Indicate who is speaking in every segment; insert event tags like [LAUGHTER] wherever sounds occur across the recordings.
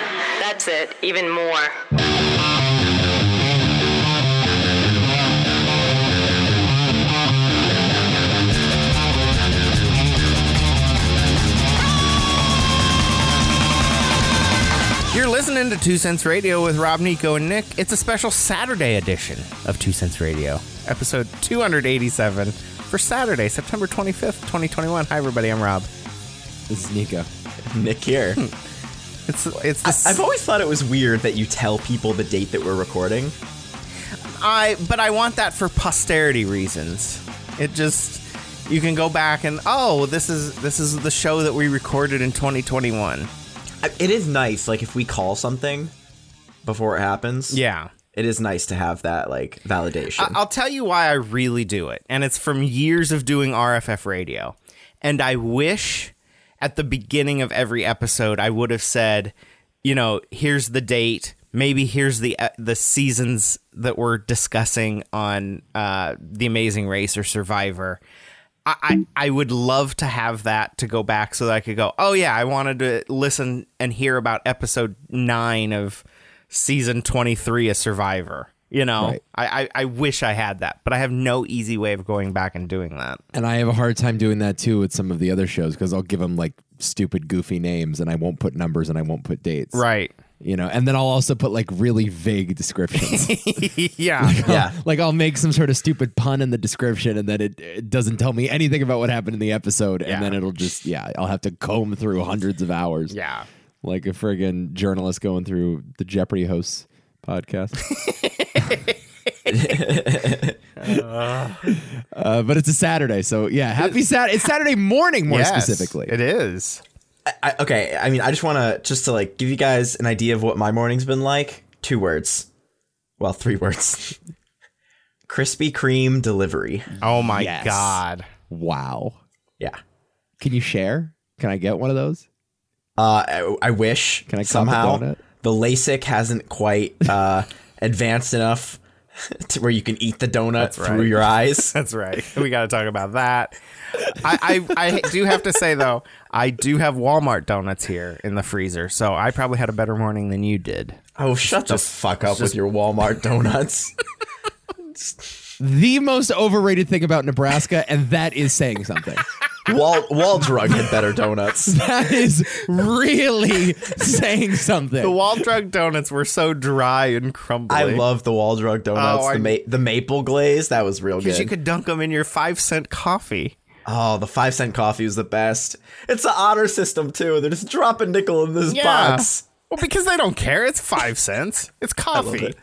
Speaker 1: enhance it even more.
Speaker 2: You're listening to Two Cents Radio with Rob, Nico, and Nick. It's a special Saturday edition of Two Cents Radio, episode 287 for Saturday, September 25th, 2021. Hi, everybody. I'm Rob.
Speaker 3: This is Nico. Nick here.
Speaker 2: It's it's the
Speaker 3: I've always thought it was weird that you tell people the date that we're recording.
Speaker 2: I but I want that for posterity reasons. It just you can go back and oh, this is this is the show that we recorded in 2021.
Speaker 3: I- It is nice, like if we call something before it happens.
Speaker 2: Yeah.
Speaker 3: It is nice to have that like validation.
Speaker 2: I- I'll tell you why I really do it, and it's from years of doing RFF radio. And I wish at the beginning of every episode I would have said, you know, here's the date, maybe here's the uh, the seasons that we're discussing on uh, the Amazing Race or Survivor. I, I I would love to have that to go back so that I could go, oh yeah, I wanted to listen and hear about episode nine of season 23 of Survivor. You know,
Speaker 4: Right.
Speaker 2: I, I, I wish I had that, but I have no easy way of going back and doing that.
Speaker 4: And I have a hard time doing that too with some of the other shows because I'll give them like stupid, goofy names and I won't put numbers and I won't put dates.
Speaker 2: Right.
Speaker 4: You know, and then I'll also put like really vague descriptions.
Speaker 2: [LAUGHS] [LAUGHS] yeah.
Speaker 4: [LAUGHS]
Speaker 3: yeah.
Speaker 4: like I'll make some sort of stupid pun in the description and then it, it doesn't tell me anything about what happened in the episode.
Speaker 2: Yeah.
Speaker 4: And then it'll just, yeah, I'll have to comb through hundreds of hours.
Speaker 2: Yeah.
Speaker 4: Like a friggin' journalist going through the Jeopardy hosts
Speaker 2: [LAUGHS]
Speaker 4: podcast.
Speaker 3: [LAUGHS]
Speaker 4: uh, but it's a Saturday. So yeah, happy Saturday. It's Saturday morning more
Speaker 2: Yes,
Speaker 4: specifically.
Speaker 2: It is.
Speaker 3: I, okay, I mean, I just want to just to like give you guys an idea of what my morning's been like. Two words, well, three words. [LAUGHS] Krispy Kreme delivery.
Speaker 2: Oh my
Speaker 4: Yes.
Speaker 2: God.
Speaker 4: Wow.
Speaker 3: Yeah.
Speaker 4: Can you share? Can I get one of those?
Speaker 3: Uh, I, I wish
Speaker 4: Can I cop a
Speaker 3: somehow
Speaker 4: donut?
Speaker 3: the LASIK hasn't quite
Speaker 4: [LAUGHS]
Speaker 3: uh, advanced enough [LAUGHS] to where you can eat the donut through
Speaker 2: right.
Speaker 3: your eyes.
Speaker 4: [LAUGHS]
Speaker 2: That's right. We got to talk about that. I, I, I do have to say, though, I do have Walmart donuts here in the freezer. So I probably had a better morning than you did.
Speaker 3: Oh, shut the fuck up with your Walmart [LAUGHS] donuts.
Speaker 4: [LAUGHS] The most overrated thing about Nebraska, and that is
Speaker 2: [LAUGHS]
Speaker 4: saying something.
Speaker 3: Wal Wal drug had better donuts.
Speaker 4: that is really saying something.
Speaker 2: The wall drug donuts were so dry and crumbly.
Speaker 3: [LAUGHS] I love the Wal drug donuts.
Speaker 2: Oh, I-
Speaker 3: the, ma- the maple glaze that was real
Speaker 2: because
Speaker 3: good.
Speaker 2: you could dunk them in your five cent coffee.
Speaker 3: oh, the five cent coffee was the best. It's the honor system too. They're just dropping nickel in this
Speaker 2: Yeah.
Speaker 3: box.
Speaker 2: Well, because they don't care. It's five cents. It's coffee.
Speaker 3: it.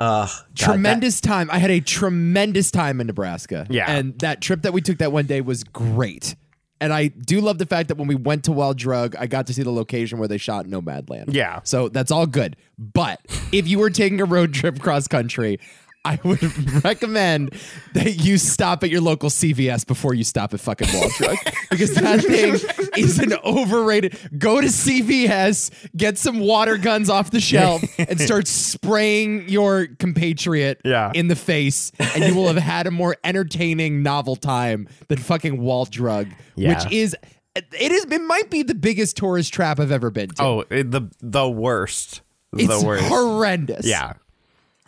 Speaker 3: God, that-
Speaker 4: tremendous time. I had a tremendous time in Nebraska.
Speaker 2: Yeah.
Speaker 4: And that trip that we took that one day was great. And I do love the fact that when we went to Wild Drug, I got to see the location where they shot Nomadland.
Speaker 2: Yeah.
Speaker 4: So that's all good. But if you were taking a road trip cross country, I would [LAUGHS] recommend that you stop at your local CVS before you stop at fucking Wall
Speaker 2: [LAUGHS]
Speaker 4: Drug because that thing is an overrated. Go to CVS, get some water guns off the shelf, and start spraying your compatriot
Speaker 2: Yeah.
Speaker 4: in the face, and you will have had a more entertaining, novel time than fucking Wall Drug,
Speaker 2: Yeah.
Speaker 4: which is. It is. It might be the biggest tourist trap I've ever been to.
Speaker 2: Oh, it- the the worst.
Speaker 4: it's
Speaker 2: the worst.
Speaker 4: horrendous.
Speaker 2: yeah.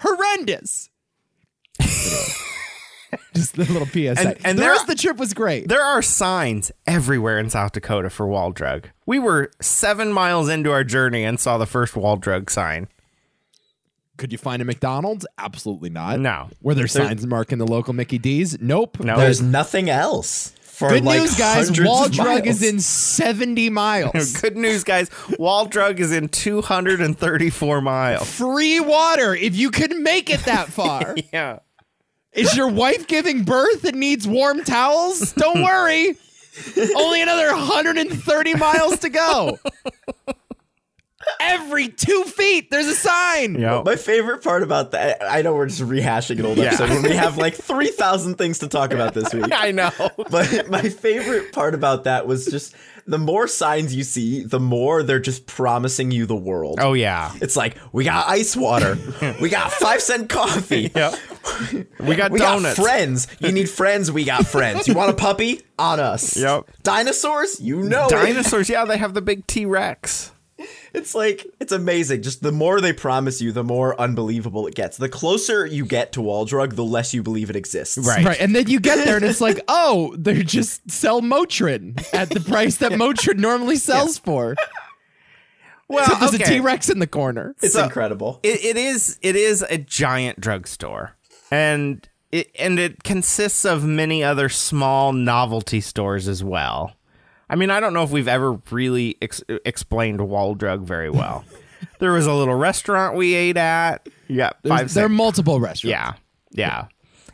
Speaker 4: horrendous. [LAUGHS] Just the little PSA.
Speaker 2: And- and
Speaker 4: the
Speaker 2: there-
Speaker 4: rest of the trip was great.
Speaker 2: There are signs everywhere in South Dakota for wall drug. We were seven miles into our journey and saw the first wall drug sign.
Speaker 4: Could you find a McDonald's? Absolutely not.
Speaker 2: No.
Speaker 4: Were there signs marking the local Mickey D's? Nope.
Speaker 2: No.
Speaker 3: There's nothing else. For
Speaker 4: Oh, Good
Speaker 3: like
Speaker 4: news, guys.
Speaker 3: hundreds
Speaker 4: Wall
Speaker 3: of
Speaker 4: drug
Speaker 3: miles.
Speaker 4: is in 70 [LAUGHS] miles.
Speaker 2: [LAUGHS] Good news, guys. Wall drug is in 234 miles.
Speaker 4: Free water if you could make it that [LAUGHS] far.
Speaker 2: Yeah.
Speaker 4: Is your wife giving birth and needs warm towels?
Speaker 2: [LAUGHS]
Speaker 4: Don't worry. Only another 130 miles to go. Every two feet, there's a sign.
Speaker 2: Yeah.
Speaker 3: My favorite part about that, I know we're just rehashing an old
Speaker 2: Yeah.
Speaker 3: episode when we
Speaker 2: [LAUGHS]
Speaker 3: have like 3,000 things to talk about this week.
Speaker 2: I know.
Speaker 3: But my favorite part about that was just the more signs you see, the more they're just promising you the world.
Speaker 2: Oh yeah.
Speaker 3: It's like, we got ice water,
Speaker 2: [LAUGHS]
Speaker 3: we got five cent coffee,
Speaker 2: Yeah. We got
Speaker 3: we
Speaker 2: donuts.
Speaker 3: got friends. You need friends, we got friends. You want a puppy? On us.
Speaker 2: Yep.
Speaker 3: Dinosaurs? You know it.
Speaker 2: Dinosaurs. Yeah, they have the big T Rex.
Speaker 3: It's like it's amazing. Just the more they promise you, the more unbelievable it gets. The closer you get to wall drug, the less you believe it exists.
Speaker 2: Right.
Speaker 4: Right. And then you get there and it's like, oh, they just sell Motrin at the price that Motrin normally sells
Speaker 2: [LAUGHS]
Speaker 4: for.
Speaker 2: Well,
Speaker 4: Except there's
Speaker 2: okay.
Speaker 4: a T Rex in the corner.
Speaker 3: It's
Speaker 2: So-
Speaker 3: incredible.
Speaker 2: it, it is it is a giant drugstore and it and it consists of many other small novelty stores as well i mean i don't know if we've ever really ex- explained wall drug very [LAUGHS] well there was a little restaurant we ate at yeah five
Speaker 4: there are
Speaker 2: cent-
Speaker 4: multiple restaurants.
Speaker 2: yeah yeah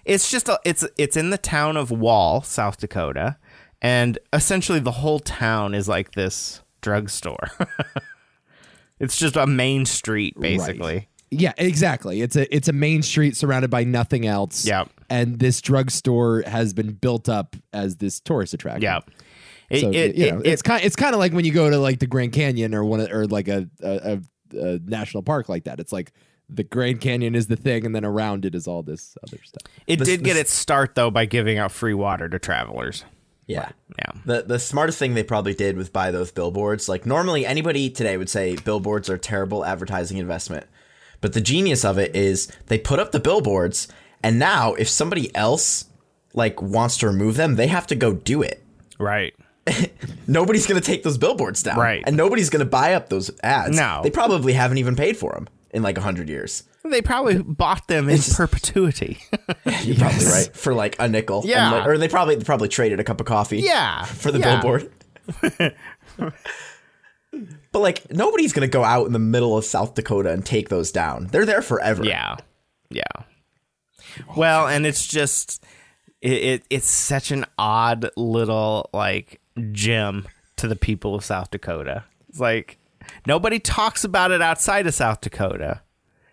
Speaker 2: it's just a, it's it's in the town of wall south dakota and essentially the whole town is like this drugstore [LAUGHS] it's just a main street basically
Speaker 4: Yeah, exactly. It's a it's a main street surrounded by nothing else.
Speaker 2: Yep.
Speaker 4: And this drugstore has been built up as this tourist attraction.
Speaker 2: Yeah. It,
Speaker 4: So,
Speaker 2: it,
Speaker 4: you
Speaker 2: it-
Speaker 4: know,
Speaker 2: it-
Speaker 4: it's kind it's kind of like when you go to like the Grand Canyon or one of- or like a, a, a, a national park like that. It's like the Grand Canyon is the thing, and then around it is all this other stuff.
Speaker 2: it
Speaker 3: this-
Speaker 2: did get
Speaker 3: this-
Speaker 2: its start though by giving out free water to travelers.
Speaker 3: Yeah.
Speaker 2: Yeah.
Speaker 3: The the smartest thing they probably did was buy those billboards. Like normally anybody today would say billboards are terrible advertising investment. But the genius of it is they put up the billboards and now if somebody else like wants to remove them, they have to go do it.
Speaker 2: Right.
Speaker 3: Nobody's going to take those billboards down.
Speaker 2: Right.
Speaker 3: And nobody's going to buy up those ads.
Speaker 2: No.
Speaker 3: They probably haven't even paid for them in like 100
Speaker 4: [LAUGHS]
Speaker 3: years.
Speaker 2: They probably bought them in perpetuity. [LAUGHS]
Speaker 3: You're probably right. For like a nickel. And
Speaker 2: Yeah.
Speaker 3: like- or they probably they probably traded a cup of coffee.
Speaker 2: yeah.
Speaker 3: for the
Speaker 2: yeah.
Speaker 3: billboard.
Speaker 2: [LAUGHS]
Speaker 3: but like nobody's gonna go out in the middle of South Dakota and take those down. They're there forever.
Speaker 2: Yeah. Yeah. Well, and it's just it, it it's such an odd little like gem to the people of South Dakota. It's like nobody talks about it outside of South Dakota.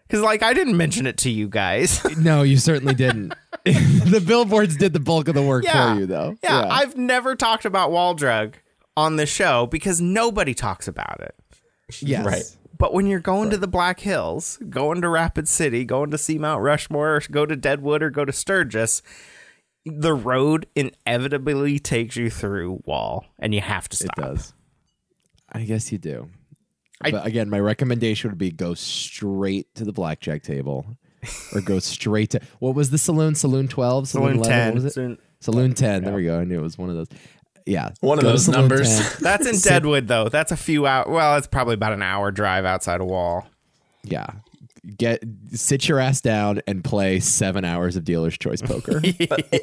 Speaker 2: Cuz like I didn't mention it to you guys. [LAUGHS]
Speaker 4: No, you certainly [LAUGHS] didn't. the billboards did the bulk of the work
Speaker 2: yeah.
Speaker 4: for you, though.
Speaker 2: Yeah, I've never talked about wall drug on the show because nobody talks about it.
Speaker 4: yes.
Speaker 3: Right.
Speaker 2: But when you're going to the Black Hills, going to Rapid City, going to see Mount Rushmore, or go to Deadwood, or go to Sturgis, the road inevitably takes you through Wall, and you have to
Speaker 4: It
Speaker 2: stop.
Speaker 4: does. I guess you do.
Speaker 2: I-
Speaker 4: but again, my recommendation would be go straight to the blackjack table, or go straight to what was the saloon? Saloon twelve,
Speaker 2: Saloon
Speaker 4: 11? What
Speaker 2: 10.
Speaker 4: was it?
Speaker 2: Soon-
Speaker 4: Saloon ten. There we go. I knew it was one of those. Yeah,
Speaker 3: One of
Speaker 4: Go to
Speaker 3: those
Speaker 4: Saloon
Speaker 3: numbers. [LAUGHS]
Speaker 4: 10.
Speaker 2: That's
Speaker 4: [LAUGHS]
Speaker 2: in Deadwood, though. That's a few hours. Well, it's probably about an hour drive outside of Wall.
Speaker 4: yeah, get sit your ass down and play seven hours of dealer's
Speaker 3: [LAUGHS]
Speaker 4: choice poker.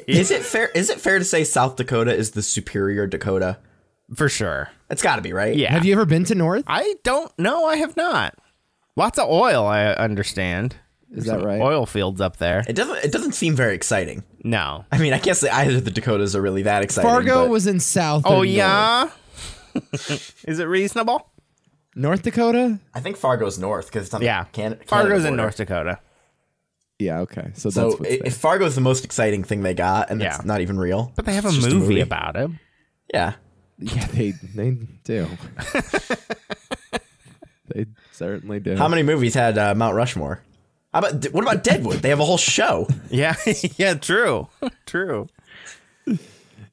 Speaker 3: is it fair is it fair to say South Dakota is the superior Dakota?
Speaker 2: For sure.
Speaker 3: It's gotta be, right?
Speaker 2: Yeah.
Speaker 4: Have you ever been to North?
Speaker 2: I don't know. I have not. Lots of oil, I understand.
Speaker 4: Is that right?
Speaker 2: Oil fields up there.
Speaker 3: It doesn't it doesn't seem very exciting.
Speaker 2: No.
Speaker 3: I mean, I guess either of the Dakotas are really that exciting.
Speaker 4: Fargo
Speaker 3: but-
Speaker 4: was in South.
Speaker 2: Oh
Speaker 4: or North.
Speaker 2: yeah. [LAUGHS] Is it reasonable?
Speaker 4: North Dakota.
Speaker 3: I think Fargo's north because it's on
Speaker 2: Yeah.
Speaker 3: the Can- Canada
Speaker 2: Fargo's in
Speaker 3: border.
Speaker 2: North Dakota.
Speaker 4: Yeah. Okay. So,
Speaker 3: So
Speaker 4: that's what's
Speaker 3: i-
Speaker 4: there.
Speaker 3: if Fargo's the most exciting thing they got, and
Speaker 2: Yeah.
Speaker 3: it's not even real,
Speaker 2: But they have a
Speaker 3: It's
Speaker 2: movie,
Speaker 3: just a movie.
Speaker 2: about it.
Speaker 3: yeah,
Speaker 4: Yeah, they they
Speaker 3: [LAUGHS]
Speaker 4: do. they certainly do.
Speaker 3: How many movies had uh, Mount Rushmore? How about what about Deadwood? They have a whole
Speaker 4: [LAUGHS]
Speaker 3: show.
Speaker 2: [LAUGHS] Yeah. [LAUGHS] yeah, true. true.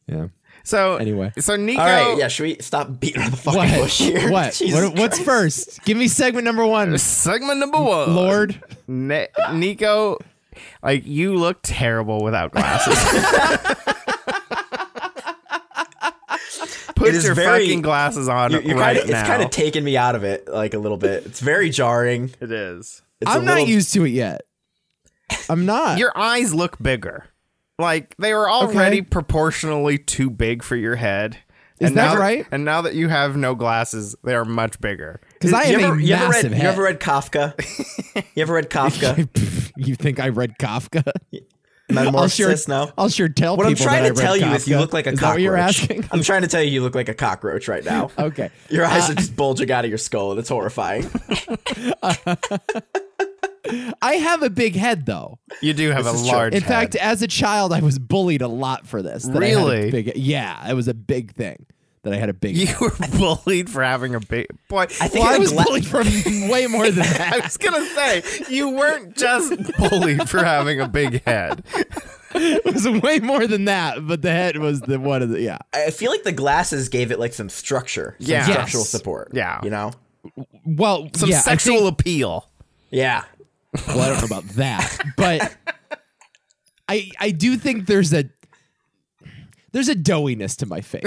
Speaker 4: yeah.
Speaker 2: So
Speaker 4: Anyway.
Speaker 2: So Nico
Speaker 3: All right, yeah. Should we stop beating around the fucking
Speaker 4: What?
Speaker 3: bush here? [LAUGHS]
Speaker 4: What?
Speaker 3: Jesus
Speaker 4: what what's
Speaker 3: Christ.
Speaker 4: first? Give me segment number one.
Speaker 2: segment number one.
Speaker 4: Lord.
Speaker 2: Ne- Nico, like you look terrible without glasses. [LAUGHS] Put
Speaker 3: It is
Speaker 2: your
Speaker 3: very-
Speaker 2: fucking glasses on
Speaker 3: You're- you're
Speaker 2: right
Speaker 3: kinda,
Speaker 2: now.
Speaker 3: It's kind of taking me out of it like a little bit. It's very jarring.
Speaker 2: it is.
Speaker 3: It's a
Speaker 4: I'm not
Speaker 3: little-
Speaker 4: used to it yet. I'm not.
Speaker 2: your eyes look bigger. Like they were already
Speaker 4: Okay.
Speaker 2: proportionally too big for your head.
Speaker 4: Is
Speaker 2: and
Speaker 4: that
Speaker 2: now,
Speaker 4: right?
Speaker 2: And now that you have no glasses, they are much bigger.
Speaker 4: Because I
Speaker 3: You
Speaker 4: am
Speaker 3: ever,
Speaker 4: a
Speaker 3: you ever
Speaker 4: massive
Speaker 3: read? You
Speaker 4: head.
Speaker 3: ever read Kafka?
Speaker 4: [LAUGHS]
Speaker 3: you ever read Kafka?
Speaker 4: you think I read
Speaker 3: [LAUGHS]
Speaker 4: Kafka? I'll
Speaker 3: Memoirs?
Speaker 4: sure.
Speaker 3: now.
Speaker 4: I'll sure tell
Speaker 3: What I'm
Speaker 4: people.
Speaker 3: trying
Speaker 4: that I
Speaker 3: to tell
Speaker 4: read
Speaker 3: you is you
Speaker 4: Kafka.
Speaker 3: look like a
Speaker 4: Is
Speaker 3: cockroach.
Speaker 4: that what you're asking? [LAUGHS]
Speaker 3: I'm trying to tell you you look like a cockroach right now.
Speaker 4: okay. Uh,
Speaker 3: Your eyes are just bulging out of your skull, and it's
Speaker 4: [LAUGHS]
Speaker 3: horrifying.
Speaker 4: I have a big head though.
Speaker 2: You do have a large.
Speaker 4: In
Speaker 2: head. [LAUGHS]
Speaker 4: fact, as a child, I was bullied a lot for this. that I had a
Speaker 2: Really?
Speaker 4: big- yeah, it was a big thing that I had a
Speaker 3: [LAUGHS]
Speaker 4: big.
Speaker 2: you were bullied for having a big boy. I
Speaker 3: think
Speaker 4: well, I
Speaker 3: I'm
Speaker 4: was
Speaker 3: glad-
Speaker 4: bullied for [LAUGHS] way
Speaker 3: [LAUGHS]
Speaker 4: more than
Speaker 2: I
Speaker 4: that.
Speaker 2: was gonna say you weren't just bullied for having a big head.
Speaker 4: It was way more than that, but the head was the one of the yeah.
Speaker 3: I feel like the glasses gave it like some structure, some
Speaker 2: Yeah.
Speaker 3: structural
Speaker 4: Yes.
Speaker 3: support.
Speaker 2: Yeah.
Speaker 3: you know,
Speaker 4: well,
Speaker 2: Some
Speaker 4: yeah, I
Speaker 2: sexual
Speaker 4: think- [LAUGHS]
Speaker 2: appeal.
Speaker 3: Yeah.
Speaker 4: well, I don't know about that, but I I do think there's a there's a doughiness to
Speaker 2: [LAUGHS]
Speaker 4: my face.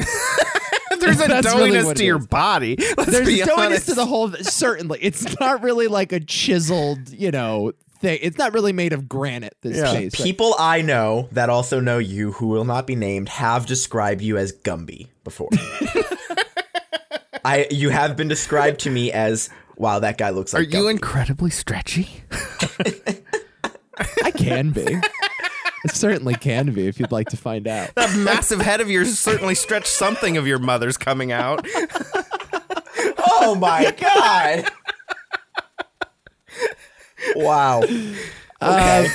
Speaker 2: There's a
Speaker 4: That's really
Speaker 2: doughiness
Speaker 4: what
Speaker 2: to
Speaker 4: it
Speaker 2: your
Speaker 4: is.
Speaker 2: body. Let's
Speaker 4: There's
Speaker 2: be
Speaker 4: a doughiness
Speaker 2: honest.
Speaker 4: to the whole. Certainly, it's not really like a chiseled, you know, thing. It's not really made of granite. This
Speaker 2: Yeah.
Speaker 4: face, Like,
Speaker 3: People I know that also know you who will not be named have described you as Gumby
Speaker 4: [LAUGHS]
Speaker 3: before. I you have been described to me as wow that guy looks
Speaker 2: Are
Speaker 3: like
Speaker 2: you
Speaker 3: Gumby."
Speaker 2: incredibly stretchy? [LAUGHS]
Speaker 4: I can be. I certainly can be if you'd like to
Speaker 2: [LAUGHS]
Speaker 4: find out.
Speaker 2: That massive head of yours certainly stretched something of your mother's coming out.
Speaker 3: Oh
Speaker 4: [LAUGHS]
Speaker 3: my god. wow. Okay.
Speaker 4: Um,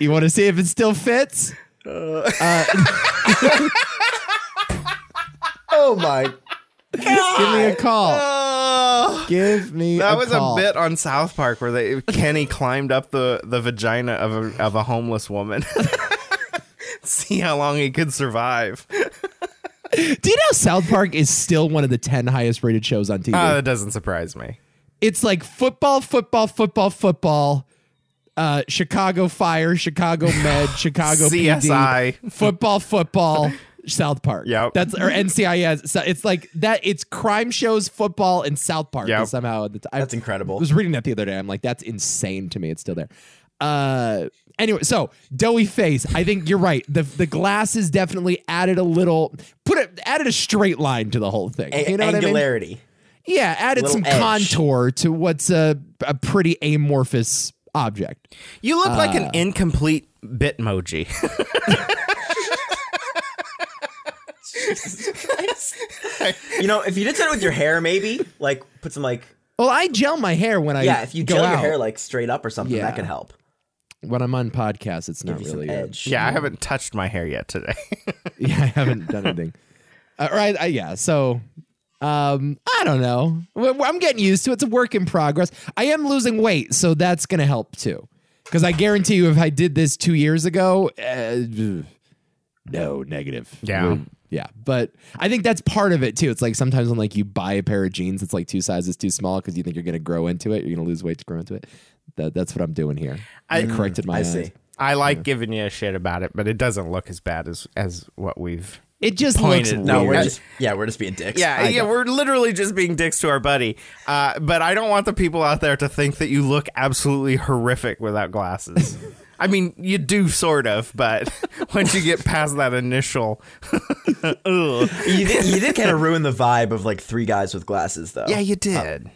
Speaker 4: You want to see if it still fits?
Speaker 3: oh my
Speaker 4: Give me a call.
Speaker 2: Oh,
Speaker 4: Give me.
Speaker 2: that
Speaker 4: a
Speaker 2: was
Speaker 4: call.
Speaker 2: a bit on South Park where [LAUGHS] they, Kenny climbed up the, the vagina of a, of a homeless woman. [LAUGHS] See how long he could survive.
Speaker 4: Do you know South Park is still one of the ten highest rated shows on TV?
Speaker 2: Oh, that doesn't surprise me.
Speaker 4: it's like football, football, football, football. Uh, Chicago Fire,
Speaker 2: [LAUGHS]
Speaker 4: Chicago Med, Chicago
Speaker 2: CSI.
Speaker 4: PD, football, football, South Park.
Speaker 2: Yep.
Speaker 4: that's or NCIS. So it's like that. It's crime shows, football, and South Park.
Speaker 2: Yep.
Speaker 4: is Somehow at the time.
Speaker 3: That's incredible.
Speaker 4: I was reading that the other day. I'm like, that's insane to me. It's still there. Uh, anyway, so doughy face. I think you're right. The the glasses definitely added a little, put it added a straight line to the whole thing.
Speaker 3: A-
Speaker 4: you know what I mean?
Speaker 3: angularity.
Speaker 4: Yeah, added
Speaker 3: Little
Speaker 4: some
Speaker 3: edge.
Speaker 4: contour to what's a, a pretty amorphous object.
Speaker 2: You look like an incomplete [LAUGHS] bitmoji.
Speaker 3: You know, if you did that with your hair, maybe like put some like
Speaker 4: Well, I gel my hair when I
Speaker 3: yeah. If you
Speaker 4: go
Speaker 3: gel your
Speaker 4: out.
Speaker 3: hair like straight up or something,
Speaker 4: Yeah.
Speaker 3: that could help.
Speaker 4: when I'm on podcasts, it's not
Speaker 3: Give you some
Speaker 4: really a-
Speaker 3: edge.
Speaker 2: yeah, I haven't touched my hair yet today. [LAUGHS]
Speaker 4: [LAUGHS] yeah, I haven't done anything. Uh, right? I, yeah. So, um, I don't know. Well, I'm getting used to it. It's a work in progress. I am losing weight, so that's gonna help too. Because I guarantee you, if I did this two years ago, uh, no negative.
Speaker 2: Yeah.
Speaker 4: Would- yeah, but I think that's part of it too. It's like sometimes when like you buy a pair of jeans, it's like two sizes too small because you think you're gonna grow into it. You're gonna lose weight to grow into it. That, that's what I'm doing here. I corrected
Speaker 3: I
Speaker 4: my eyes.
Speaker 3: see.
Speaker 2: I like giving you a shit about it, but it doesn't look as bad as as what we've.
Speaker 4: It just
Speaker 2: Pointed.
Speaker 4: looks
Speaker 3: No,
Speaker 4: weird.
Speaker 3: we're
Speaker 2: Yeah.
Speaker 3: just yeah, we're just being dicks.
Speaker 2: Yeah, yeah, we're literally just being dicks to our buddy. Uh, but I don't want the people out there to think that you look absolutely horrific without [LAUGHS] glasses. I mean, you do sort of, but [LAUGHS] once you get past that initial, Ugh.
Speaker 3: you did, you did
Speaker 4: [LAUGHS]
Speaker 3: kind of ruin the vibe of like three guys with glasses though.
Speaker 2: yeah, you did.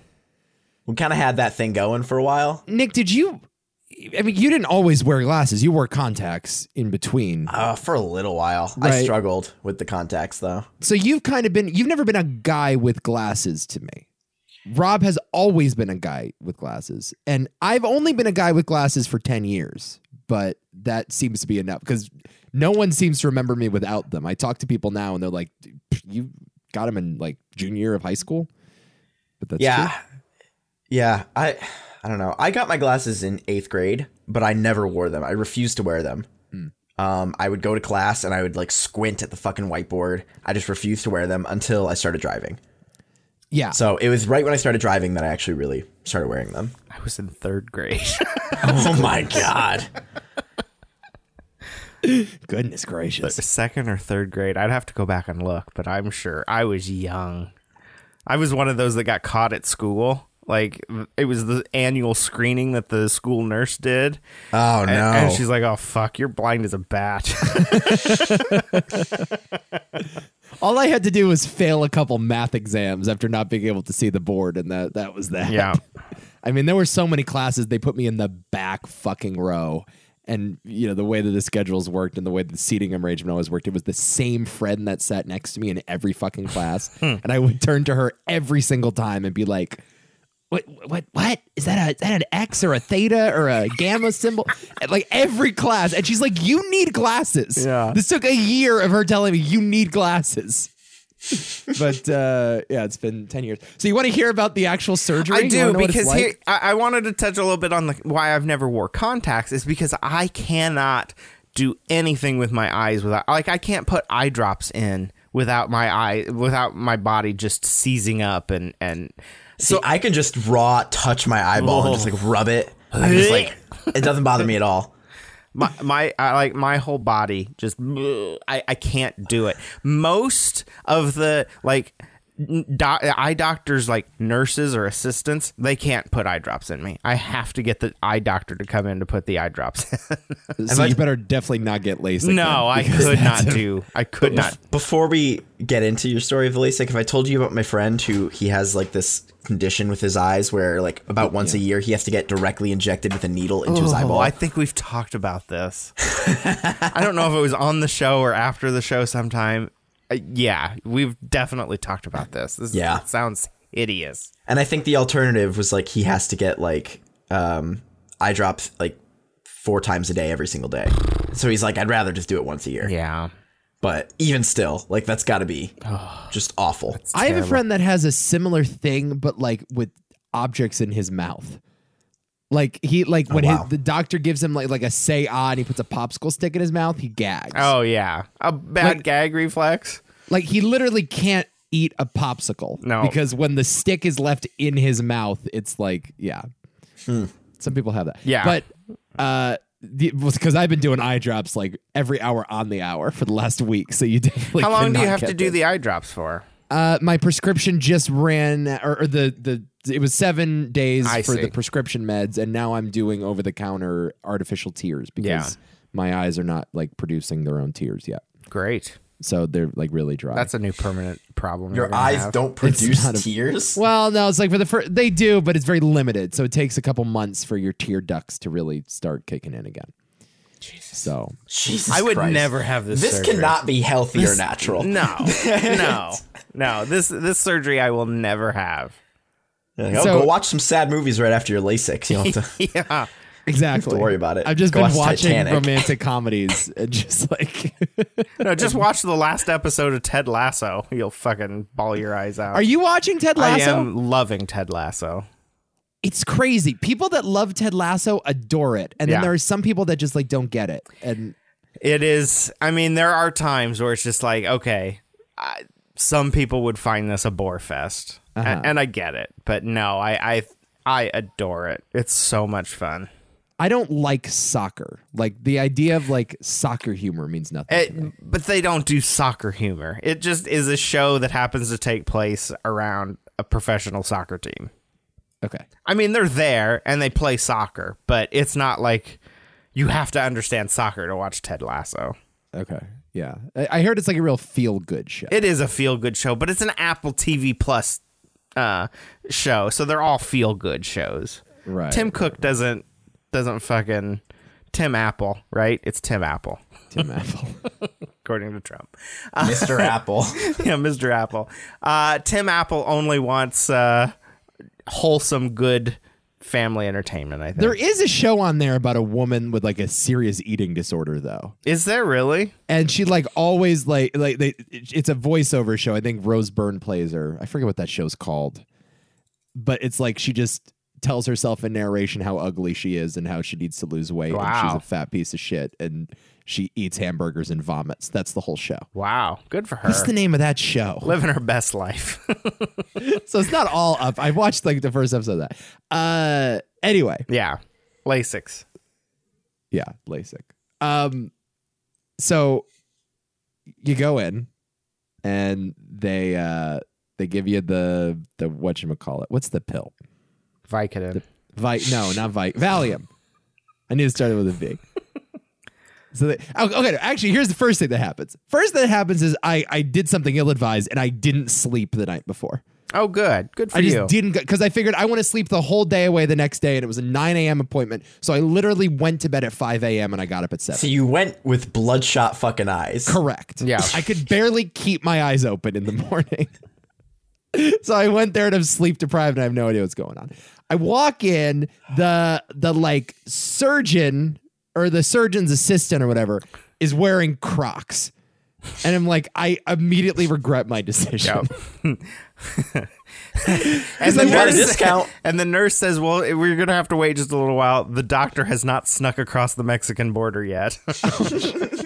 Speaker 3: we kind of had that thing going for a while.
Speaker 4: Nick, did you? I mean, you didn't always wear glasses. You wore contacts in between.
Speaker 3: Uh, for a little while, I
Speaker 4: Right.
Speaker 3: struggled with the contacts though.
Speaker 4: So you've kind of been, you've never been a guy with glasses to me. Rob has always been a guy with glasses. And I've only been a guy with glasses for 10 years, but that seems to be enough because no one seems to remember me without them. I talk to people now and they're like, you got him in like junior year of high school. But that's
Speaker 3: yeah,
Speaker 4: true.
Speaker 3: yeah. I I don't know. I got my glasses in eighth grade, but I never wore them. I refused to wear them. Um, I would go to class and I would like squint at the fucking whiteboard. I just refused to wear them until I started driving.
Speaker 4: Yeah.
Speaker 3: So it was right when I started driving that I actually really started wearing them.
Speaker 2: I was in third [LAUGHS] grade.
Speaker 3: [LAUGHS] oh my god.
Speaker 4: Goodness gracious.
Speaker 2: second or third grade. I'd have to go back and look, but I'm sure I was young. I was one of those that got caught at school. Like it was the annual screening that the school nurse did,
Speaker 3: Oh no.
Speaker 2: and, and she's like, "Oh fuck, you're blind as a bat." [LAUGHS]
Speaker 4: All I had to do was fail a couple math exams after not being able to see the board, and that that was that.
Speaker 2: yeah,
Speaker 4: [LAUGHS] I mean, there were so many classes they put me in the back fucking row. And you know, the way that the schedules worked and the way the seating arrangement always worked, it was the same friend that sat next to me in every fucking class. and I would turn to her every single time and be like, what what what is that a is that an X or a theta or a gamma symbol? [LAUGHS] And, like every class. And she's like, You need glasses.
Speaker 2: Yeah.
Speaker 4: This took a year of her telling me you need glasses. [LAUGHS] but uh, yeah, it's been ten years. So you want to hear about the actual surgery?
Speaker 2: I
Speaker 4: You wanna
Speaker 2: do
Speaker 4: know what it's
Speaker 2: because
Speaker 4: like?
Speaker 2: here I, I wanted to touch a little bit on the why I've never wore contacts is because I cannot do anything with my eyes without like I can't put eye drops in without my eye without my body just seizing up and and
Speaker 3: See, I can just raw touch my eyeball and just like rub it. I [LAUGHS] just like it doesn't bother me at all.
Speaker 2: my my I, like my whole body just I I can't do it. Most of the like doc, eye doctors like nurses or assistants they can't put eye drops in me. I have to get the eye doctor to come in to put the eye drops. in. [LAUGHS]
Speaker 4: So you better definitely not get LASIK. then,
Speaker 2: no, I
Speaker 4: because
Speaker 2: could
Speaker 4: that's
Speaker 2: not
Speaker 4: a-
Speaker 2: do. I could not.
Speaker 3: Before we get into your story of the LASIK, if I told you about my friend who he has like this condition with his eyes where like about once a year he has to get directly injected with a needle into his eyeball.
Speaker 2: Oh, I think we've talked about this. [LAUGHS] I don't know if it was on the show or after the show sometime. Uh, yeah, we've definitely talked about this. This
Speaker 3: Yeah.
Speaker 2: sounds hideous.
Speaker 3: And I think the alternative was like he has to get like um eye drops like four times a day every single day. So he's like, I'd rather just do it once a year.
Speaker 2: Yeah.
Speaker 3: But even still, like that's gotta be
Speaker 2: Oh,
Speaker 3: just awful.
Speaker 4: I have a friend that has a similar thing, but like with objects in his mouth. Like he like when
Speaker 3: wow.
Speaker 4: his, the doctor gives him like like a say ah and he puts a popsicle stick in his mouth, he gags.
Speaker 2: Oh yeah, a bad
Speaker 4: Like-
Speaker 2: gag reflex.
Speaker 4: Like he literally can't eat a popsicle.
Speaker 2: No.
Speaker 4: Because when the stick is left in his mouth, it's like, yeah. Some people have that.
Speaker 2: Yeah.
Speaker 4: But uh because I've been doing eye drops like every hour on the hour for the last week, so you [LAUGHS] definitely.
Speaker 2: How long do you
Speaker 4: cannot
Speaker 2: have
Speaker 4: get
Speaker 2: to do
Speaker 4: this.
Speaker 2: the eye drops for?
Speaker 4: Uh, my prescription just ran, or, or the the it was seven days
Speaker 2: I
Speaker 4: for
Speaker 2: see.
Speaker 4: the prescription meds, and now I'm doing over the counter artificial tears because my eyes are not like producing their own tears yet,
Speaker 2: Great.
Speaker 4: so they're like really dry.
Speaker 2: That's a new permanent problem.
Speaker 3: Your eyes don't produce
Speaker 4: not a-
Speaker 3: tears.
Speaker 4: well, no, it's like for the first they do, but it's very limited, so it takes a couple months for your tear ducts to really start kicking in again. Jesus. So
Speaker 3: Jesus
Speaker 2: I would
Speaker 3: Christ.
Speaker 2: never have this.
Speaker 3: This
Speaker 2: surgery.
Speaker 3: cannot be healthy or natural. [LAUGHS]
Speaker 2: No, no, no. This this surgery I will never have.
Speaker 3: You're like, oh,
Speaker 4: So-
Speaker 3: go watch some sad movies right after your LASIK. You don't have to
Speaker 2: [LAUGHS] Yeah.
Speaker 4: exactly,
Speaker 3: worry about it.
Speaker 4: I've just
Speaker 3: Go
Speaker 4: been
Speaker 3: watch
Speaker 4: watching
Speaker 3: Titanic.
Speaker 4: romantic comedies [LAUGHS] and
Speaker 3: [LAUGHS]
Speaker 4: just like.
Speaker 2: No, just watch the last episode of Ted Lasso. You'll fucking ball your eyes out.
Speaker 4: Are you watching Ted
Speaker 2: I
Speaker 4: Lasso?
Speaker 2: am loving Ted Lasso.
Speaker 4: it's crazy. People that love Ted Lasso adore it, and then
Speaker 2: Yeah.
Speaker 4: there are some people that just like don't get it. And
Speaker 2: It is. I mean, there are times where it's just like, okay, I, some people would find this a bore fest, A-
Speaker 4: Uh-huh.
Speaker 2: and, I get it. But no, I, I I adore it. It's so much fun.
Speaker 4: I don't like soccer. Like the idea of like soccer humor means nothing.
Speaker 2: It, but they don't do soccer humor. It just is a show that happens to take place around a professional soccer team.
Speaker 4: okay,
Speaker 2: I mean, they're there and they play soccer, but it's not like you have to understand soccer to watch Ted Lasso.
Speaker 4: okay, yeah. I, I heard it's like a real feel good show.
Speaker 2: It is a feel good show, but it's an Apple TV Plus uh, show, so they're all feel good shows.
Speaker 4: right,
Speaker 2: Tim Cook doesn't doesn't fucking Tim Apple, right? It's Tim Apple,
Speaker 4: Tim Apple.
Speaker 2: according to Trump. [LAUGHS]
Speaker 4: [LAUGHS]
Speaker 3: Mr. Apple.
Speaker 2: yeah, Mr. Apple. Uh, Tim Apple only wants uh, wholesome, good family entertainment. I think.
Speaker 4: there is a show on there about a woman with like a serious eating disorder though.
Speaker 2: is there really?
Speaker 4: And she like always like like they it's a voiceover show. I think Rose Byrne plays her. I forget what that show's called. But it's like she just tells herself in narration how ugly she is and how she needs to lose weight and
Speaker 2: Wow.
Speaker 4: she's a fat piece of shit and she eats hamburgers and vomits. That's the whole show.
Speaker 2: Wow, good for her.
Speaker 4: What's the name of that show?
Speaker 2: Living her best life.
Speaker 4: [LAUGHS]
Speaker 2: [LAUGHS]
Speaker 4: so it's not all up. I watched like the first episode of that. Uh anyway.
Speaker 2: Yeah. LASIX.
Speaker 4: Yeah, LASIK. Um, so you go in, and they uh they give you the the what you call it? What's the pill?
Speaker 2: Vicodin.
Speaker 4: Vi? No, not Vi. Valium. I knew it started with a V. [LAUGHS] So they, oh, okay, actually, here's the first thing that happens. First thing that happens is I I did something ill advised and I didn't sleep the night before.
Speaker 2: Oh, good. Good for
Speaker 4: I just
Speaker 2: you.
Speaker 4: didn't because I figured I want to sleep the whole day away the next day, and it was a 9 a.m. appointment. So I literally went to bed at 5 a.m. and I got up at 7.
Speaker 3: so you went with bloodshot fucking eyes.
Speaker 4: Correct.
Speaker 2: Yeah.
Speaker 4: I could barely keep my eyes open in the morning. [LAUGHS] so I went there and I'm sleep deprived and I have no idea what's going on. I walk in, the the like surgeon or the surgeon's assistant or whatever is wearing Crocs. And I'm like, I immediately regret my decision.
Speaker 2: Yep. and, the
Speaker 4: I want
Speaker 3: a
Speaker 2: nurse,
Speaker 3: discount.
Speaker 2: [LAUGHS] and the nurse says, Well, we're going to have to wait just a little while. The doctor [LAUGHS] has not snuck across the Mexican border yet.
Speaker 4: [LAUGHS]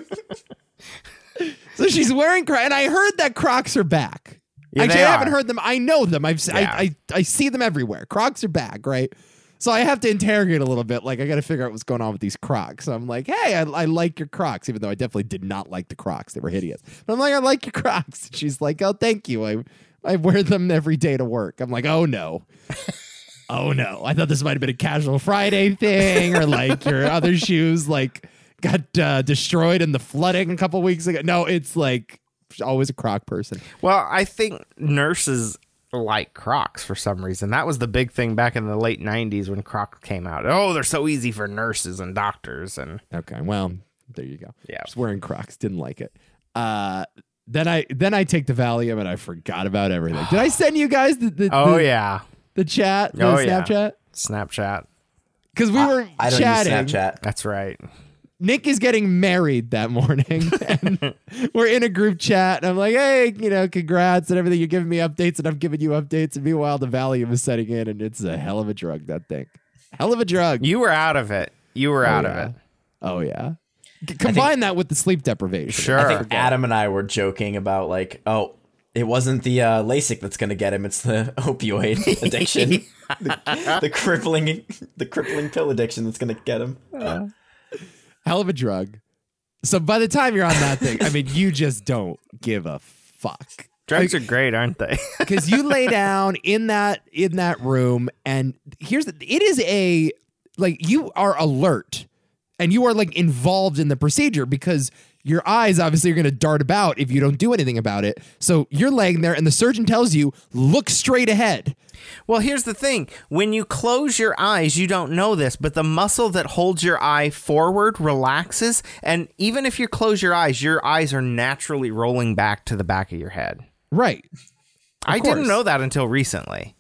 Speaker 4: So she's wearing Crocs, and I heard that Crocs are back.
Speaker 2: Yeah,
Speaker 4: Actually,
Speaker 2: they
Speaker 4: I haven't
Speaker 2: are.
Speaker 4: heard them. I know them. I've se-
Speaker 2: Yeah.
Speaker 4: I, I I see them everywhere. Crocs are back, right? So I have to interrogate a little bit. Like I got to figure out what's going on with these Crocs. So I'm like, hey, I, I like your Crocs, even though I definitely did not like the Crocs. They were hideous. But I'm like, I like your Crocs. She's like, oh, thank you. I I wear them every day to work. I'm like, oh no. Oh no, I thought this might have been a casual Friday thing or like your other shoes like got uh, destroyed in the flooding a couple weeks ago. No, it's like she's always a croc person.
Speaker 2: Well, I think nurses like Crocs for some reason. That was the big thing back in the late 90s when Crocs came out. Oh, they're so easy for nurses and doctors and
Speaker 4: Okay, well, there you go.
Speaker 2: Yeah.
Speaker 4: Just wearing crocs, didn't like it. Uh then I then I take the Valium and I forgot about everything. Did
Speaker 2: [SIGHS]
Speaker 4: I send you guys the the,
Speaker 2: Oh
Speaker 4: the,
Speaker 2: yeah,
Speaker 4: the chat, the
Speaker 2: Oh, yeah.
Speaker 4: Snapchat?
Speaker 2: Snapchat.
Speaker 4: Because we were
Speaker 3: I don't
Speaker 4: chatting.
Speaker 3: use Snapchat.
Speaker 2: That's right.
Speaker 4: Nick is getting married
Speaker 2: [LAUGHS]
Speaker 4: that morning. [LAUGHS] And we're in a group chat, and I'm like, hey, you know, congrats and everything. You're giving me updates, and I'm giving you updates. And meanwhile, the Valium is setting in, and it's a hell of a drug, that thing. Hell of a drug.
Speaker 2: You were out of it. You were out
Speaker 4: yeah.
Speaker 2: of it.
Speaker 4: Oh, yeah. C- Combine that with the sleep deprivation.
Speaker 2: Sure.
Speaker 3: I think Adam and I were joking about like, oh, it wasn't the uh, LASIK that's going to get him; it's the [LAUGHS]
Speaker 4: [LAUGHS]
Speaker 3: opioid addiction, [LAUGHS] the, the crippling, the crippling pill addiction that's going to get him.
Speaker 4: Uh, Hell of a drug. So by the time you're on that thing, I mean, you just don't give a fuck.
Speaker 2: Drugs are great, aren't they? [LAUGHS]
Speaker 4: because you lay down in that in that room and here's the, it is a like you are alert and you are like involved in the procedure because your eyes obviously are going to dart about if you don't do anything about it so you're laying there and the surgeon tells you look straight ahead
Speaker 2: well, here's the thing. When you close your eyes, you don't know this, but the muscle that holds your eye forward relaxes, and even if you close your eyes, your eyes are naturally rolling back to the back of your head.
Speaker 4: right
Speaker 2: I
Speaker 4: course.
Speaker 2: didn't know that until recently.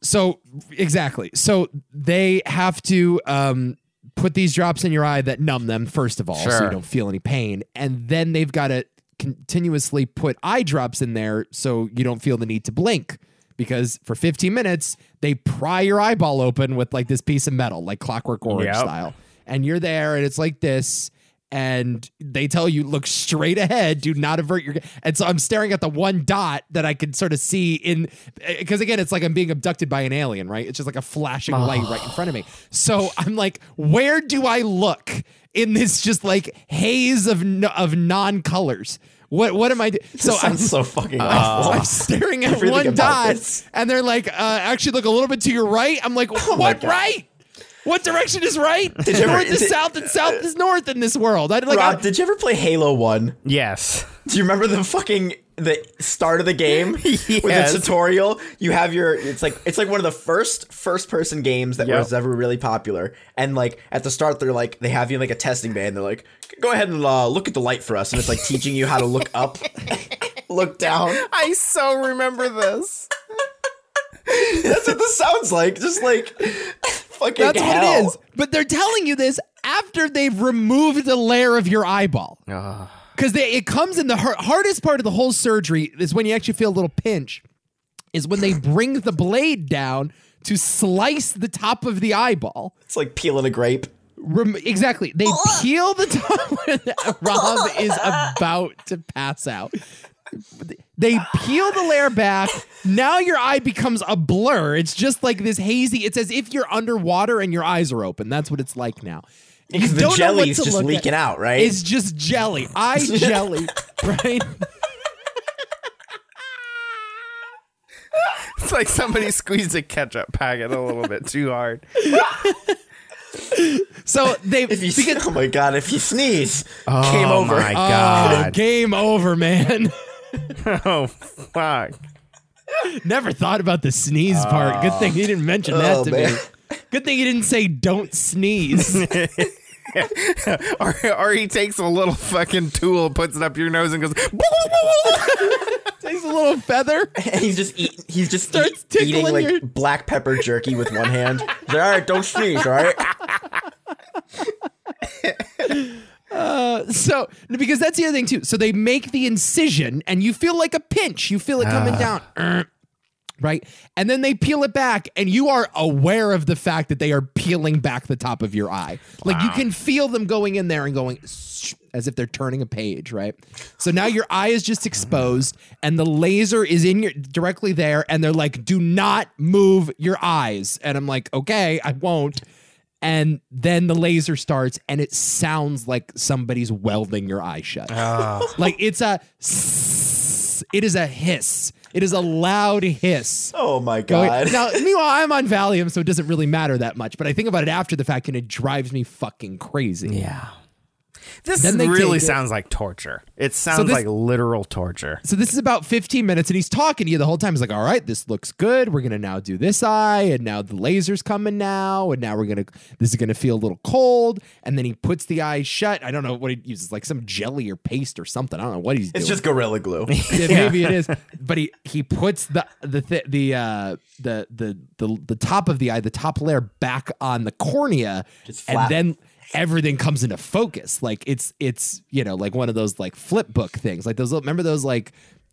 Speaker 4: so exactly so they have to um put these drops in your eye that numb them first of all so you
Speaker 2: Sure.
Speaker 4: don't feel any pain and then they've got to continuously put eye drops in there so you don't feel the need to blink because for 15 minutes they pry your eyeball open with like this piece of metal like clockwork orange
Speaker 2: Yep.
Speaker 4: style and you're there and it's like this and they tell you look straight ahead do not avert your and so i'm staring at the one dot that i can sort of see in because again it's like i'm being abducted by an alien right it's just like a flashing light right in front of me so i'm like where do i look in this just like haze of no, of non-colors what what am i do- so
Speaker 3: This
Speaker 4: i'm
Speaker 3: sounds so fucking awful.
Speaker 4: I'm [LAUGHS] staring at
Speaker 3: Everything
Speaker 4: one
Speaker 3: about
Speaker 4: dot,
Speaker 3: this. Oh
Speaker 4: and they're like, uh, "Actually, look a little bit to your right."
Speaker 3: [LAUGHS]
Speaker 4: I'm like, "What
Speaker 3: God.
Speaker 4: right? What direction is right?
Speaker 3: Did you ever-
Speaker 4: north is
Speaker 3: did-
Speaker 4: south, and south is north in this world." I like,
Speaker 3: Rob,
Speaker 4: I-
Speaker 3: did you ever play Halo One?
Speaker 2: Yes.
Speaker 3: Do you remember the fucking the start of the
Speaker 4: [LAUGHS]
Speaker 3: game with the
Speaker 2: Yes.
Speaker 3: tutorial? You have your it's like it's like one of the first first person games that
Speaker 2: Yep.
Speaker 3: was ever really popular. And like at the start, they're like they have you in like a testing bay, and they're like, "Go ahead and uh, look at the light for us," and it's like teaching you how to look up, [LAUGHS] look down.
Speaker 2: [LAUGHS] I so remember this.
Speaker 3: That's what this sounds like. Just like fucking
Speaker 4: that's what
Speaker 3: hell.
Speaker 4: it is. But they're telling you this after they've removed a layer of your eyeball. because it comes in the har- hardest part of the whole surgery is when you actually feel a little pinch is when they bring the blade down to slice the top of the eyeball
Speaker 3: It's like peeling a grape.
Speaker 4: Rem- exactly they peel the top [LAUGHS] rob is about to pass out they peel the layer back now your eye becomes a blur it's just like this hazy it's as if you're underwater and your eyes are open that's what it's like now you
Speaker 3: The
Speaker 4: don't know what
Speaker 3: jelly's
Speaker 4: to
Speaker 3: just
Speaker 4: look at.
Speaker 3: leaking out, right?
Speaker 4: It's just jelly. I
Speaker 3: [LAUGHS]
Speaker 4: jelly, right?
Speaker 2: It's like somebody squeezed a ketchup packet a little bit too hard.
Speaker 4: So they
Speaker 3: if you
Speaker 4: [LAUGHS]
Speaker 3: [LAUGHS] oh my god, if you sneeze,
Speaker 2: [LAUGHS]
Speaker 3: came
Speaker 2: Oh
Speaker 3: over.
Speaker 2: my
Speaker 4: Oh,
Speaker 2: god.
Speaker 4: game over, man.
Speaker 2: [LAUGHS]
Speaker 4: [LAUGHS]
Speaker 2: Oh fuck.
Speaker 4: Never thought about the sneeze part. Good thing you didn't mention
Speaker 3: [LAUGHS]
Speaker 4: that
Speaker 3: Oh,
Speaker 4: to me.
Speaker 3: man.
Speaker 4: Good thing you didn't say
Speaker 3: [LAUGHS]
Speaker 4: don't sneeze.
Speaker 2: Or, or he takes a little fucking tool, puts it up your nose, and goes.
Speaker 4: Takes a little feather.
Speaker 3: and he's just eating. He's [LAUGHS] just
Speaker 4: Starts
Speaker 3: eat- eating
Speaker 4: tickling
Speaker 3: like
Speaker 4: your-
Speaker 3: black pepper jerky with one hand. He's like, all right, don't sneeze. All right,
Speaker 4: So because that's the other thing too. So they make the incision, and you feel like a pinch. You feel it coming down. right? And then they peel it back, and you are aware of the fact that they are peeling back the top of your eye. Like you can feel them going in there and going "Shh," as if they're turning a page, right? So now your eye is just exposed, and the laser is in your directly there, and they're like, "Do not move your eyes," and I'm like, "Okay, I won't." And then the laser starts, and it sounds like somebody's welding your eye shut. Like it's a, s- it is a hiss. It is a loud hiss.
Speaker 3: [LAUGHS] Oh my
Speaker 4: Going-
Speaker 3: god.
Speaker 4: Now, meanwhile, I'm on Valium, so it doesn't really matter that much. But I think about it after the fact, and it drives me fucking crazy.
Speaker 2: Yeah. This
Speaker 4: Then they
Speaker 2: really
Speaker 4: take it-
Speaker 2: sounds like torture. It sounds
Speaker 4: this-
Speaker 2: like literal torture.
Speaker 4: So this is about 15 minutes, and he's talking to you the whole time. He's like, "All right, this looks good. We're gonna now do this eye, and now the laser's coming now, and now we're gonna this is gonna feel a little cold." And then he puts the eye shut. I don't know what he uses, like some jelly or paste or something. I don't know what he's
Speaker 3: [LAUGHS] it's
Speaker 4: doing.
Speaker 3: just gorilla glue.
Speaker 4: yeah, maybe it is. But he he puts the the thi- the uh, the the the the top of the eye, the top layer back on the cornea,
Speaker 3: Just
Speaker 4: and
Speaker 3: flat.
Speaker 4: then everything comes into focus. Like it's it's you know like one of those like flip book things. Like those little- remember those like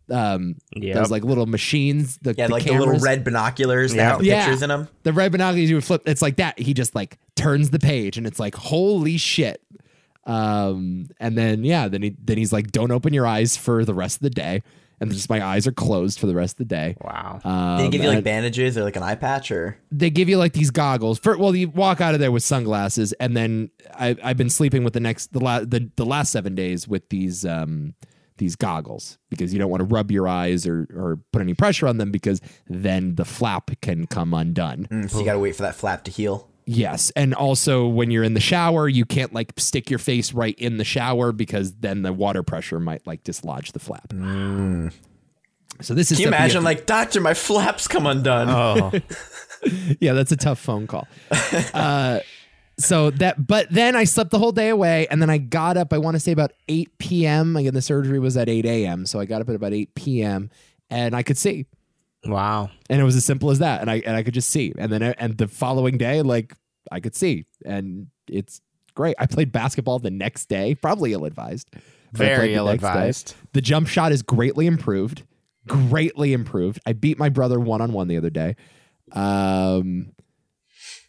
Speaker 4: um
Speaker 2: Yep.
Speaker 4: those like little machines. The,
Speaker 3: [LAUGHS] yeah,
Speaker 4: the
Speaker 3: like the little
Speaker 4: cameras?
Speaker 3: red binoculars that
Speaker 2: Yeah.
Speaker 3: have the
Speaker 4: Yeah.
Speaker 3: pictures in them.
Speaker 4: the red binoculars you would flip. It's like that. He just like turns the page, and it's like holy shit. Um, and then yeah, then he then he's like, don't open your eyes for the rest of the day, and just my eyes are closed for the rest of the day.
Speaker 2: Wow.
Speaker 4: Um,
Speaker 3: They give you like
Speaker 4: and
Speaker 3: bandages or like an eye patch or
Speaker 4: they give you like these goggles. For, well, you walk out of there with sunglasses, and then I, I've been sleeping with the next the, la- the the last seven days with these um these goggles because you don't want to rub your eyes or or put any pressure on them because then the flap can come undone.
Speaker 3: Mm, so you gotta wait for that flap to heal.
Speaker 4: Yes, and also when you're in the shower, you can't like stick your face right in the shower because then the water pressure might like dislodge the flap. So this is
Speaker 3: Mm. Can you
Speaker 4: something have
Speaker 3: imagine
Speaker 4: to-
Speaker 3: like doctor, my flaps come undone.
Speaker 4: [LAUGHS]
Speaker 2: oh,
Speaker 4: yeah, that's a tough phone call. Uh, so that, but then I slept the whole day away, and then I got up. I want to say about eight p.m. Again, the surgery was at eight a.m., so I got up at about eight p.m. and I could see,
Speaker 2: wow.
Speaker 4: and it was as simple as that. And I and I could just see, and then and the following day, like I could see, and it's great. I played basketball the next day, probably ill advised.
Speaker 2: Very ill advised.
Speaker 4: The jump shot is greatly improved. Greatly improved. I beat my brother one on one the other day. Um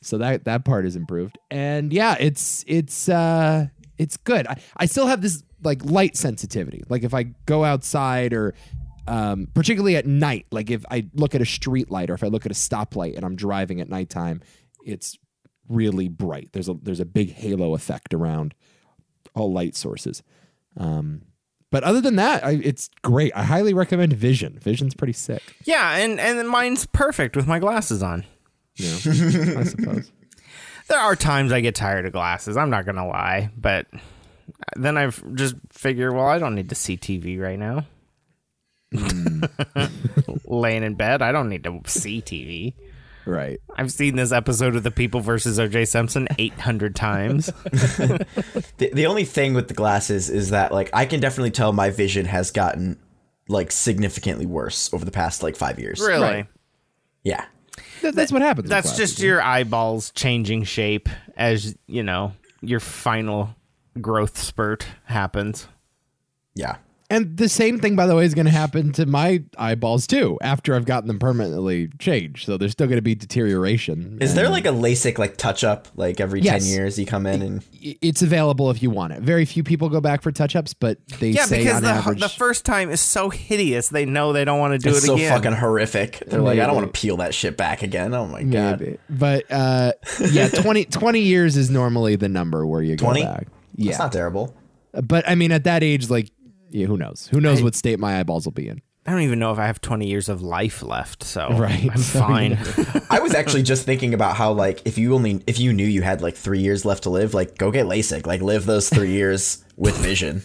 Speaker 4: so that that part is improved. And yeah, it's it's uh it's good. I, I still have this like light sensitivity. Like if I go outside or um particularly at night, like if I look at a street light or if I look at a stoplight and I'm driving at nighttime, it's really bright. There's a there's a big halo effect around all light sources. Um, but other than that, I, it's great. I highly recommend Vision. Vision's pretty sick.
Speaker 2: Yeah, and and mine's perfect with my glasses on.
Speaker 4: You know, I suppose.
Speaker 2: [LAUGHS] There are times I get tired of glasses. I'm not gonna lie, but then I just figure, well, I don't need to see TV right now.
Speaker 4: Hmm.
Speaker 2: [LAUGHS] Laying in bed, I don't need to see TV.
Speaker 4: Right.
Speaker 2: I've seen this episode of The People versus O.J. Simpson 800
Speaker 4: [LAUGHS]
Speaker 2: times.
Speaker 3: The, the only thing with the glasses is that like I can definitely tell my vision has gotten like significantly worse over the past like five years.
Speaker 2: really?
Speaker 4: Right.
Speaker 3: Yeah.
Speaker 4: That, that's what happens. with
Speaker 2: That's
Speaker 4: glasses.
Speaker 2: just your eyeballs changing shape as, you know, your final growth spurt happens.
Speaker 3: Yeah.
Speaker 4: And the same thing, by the way, is going to happen to my eyeballs too after I've gotten them permanently changed. So there's still going to be deterioration. Uh,
Speaker 3: Is there like a LASIK like touch up like every
Speaker 4: Yes.
Speaker 3: ten years you come in and
Speaker 4: I- It's available if you want it. Very few people go back for touch ups, but they
Speaker 2: Yeah,
Speaker 4: say
Speaker 2: because
Speaker 4: on
Speaker 2: the,
Speaker 4: average.
Speaker 2: the first time is so hideous, they know they don't want to do
Speaker 3: it's
Speaker 2: it
Speaker 3: so
Speaker 2: again.
Speaker 3: fucking horrific? They're like, I don't want to peel that shit back again. Oh my god.
Speaker 4: Maybe. But uh,
Speaker 2: [LAUGHS]
Speaker 4: yeah, 20, 20 years is normally the number where you go
Speaker 3: 20?
Speaker 4: back.
Speaker 3: It's
Speaker 4: Yeah.
Speaker 3: not terrible.
Speaker 4: But I mean, at that age, like, yeah, who knows? Who knows what state my eyeballs will be in?
Speaker 2: I don't even know if I have 20 years of life left,
Speaker 3: [LAUGHS]
Speaker 2: so
Speaker 4: Right,
Speaker 2: I'm
Speaker 4: so,
Speaker 2: fine.
Speaker 3: I was actually just thinking about how like if you only if you knew you had like three years left to live, like go get LASIK, like live those three years with vision.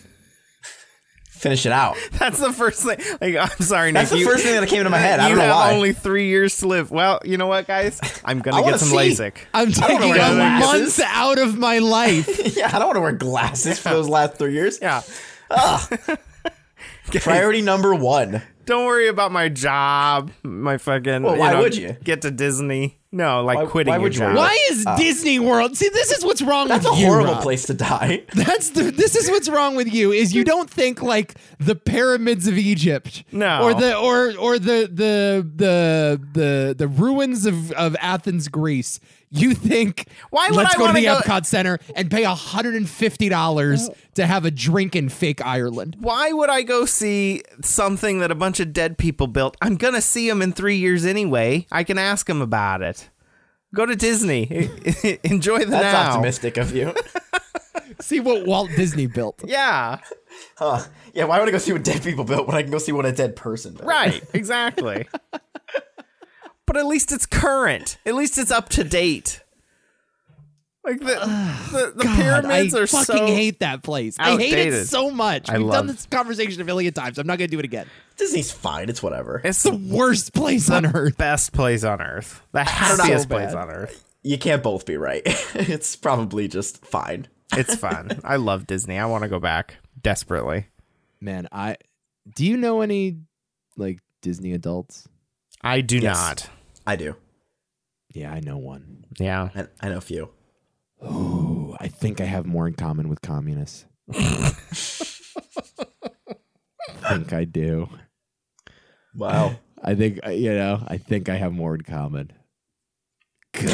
Speaker 3: Finish it out.
Speaker 2: [LAUGHS] That's the first thing. Like, I'm sorry, Nick.
Speaker 3: That's the
Speaker 2: you-
Speaker 3: first thing that came into my head. I don't
Speaker 2: you
Speaker 3: know
Speaker 2: have
Speaker 3: why.
Speaker 2: only three years to live. Well, you know what, guys? I'm
Speaker 3: [LAUGHS] I
Speaker 2: gonna
Speaker 3: wanna
Speaker 2: get some
Speaker 3: see.
Speaker 2: LASIK.
Speaker 4: I'm
Speaker 3: don't
Speaker 4: taking
Speaker 3: know where
Speaker 4: a
Speaker 3: my
Speaker 4: month
Speaker 3: glasses-
Speaker 4: out of my
Speaker 3: [LAUGHS]
Speaker 4: life.
Speaker 3: yeah, I don't want to wear glasses for those last three years.
Speaker 2: Yeah.
Speaker 3: Priority number one.
Speaker 2: Don't worry about my job. My fucking.
Speaker 3: Well, why
Speaker 2: know,
Speaker 3: would you?
Speaker 2: get to Disney? No, like quitting
Speaker 3: [LAUGHS] why
Speaker 2: your
Speaker 3: would you
Speaker 2: job.
Speaker 3: want-
Speaker 4: Why is Disney World? See, this is what's wrong
Speaker 3: That's a
Speaker 4: with you.
Speaker 3: horrible
Speaker 4: Rob.
Speaker 3: place to die.
Speaker 4: That's the. This is what's wrong with you is you don't think like the pyramids of Egypt,
Speaker 2: No.
Speaker 4: or the or or the the the the the ruins of of Athens, Greece. You think
Speaker 2: Why would
Speaker 4: let's
Speaker 2: I
Speaker 4: go to
Speaker 2: wanna
Speaker 4: the
Speaker 2: go-
Speaker 4: Epcot Center and pay hundred and fifty dollars to have a drink in fake Ireland?
Speaker 2: Why would I go see something that a bunch of dead people built? I'm gonna see them in three years anyway. I can ask them about it. Go to Disney. [LAUGHS] Enjoy the
Speaker 3: [LAUGHS] That's
Speaker 2: now.
Speaker 3: optimistic of you.
Speaker 4: See what Walt Disney built.
Speaker 2: [LAUGHS] Yeah.
Speaker 3: huh. Yeah, why would I go see what dead people built when I can go see what a dead person built?
Speaker 4: [LAUGHS]
Speaker 2: Right. Exactly. but at least it's current. At least it's up to date. Like the the, the
Speaker 4: God,
Speaker 2: pyramids
Speaker 4: I
Speaker 2: are
Speaker 4: fucking
Speaker 2: so
Speaker 4: hate that place. I hate it
Speaker 2: outdated.
Speaker 4: so much.
Speaker 2: I
Speaker 4: We've
Speaker 2: love-
Speaker 4: done this conversation a million times. I'm not gonna do it again.
Speaker 3: Disney's fine. It's whatever.
Speaker 2: it's
Speaker 4: It's
Speaker 2: the
Speaker 4: the worst place on earth.
Speaker 2: best place on earth. The
Speaker 4: know.
Speaker 2: happiest
Speaker 4: So
Speaker 2: place
Speaker 4: bad.
Speaker 2: on earth.
Speaker 3: You can't both be right. [LAUGHS] it's probably just fine.
Speaker 2: It's fun. I love Disney. I want to go back desperately.
Speaker 4: Man, I do you know any like Disney adults?
Speaker 2: I do
Speaker 3: Yes.
Speaker 2: not.
Speaker 3: I do.
Speaker 4: Yeah, I know one.
Speaker 2: Yeah.
Speaker 3: I, I know a few.
Speaker 4: Ooh, I think I have more in common with communists. I think I do.
Speaker 3: Wow.
Speaker 4: I think uh, you know. I think I have more in common.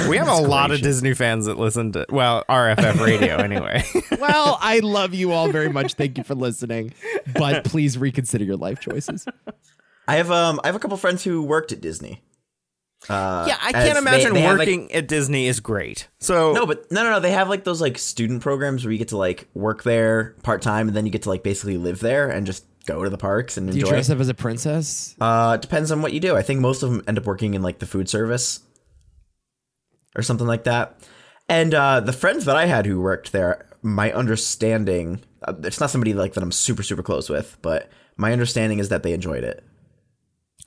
Speaker 2: We have a
Speaker 4: Goodness
Speaker 2: lot of
Speaker 4: gracious.
Speaker 2: Disney fans that listen to well RFF [LAUGHS] radio anyway.
Speaker 4: well, I love you all very much. Thank you for listening, [LAUGHS] but please reconsider your life choices.
Speaker 3: [LAUGHS] I have um I have a couple friends who worked at Disney. Uh,
Speaker 2: yeah, I
Speaker 3: as
Speaker 2: can't
Speaker 3: they-
Speaker 2: imagine
Speaker 3: they had, like-
Speaker 2: working at Disney is great. So
Speaker 3: no, but no, no, no. They have like those like student programs where you get to like work there part time, and then you get to like basically live there and just go to the parks and
Speaker 4: Do you
Speaker 3: enjoy.
Speaker 4: dress up as a princess?
Speaker 3: Uh, it depends on what you do. I think most of them end up working in like the food service or something like that. And uh, the friends that I had who worked there, my understanding, uh, it's not somebody like that I'm super super close with, but my understanding is that they enjoyed it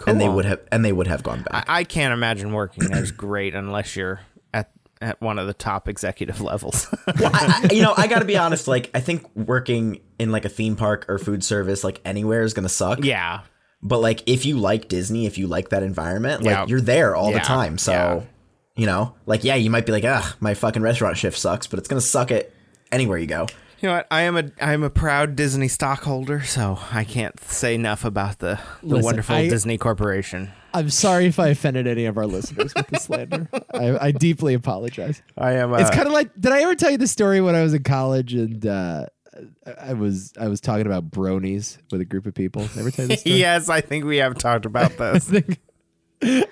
Speaker 3: and they
Speaker 2: Cool.
Speaker 3: would have and they would have gone back.
Speaker 2: I, I can't imagine working there is great unless you're at at one of the top executive levels. [LAUGHS]
Speaker 3: I, I- you know, I got to be honest. Like, I think working in like a theme park or food service, like anywhere, is gonna suck.
Speaker 2: yeah.
Speaker 3: But like, if you like Disney, if you like that environment, like
Speaker 2: Yeah.
Speaker 3: you're there all
Speaker 2: Yeah.
Speaker 3: the time. So,
Speaker 2: Yeah.
Speaker 3: you know, like, yeah, you might be like, ah, my fucking restaurant shift sucks, but it's gonna suck it anywhere you go.
Speaker 2: You know what? I am a I am a proud Disney stockholder, so I can't say enough about the, the
Speaker 4: Listen,
Speaker 2: wonderful
Speaker 4: I-
Speaker 2: Disney Corporation.
Speaker 4: I'm sorry if I offended any of our listeners with this slander. I, I deeply apologize.
Speaker 2: I am. uh,
Speaker 4: it's kind of like did I ever tell you the story when I was in college and uh, I was I was talking about bronies with a group of people. Did I Ever
Speaker 2: [LAUGHS]
Speaker 4: tell you this
Speaker 2: [LAUGHS]
Speaker 4: story?
Speaker 2: yes, I think we have talked about
Speaker 3: [LAUGHS]
Speaker 2: this.
Speaker 4: [LAUGHS]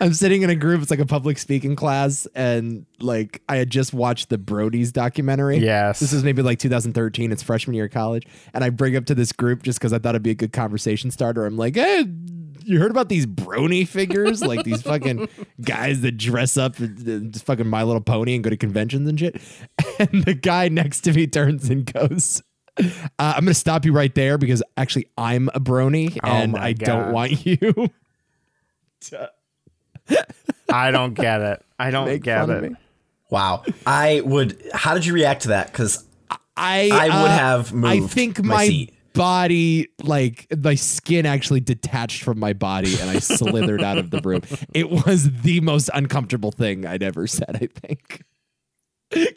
Speaker 4: I'm sitting in a group. It's like a public speaking class, and like I had just watched the Brodies documentary.
Speaker 2: Yes.
Speaker 4: this was maybe like 2013. It's freshman year of college, and I bring up to this group just because I thought it'd be a good conversation starter. I'm like, hey, you heard about these Brony figures, like these fucking guys that dress up in- in fucking My Little Pony and go to conventions and shit. [LAUGHS] And the guy next to me turns and goes. Uh, I'm gonna stop you right there because actually I'm a brony
Speaker 2: Oh
Speaker 4: and
Speaker 2: my
Speaker 4: I
Speaker 2: God.
Speaker 4: don't want [LAUGHS] you
Speaker 2: I don't get it. I don't
Speaker 4: make
Speaker 2: get
Speaker 4: fun
Speaker 2: it.
Speaker 4: of me.
Speaker 3: Wow. I would. How did you react to that? Because
Speaker 4: I
Speaker 3: I would
Speaker 4: uh,
Speaker 3: have moved.
Speaker 4: I think my,
Speaker 3: my seat.
Speaker 4: body, like my skin, actually detached from my body, and I slithered out of the room. It was the most uncomfortable thing I'd ever said. I think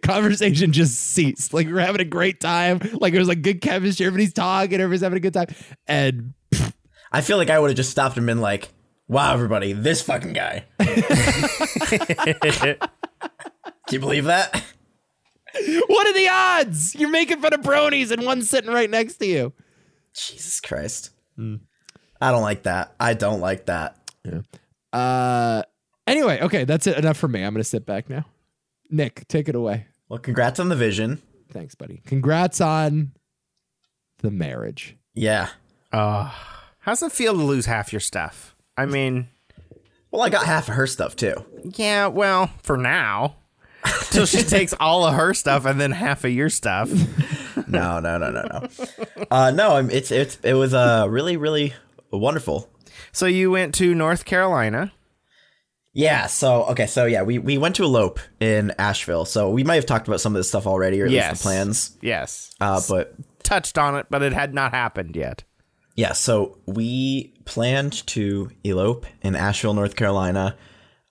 Speaker 4: conversation just ceased. Like we were having a great time. Like it was like good chemistry. Everybody's talking. Everybody's having a good time. And
Speaker 3: I feel like I would have just stopped and been like, "Wow, everybody, this fucking
Speaker 4: [LAUGHS]
Speaker 3: guy. Can you believe that?"
Speaker 4: what are the odds? You're making fun of bronies, and one's sitting right next to you.
Speaker 3: Jesus Christ.
Speaker 4: Hmm.
Speaker 3: I don't like that. I don't like that.
Speaker 4: Uh. Anyway, okay, that's it. Enough for me. I'm gonna sit back now. Nick, take it away.
Speaker 3: Well, congrats on the vision.
Speaker 4: Thanks, buddy. Congrats on the marriage.
Speaker 3: Yeah.
Speaker 2: Uh, how's it feel to lose half your stuff? I mean,
Speaker 3: Well, I got half of her stuff too.
Speaker 2: yeah, well, for now. [LAUGHS] Till she takes all of her stuff and then half of your stuff.
Speaker 3: No, no, no, no, no. Uh, no, I'm, it's it's it was uh really really wonderful.
Speaker 2: So you went to North Carolina.
Speaker 3: Yeah. So okay. So yeah, we we went to elope in Asheville. So we might have talked about some of this stuff already, or at least
Speaker 2: Yes.
Speaker 3: the plans.
Speaker 2: Yes.
Speaker 3: Uh, but
Speaker 2: Touched on it, but it had not happened yet.
Speaker 3: Yeah, so we planned to elope in Asheville, North Carolina.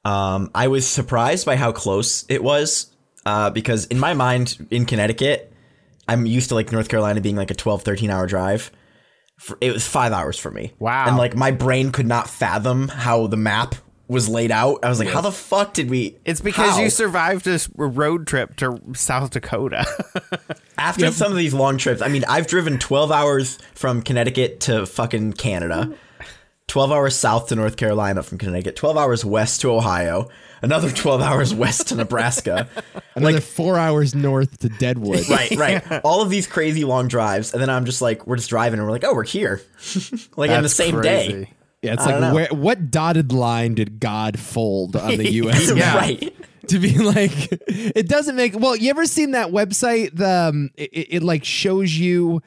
Speaker 3: Um, I was surprised by how close it was uh, because in my mind, in Connecticut, I'm used to like North Carolina being like a 12, 13 hour drive. For- It was five hours for me.
Speaker 2: Wow.
Speaker 3: And like my brain could not fathom how the map was laid out. I was like, how the fuck did we?
Speaker 2: It's because
Speaker 3: how?
Speaker 2: you survived this road trip to South [LAUGHS] Dakota.
Speaker 3: After some of these long trips, I mean, I've driven 12 hours from Connecticut to fucking Canada, 12 hours south to North Carolina from Connecticut, 12 hours west to Ohio, another [LAUGHS] 12 hours west to
Speaker 2: [LAUGHS]
Speaker 3: Nebraska.
Speaker 4: Another four hours north
Speaker 3: [LAUGHS]
Speaker 4: to Deadwood.
Speaker 3: right, right. All of these crazy long drives. And then I'm just like, we're just driving and we're like, oh, we're here. [LAUGHS] like on the
Speaker 2: That's
Speaker 3: same day.
Speaker 2: crazy.
Speaker 4: Yeah, it's
Speaker 3: don't
Speaker 4: like
Speaker 3: know.
Speaker 4: where, what dotted line did God fold
Speaker 3: [LAUGHS]
Speaker 4: on the U.S. map?
Speaker 3: Right.
Speaker 4: [LAUGHS] to be like it doesn't make well you ever seen that website the um, it, it, it, like shows you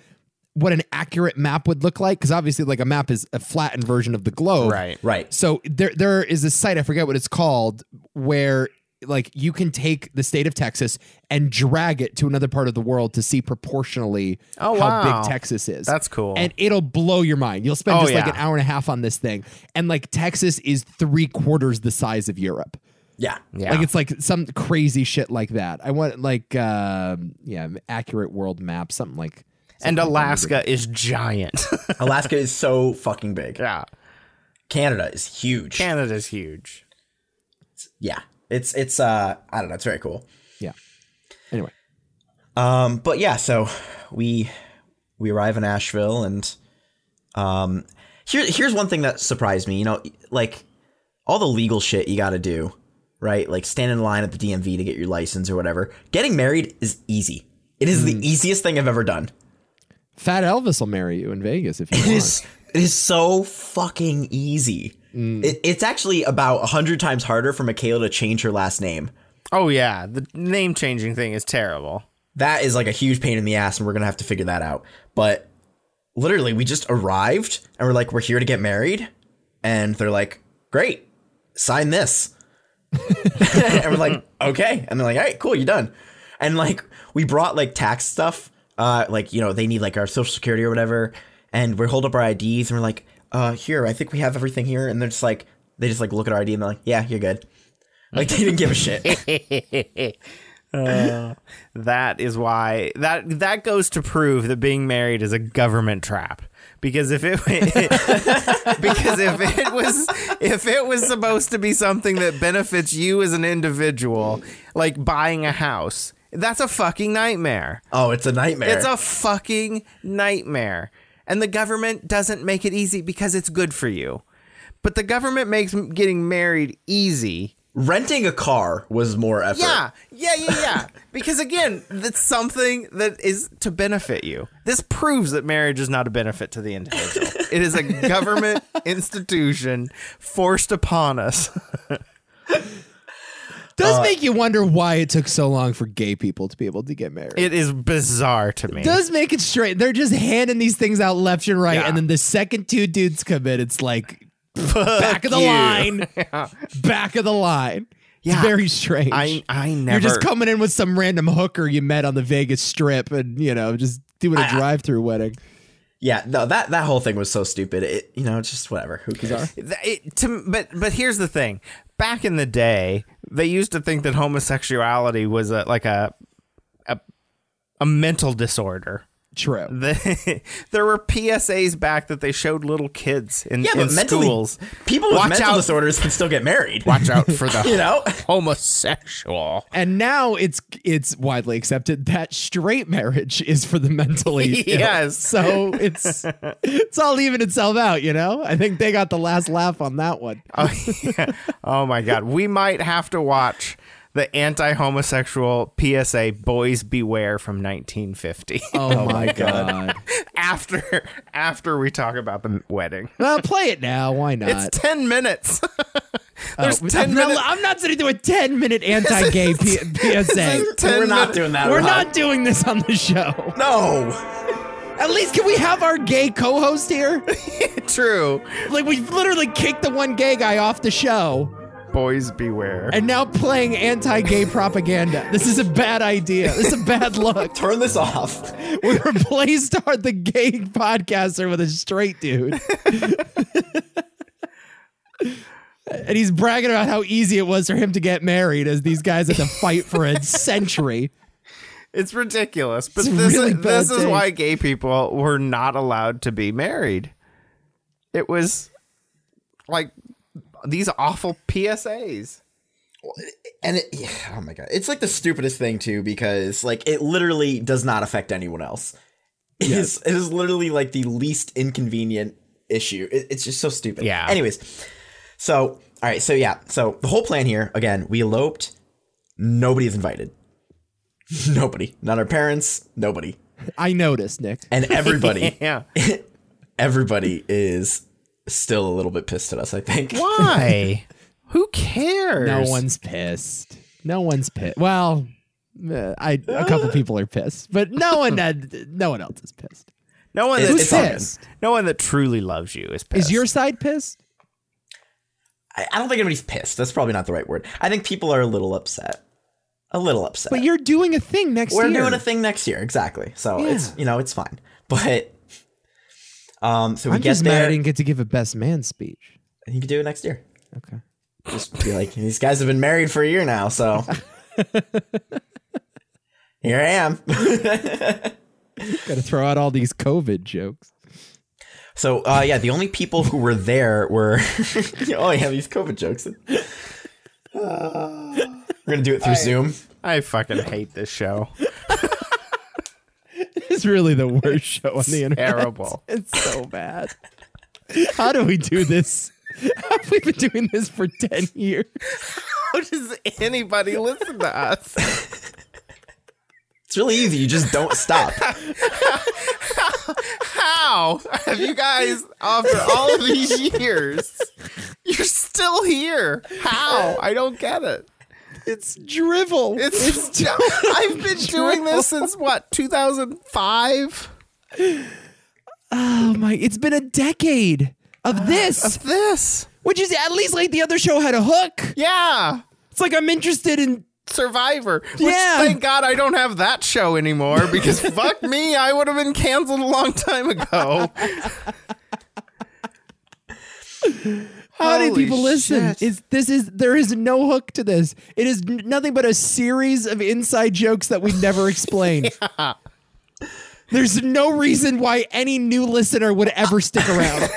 Speaker 4: what an accurate map would look like because obviously like a map is a flattened version of the globe
Speaker 2: Right.
Speaker 3: Right.
Speaker 4: so there there is a site i forget what it's called where like you can take the state of texas and drag it to another part of the world to see proportionally
Speaker 2: Oh,
Speaker 4: how
Speaker 2: wow.
Speaker 4: big texas is
Speaker 2: That's cool.
Speaker 4: and it'll blow your mind you'll spend
Speaker 2: Oh,
Speaker 4: just like
Speaker 2: yeah.
Speaker 4: an hour and a half on this thing and like texas is three quarters the size of europe
Speaker 3: Yeah.
Speaker 2: yeah.
Speaker 4: like it's like some crazy shit like that. I want like um yeah, accurate world map, something like
Speaker 2: and Alaska is giant.
Speaker 3: Alaska is so fucking
Speaker 2: [LAUGHS]
Speaker 3: big.
Speaker 2: yeah.
Speaker 3: Canada is huge.
Speaker 2: Canada's huge.
Speaker 3: yeah. It's, it's, uh, I don't know. It's very cool.
Speaker 4: yeah. Anyway,
Speaker 3: Um, but yeah, so we we arrive in Asheville, and um, here here's one thing that surprised me. You know, like all the legal shit you got to do, right? Like stand in line at the DMV to get your license or whatever. Getting married is easy. It is the easiest thing I've ever done.
Speaker 4: Fat Elvis will marry you in Vegas [LAUGHS] if you
Speaker 3: It
Speaker 4: want.
Speaker 3: is it is so fucking easy. It, it's actually about a hundred times harder for Michaela to change her last name.
Speaker 2: Oh yeah, the name changing thing is terrible.
Speaker 3: that is like a huge pain in the ass and we're gonna have to figure that out but literally we just arrived and we're like we're here to get married and they're like great sign this [LAUGHS] and we're like okay and they're like all right cool you're done and like we brought like tax stuff uh like you know they need like our social security or whatever and we hold up our ids and we're like uh here i think we have everything here and they're just like they just like look at our id and they're like yeah you're good like they didn't give a shit
Speaker 2: [LAUGHS] Uh, that is why that that goes to prove that being married is a government trap. Because if it, [LAUGHS] because if it was if it was supposed to be something that benefits you as an individual, like buying a house, that's a fucking nightmare.
Speaker 3: oh it's a nightmare
Speaker 2: It's a fucking nightmare. And the government doesn't make it easy because it's good for you. But the government makes m- getting married easy.
Speaker 3: renting a car was more effort.
Speaker 2: Yeah, yeah, yeah, yeah. because again, that's something that is to benefit you. This proves that marriage is not a benefit to the
Speaker 4: [LAUGHS]
Speaker 2: individual. it is a government institution forced upon us.
Speaker 4: Does
Speaker 2: Uh,
Speaker 4: make you wonder why it took so long for gay people to be able to get married.
Speaker 2: It is bizarre to me.
Speaker 4: does make it straight. They're just handing these things out left and right,
Speaker 2: Yeah.
Speaker 4: and then the second two dudes come in, it's like back of the
Speaker 2: you. [LAUGHS]
Speaker 4: line, back of the line.
Speaker 2: Yeah.
Speaker 4: It's very strange.
Speaker 2: I I never
Speaker 4: You're just coming in with some random hooker you met on the Vegas Strip, and you know, just doing a drive-through wedding.
Speaker 3: Yeah, no, that that whole thing was so stupid. It, you know, it's just whatever. Who cares?
Speaker 2: Th- it, to, but but here's the thing. Back in the day, they used to think that homosexuality was a, like a a a mental disorder.
Speaker 4: True.
Speaker 2: The, [LAUGHS] there were PSAs back that they showed little kids in,
Speaker 3: Yeah, but
Speaker 2: in
Speaker 3: mentally,
Speaker 2: schools.
Speaker 3: people with
Speaker 2: Watch
Speaker 3: mental
Speaker 2: out.
Speaker 3: disorders can still get married.
Speaker 2: Watch out for the
Speaker 3: [LAUGHS] You know,
Speaker 2: homosexual.
Speaker 4: And now it's it's widely accepted that straight marriage is for
Speaker 2: [LAUGHS]
Speaker 4: the mentally ill.
Speaker 2: Yes.
Speaker 4: So it's it's all even itself out, you know? I think they got the last laugh on that one.
Speaker 2: Oh, yeah. oh my god, we might have to watch the anti-homosexual PSA "Boys Beware" from 1950
Speaker 4: [LAUGHS] Oh, my god.
Speaker 2: [LAUGHS] after after we talk about the wedding.
Speaker 4: well, play it now, why not?
Speaker 2: It's 10 minutes. [LAUGHS] There's
Speaker 4: Oh,
Speaker 2: 10
Speaker 4: I'm, not,
Speaker 2: minutes.
Speaker 4: I'm not sitting to do a
Speaker 2: [LAUGHS]
Speaker 4: 10 minute anti gay P- PSA.
Speaker 3: we're
Speaker 2: 10
Speaker 3: not
Speaker 2: minutes.
Speaker 3: doing that.
Speaker 4: We're
Speaker 3: Rob.
Speaker 4: not doing this on the show.
Speaker 3: No.
Speaker 4: At least can we have our gay co-host here?
Speaker 2: True.
Speaker 4: Like we've literally kicked the one gay guy off the show
Speaker 2: Boys beware.
Speaker 4: and now playing anti-gay propaganda. This is a bad idea. This is a bad look.
Speaker 3: Turn this off.
Speaker 4: We replaced our the gay podcaster with a straight dude. And he's bragging about how easy it was for him to get married as these guys had to fight for a century.
Speaker 2: It's ridiculous. But
Speaker 4: It's a
Speaker 2: this
Speaker 4: really
Speaker 2: is, this
Speaker 4: bad
Speaker 2: is
Speaker 4: day.
Speaker 2: why gay people were not allowed to be married. It was like these awful PSAs.
Speaker 3: and it, yeah, oh my god, it's like the stupidest thing too because like it literally does not affect anyone else. It is it is literally like the least inconvenient issue. It- it's just so stupid.
Speaker 2: Yeah.
Speaker 3: Anyways, so all right, so yeah, so the whole plan here again, we eloped. Nobody's invited. [LAUGHS] Nobody, not our parents. Nobody,
Speaker 4: I noticed, Nick.
Speaker 3: and
Speaker 2: [LAUGHS]
Speaker 3: everybody,
Speaker 2: Yeah.
Speaker 3: everybody is still a little bit pissed at us. I think.
Speaker 2: Why? [LAUGHS] Who cares?
Speaker 4: No one's pissed. No one's pissed. Well, uh, I a couple people are pissed, but no one that no one else is pissed.
Speaker 2: No one that
Speaker 3: Who's
Speaker 4: Who's
Speaker 3: It's all good.
Speaker 4: pissed?
Speaker 2: no one that truly loves you is pissed.
Speaker 4: Is your side pissed?
Speaker 3: I, I don't think anybody's pissed. That's probably not the right word. I think people are a little upset. A little upset.
Speaker 4: But you're doing a thing next
Speaker 3: We're
Speaker 4: year.
Speaker 3: doing a thing next year, exactly. So it's you know it's fine. But um, so we
Speaker 4: I'm
Speaker 3: get
Speaker 4: just mad I
Speaker 3: there.
Speaker 4: didn't get to give a best man speech.
Speaker 3: and you can do it next year.
Speaker 4: Okay.
Speaker 3: Just be like, these guys have been married for a year now,
Speaker 4: [LAUGHS]
Speaker 3: so here I am.
Speaker 4: Gotta throw out all these COVID jokes. [LAUGHS]
Speaker 3: So uh, yeah, the only people who were there were [LAUGHS] oh yeah, these COVID jokes. [LAUGHS] Uh, we're gonna do it through Zoom.
Speaker 2: I fucking hate this show.
Speaker 4: It's really the worst show on [LAUGHS] the internet.
Speaker 2: Terrible.
Speaker 4: [LAUGHS]
Speaker 2: [LAUGHS]
Speaker 4: It's so bad. How do we do this? [LAUGHS] We've been doing this for 10 years.
Speaker 2: How does anybody listen to us?
Speaker 3: It's really easy. You just don't
Speaker 4: [LAUGHS]
Speaker 3: stop.
Speaker 2: How have you guys, after all of these years, [LAUGHS] you're still here? How? I don't get it.
Speaker 4: It's drivel.
Speaker 2: It's, I've [LAUGHS] been doing this since what 2005
Speaker 4: oh my, it's been a decade [SIGHS] of this,
Speaker 2: of this.
Speaker 4: which is at least like the other show had a hook.
Speaker 2: Yeah,
Speaker 4: It's like I'm interested in
Speaker 2: Survivor. Which,
Speaker 4: Yeah.
Speaker 2: Thank God I don't have that show anymore [LAUGHS] because fuck me, I would have been canceled a long time [LAUGHS] ago.
Speaker 4: How do
Speaker 2: Holy
Speaker 4: people listen?
Speaker 2: shit.
Speaker 4: Is this is there is no hook to this. It is n- nothing but a series of inside jokes that we
Speaker 2: [LAUGHS]
Speaker 4: never explain. There's no reason why any new listener would ever stick
Speaker 2: [LAUGHS]
Speaker 4: around.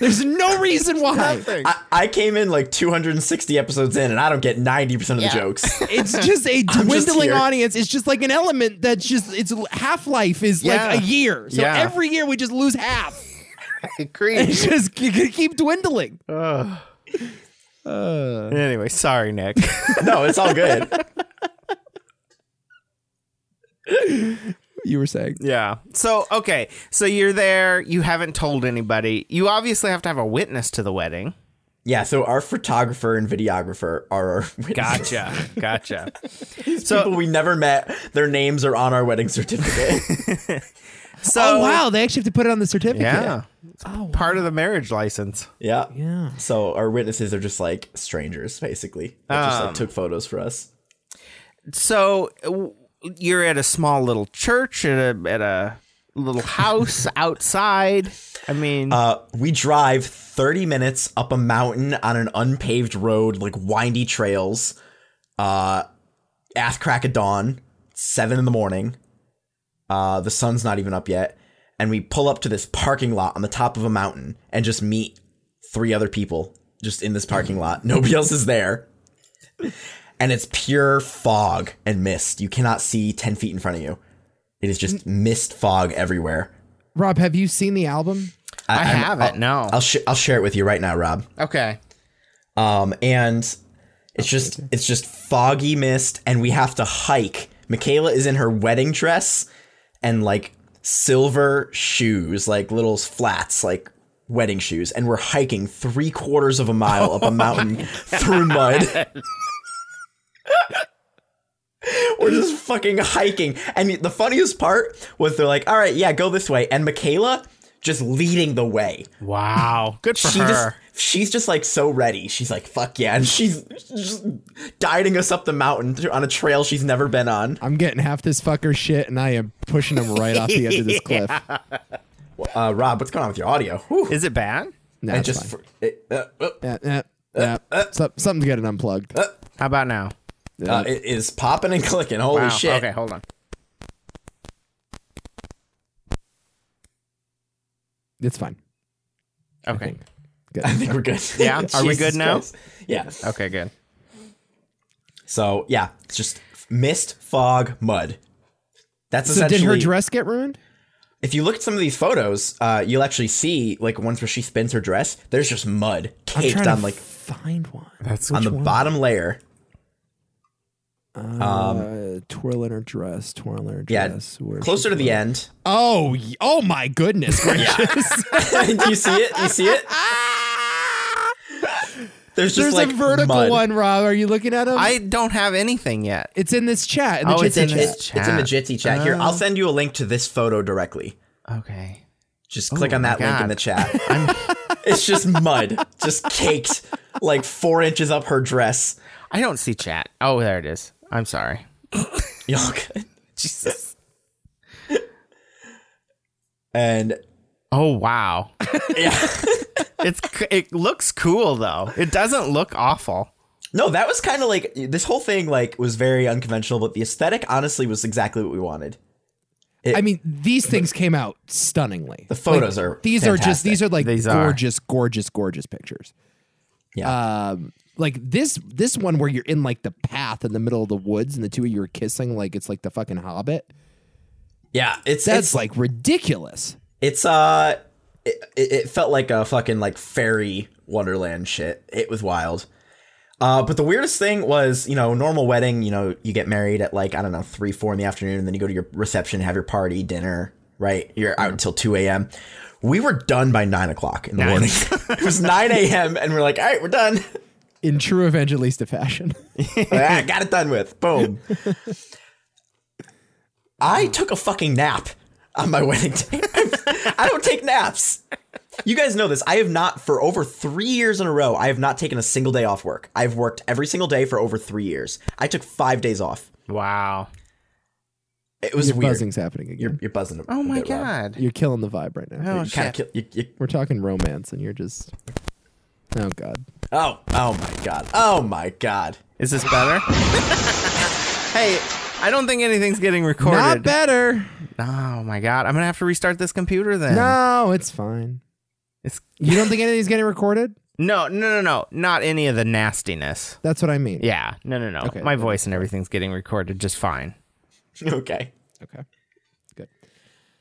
Speaker 4: There's no reason why.
Speaker 2: Nothing.
Speaker 3: I, I came in like 260 episodes in, and I don't get 90 percent of the jokes.
Speaker 2: [LAUGHS]
Speaker 4: It's just a
Speaker 3: just
Speaker 4: dwindling
Speaker 3: here.
Speaker 4: audience. It's just like an element that's just it's half life is
Speaker 2: Yeah.
Speaker 4: like a year. So
Speaker 2: Yeah.
Speaker 4: every year we just lose half. [LAUGHS]
Speaker 2: agree.
Speaker 4: It's just g- g- keep dwindling.
Speaker 2: [LAUGHS] Uh, Anyway, sorry, [LAUGHS] Nick.
Speaker 3: no, it's all good.
Speaker 4: [LAUGHS] You were saying.
Speaker 2: Yeah. So, okay. So you're there. You haven't told anybody. You obviously have to have a witness to the wedding.
Speaker 3: Yeah, so our photographer and videographer are our [LAUGHS] witnesses.
Speaker 2: Gotcha. [LAUGHS] Oh, gotcha.
Speaker 3: people we never met. Their names are on our wedding [LAUGHS] certificate.
Speaker 2: So,
Speaker 4: Oh wow, they actually have to put it on the certificate.
Speaker 2: Yeah. It's part of the marriage license.
Speaker 3: yeah.
Speaker 4: Yeah.
Speaker 3: So our witnesses are just like strangers, basically. That just like took photos for us.
Speaker 2: So w- you're at a small little church at a at a little [LAUGHS] house outside. I mean,
Speaker 3: Uh, we drive 30 minutes up a mountain on an unpaved road, like windy trails. Uh, at crack of dawn, seven in the morning. Uh, the sun's not even up yet, and we pull up to this parking lot on the top of a mountain and just meet three other people just in this parking lot. [LAUGHS] Nobody else is there. And it's pure fog and mist. You cannot see 10 feet in front of you. It is just mist fog everywhere.
Speaker 4: Rob, have you seen the album?
Speaker 2: I
Speaker 3: I'm-
Speaker 2: haven't. No.
Speaker 3: I'll sh- I'll share it with you right now, Rob.
Speaker 2: okay.
Speaker 3: Um, and it's just it's just foggy mist, and we have to hike. Michaela is in her wedding dress and like silver shoes, like little flats, like wedding shoes, and we're hiking three quarters of a mile up a mountain through mud. [LAUGHS] We're just fucking hiking. And the funniest part was they're like, all right, yeah, go this way. And Michaela just leading the way
Speaker 2: Wow. Good for
Speaker 3: she
Speaker 2: her.
Speaker 3: just she's just like so ready. She's like fuck yeah, and she's just guiding us up the mountain to- on a trail she's never been on.
Speaker 4: I'm getting half this fucker shit, and I am pushing him right off the edge of this cliff.
Speaker 3: Uh, Rob, what's going on with your audio? Whew.
Speaker 2: Is it bad?
Speaker 4: No,
Speaker 3: I
Speaker 4: it's
Speaker 3: just Uh,
Speaker 4: fine.
Speaker 3: fr- it, uh, uh,
Speaker 4: Yeah, yeah. Yeah. So- something's getting unplugged.
Speaker 2: How about now?
Speaker 3: Uh, it is popping and clicking. Holy
Speaker 2: Wow.
Speaker 3: shit.
Speaker 2: Okay, hold on.
Speaker 4: It's fine.
Speaker 2: Okay.
Speaker 4: Good.
Speaker 3: I think we're good. [LAUGHS]
Speaker 2: Yeah? Are we
Speaker 3: Jesus
Speaker 2: good now?
Speaker 3: Christ. Yeah.
Speaker 2: Okay, good.
Speaker 3: So yeah, it's just mist, fog, mud. That's
Speaker 4: So did
Speaker 3: essentially.
Speaker 4: her dress get ruined?
Speaker 3: if you look at some of these photos, uh, you'll actually see like ones where she spins her dress. There's just mud caked on like
Speaker 4: find one.
Speaker 2: That's
Speaker 3: on the bottom layer.
Speaker 4: Um, twirling her dress, twirling her
Speaker 3: Yeah,
Speaker 4: dress. Where's
Speaker 3: closer
Speaker 4: she
Speaker 3: to the end.
Speaker 4: Oh, y- oh my
Speaker 3: [LAUGHS]
Speaker 4: goodness gracious!
Speaker 3: Do you see it? You see it? There's just
Speaker 4: There's
Speaker 3: like
Speaker 4: a vertical
Speaker 3: mud.
Speaker 4: one, Rob. Are you looking at him?
Speaker 2: I don't have anything yet.
Speaker 4: it's in this chat. In the
Speaker 2: Oh, it's
Speaker 4: Jitsi
Speaker 2: in
Speaker 4: chat.
Speaker 2: this-
Speaker 3: It's, it's in the Jitsi chat. Here, I'll send you a link to this photo directly.
Speaker 2: Okay.
Speaker 3: Just click on
Speaker 2: my
Speaker 3: that link in
Speaker 2: God.
Speaker 3: the chat. [LAUGHS] it's just mud, just caked like four inches up her dress.
Speaker 2: I don't see chat. Oh, there it is. I'm
Speaker 3: [LAUGHS]
Speaker 2: sorry.
Speaker 3: Y'all good?
Speaker 2: Jesus.
Speaker 3: And
Speaker 2: Oh wow.
Speaker 3: [LAUGHS] yeah.
Speaker 2: [LAUGHS] It's c- it looks cool though. It doesn't look awful.
Speaker 3: No, that was kind of like this whole thing like was very unconventional, but the aesthetic honestly was exactly what we wanted.
Speaker 4: I mean, these things came out stunningly.
Speaker 3: The photos are
Speaker 4: These are just
Speaker 3: fantastic.
Speaker 4: these are like
Speaker 2: These are.
Speaker 4: gorgeous, gorgeous, gorgeous pictures.
Speaker 3: Yeah.
Speaker 4: Um, like this this one where you're in like the path in the middle of the woods and the two of you are kissing like it's like the fucking Hobbit.
Speaker 3: yeah. It's
Speaker 4: That's
Speaker 3: it's like
Speaker 4: like ridiculous.
Speaker 3: it's uh it, it it felt like a fucking like fairy wonderland shit. It was wild. Uh, but the weirdest thing was, you know, normal wedding, you know, you get married at like, I don't know, three, four in the afternoon, and then you go to your reception, have your party, dinner, right? You're out until 2 a.m. We were done by nine o'clock in the morning. [LAUGHS] it was 9 a.m., and we're like, all right, we're done.
Speaker 4: In true Evangelista fashion.
Speaker 3: ah, got it done with. Boom. I took a fucking nap on my [LAUGHS] wedding day. I don't take naps. You guys know this. I have not, for over three years in a row, I have not taken a single day off work. I've worked every single day for over three years. I took five days off.
Speaker 2: Wow.
Speaker 3: It was
Speaker 4: Your
Speaker 3: weird.
Speaker 4: buzzing's happening again.
Speaker 3: You're,
Speaker 4: You're,
Speaker 3: you're buzzing. a-
Speaker 2: Oh
Speaker 3: a
Speaker 2: my
Speaker 3: bit, Rob.
Speaker 2: god.
Speaker 4: killing the vibe right now.
Speaker 2: Oh
Speaker 3: You kinda
Speaker 2: shit.
Speaker 3: kill- you- you-
Speaker 4: We're talking romance and you're just Oh god.
Speaker 3: oh, oh my god. Oh my god. [LAUGHS]
Speaker 2: Is this
Speaker 4: [LAUGHS]
Speaker 2: better? hey, I don't think anything's getting recorded.
Speaker 4: Not better.
Speaker 2: Oh my god. I'm going to have to restart this computer then.
Speaker 4: No, it's fine.
Speaker 2: It's
Speaker 4: You don't think anything's getting recorded?
Speaker 2: No, no, no, no. Not any of the nastiness.
Speaker 4: That's what I mean.
Speaker 2: Yeah. No, no, no.
Speaker 4: Okay.
Speaker 2: My voice and everything's getting recorded just fine.
Speaker 3: Okay.
Speaker 4: Okay.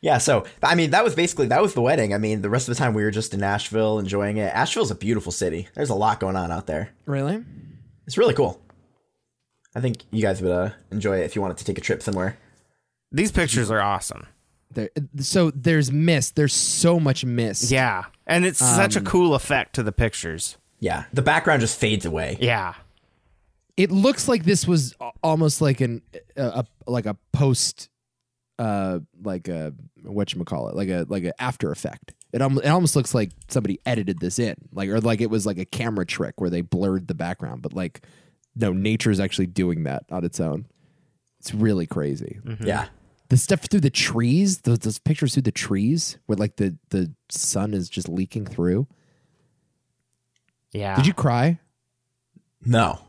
Speaker 3: Yeah, so I mean that was basically that was the wedding. I mean the rest of the time we were just in Nashville enjoying it. Asheville's a beautiful city. There's a lot going on out there.
Speaker 4: Really?
Speaker 3: It's really cool. I think you guys would uh, enjoy it if you wanted to take a trip somewhere.
Speaker 2: These pictures are awesome.
Speaker 4: There, so there's mist. There's so much mist.
Speaker 2: Yeah. And it's such
Speaker 4: Um,
Speaker 2: a cool effect to the pictures.
Speaker 3: Yeah, the background just fades away.
Speaker 2: Yeah.
Speaker 4: It looks like this was a- almost like an a, a like a post uh like a what you call it like a like a after effect. It, almost, it almost looks like somebody edited this in like or like it was like a camera trick where they blurred the background but like no nature's actually doing that on its own. It's really crazy.
Speaker 3: Yeah,
Speaker 4: The stuff through the trees, those, those pictures through the trees where like the the sun is just leaking through.
Speaker 2: Yeah.
Speaker 4: Did you cry?
Speaker 3: no,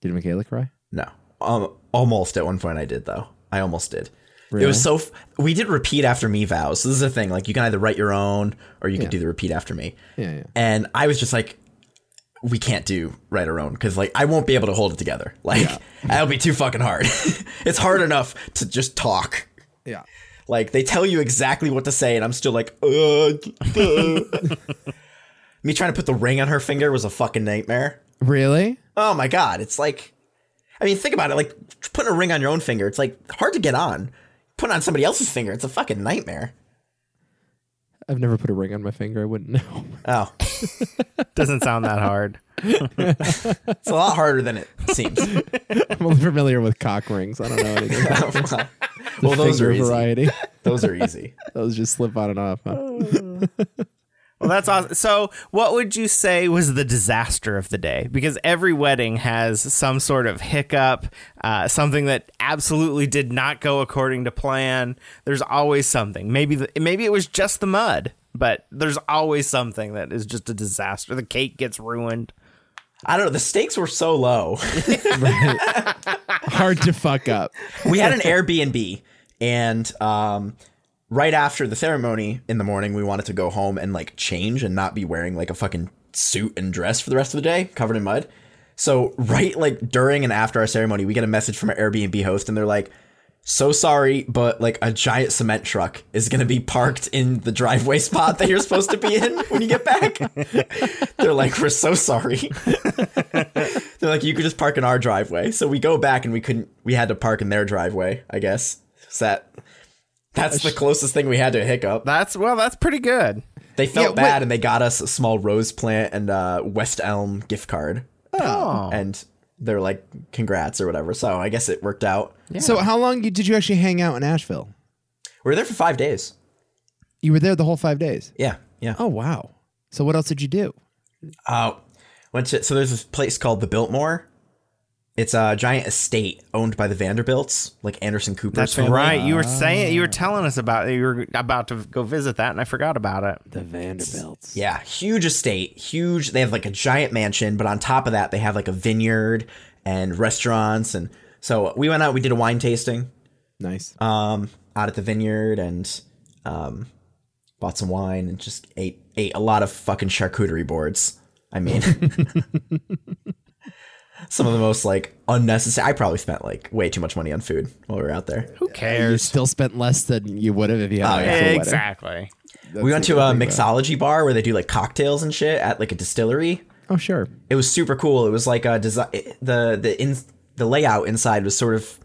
Speaker 4: Did Michaela cry?
Speaker 3: no. Um, almost at one point I did though. I almost did.
Speaker 4: Really?
Speaker 3: It was so. F- we did repeat after me vows. This is the thing. Like you can either write your own or you can do the repeat after me.
Speaker 4: Yeah, yeah.
Speaker 3: and I was just like, we can't do right or own because like I won't be able to hold it together. [LAUGHS] Like that'll be too fucking hard. [LAUGHS] it's hard enough to just talk.
Speaker 4: Yeah.
Speaker 3: Like they tell you exactly what to say, and I'm still like, uh, duh. [LAUGHS] me trying to put the ring on her finger was a fucking nightmare.
Speaker 4: Really?
Speaker 3: Oh my god, it's like, I mean, think about it. Like putting a ring on your own finger, it's like hard to get on. Put on somebody else's finger, it's a fucking nightmare.
Speaker 4: I've never put a ring on my finger. I wouldn't know. [LAUGHS]
Speaker 3: Oh,
Speaker 2: Doesn't sound that hard.
Speaker 3: it's a lot harder than it seems. [LAUGHS]
Speaker 4: I'm only familiar with cock rings. I don't know anything. about
Speaker 3: well, those
Speaker 4: finger
Speaker 3: are easy. [LAUGHS]
Speaker 4: variety.
Speaker 3: Those are easy.
Speaker 4: Those just slip on and off. huh?
Speaker 2: Well, that's awesome. So, what would you say was the disaster of the day? Because every wedding has some sort of hiccup, uh, something that absolutely did not go according to plan. There's always something. Maybe the, maybe it was just the mud, but there's always something that is just a disaster. The cake gets ruined.
Speaker 3: I don't know. The stakes were so low.
Speaker 4: [LAUGHS]
Speaker 3: [LAUGHS]
Speaker 4: Hard to fuck up.
Speaker 3: we had an Airbnb, and um, right after the ceremony in the morning, we wanted to go home and like change and not be wearing like a fucking suit and dress for the rest of the day, covered in mud. So right like during and after our ceremony, we get a message from our Airbnb host, and they're like. So sorry, but like a giant cement truck is gonna be parked in the driveway spot that you're supposed to be in when you get back. [LAUGHS] They're like, we're so sorry. They're like, you could just park in our driveway. So we go back and we couldn't. We had to park in their driveway. I guess is that that's the closest thing we had to a hiccup.
Speaker 2: That's well, that's pretty good.
Speaker 3: They felt
Speaker 4: Yeah,
Speaker 3: bad and they got us a small rose plant and a West Elm gift card. Um,
Speaker 2: Oh.
Speaker 3: and they're like, congrats or whatever. So I guess it worked out.
Speaker 4: So, how long you- did you actually hang out in Asheville?
Speaker 3: We were there for five days.
Speaker 4: You were there the whole five days.
Speaker 3: Yeah, yeah.
Speaker 4: Oh wow. So, what else did you do?
Speaker 3: Oh, went to so there's this place called the Biltmore. It's a giant estate owned by the Vanderbilts, like Anderson Cooper's
Speaker 2: That's
Speaker 3: family.
Speaker 2: right. You were
Speaker 4: Ah.
Speaker 2: saying you were telling us about you were about to go visit that, and I forgot about it.
Speaker 4: The Vanderbilts.
Speaker 3: Yeah, huge estate, huge. They have like a giant mansion, but on top of that, they have like a vineyard and restaurants. And so we went out, we did a wine tasting
Speaker 4: Nice.
Speaker 3: um, out at the vineyard, and um, bought some wine and just ate ate a lot of fucking charcuterie boards. I mean, [LAUGHS] some of the most like unnecessary. I probably spent like way too much money on food while we were out there.
Speaker 2: Who
Speaker 4: you
Speaker 2: cares?
Speaker 4: still spent less than you would have if you had
Speaker 3: Oh,
Speaker 4: an
Speaker 3: yeah.
Speaker 4: actual wedding.
Speaker 2: Exactly.
Speaker 3: we went to a mixology bar where they do like cocktails and shit at like a distillery.
Speaker 4: Oh sure.
Speaker 3: it was super cool. It was like a design. The the in the layout inside was sort of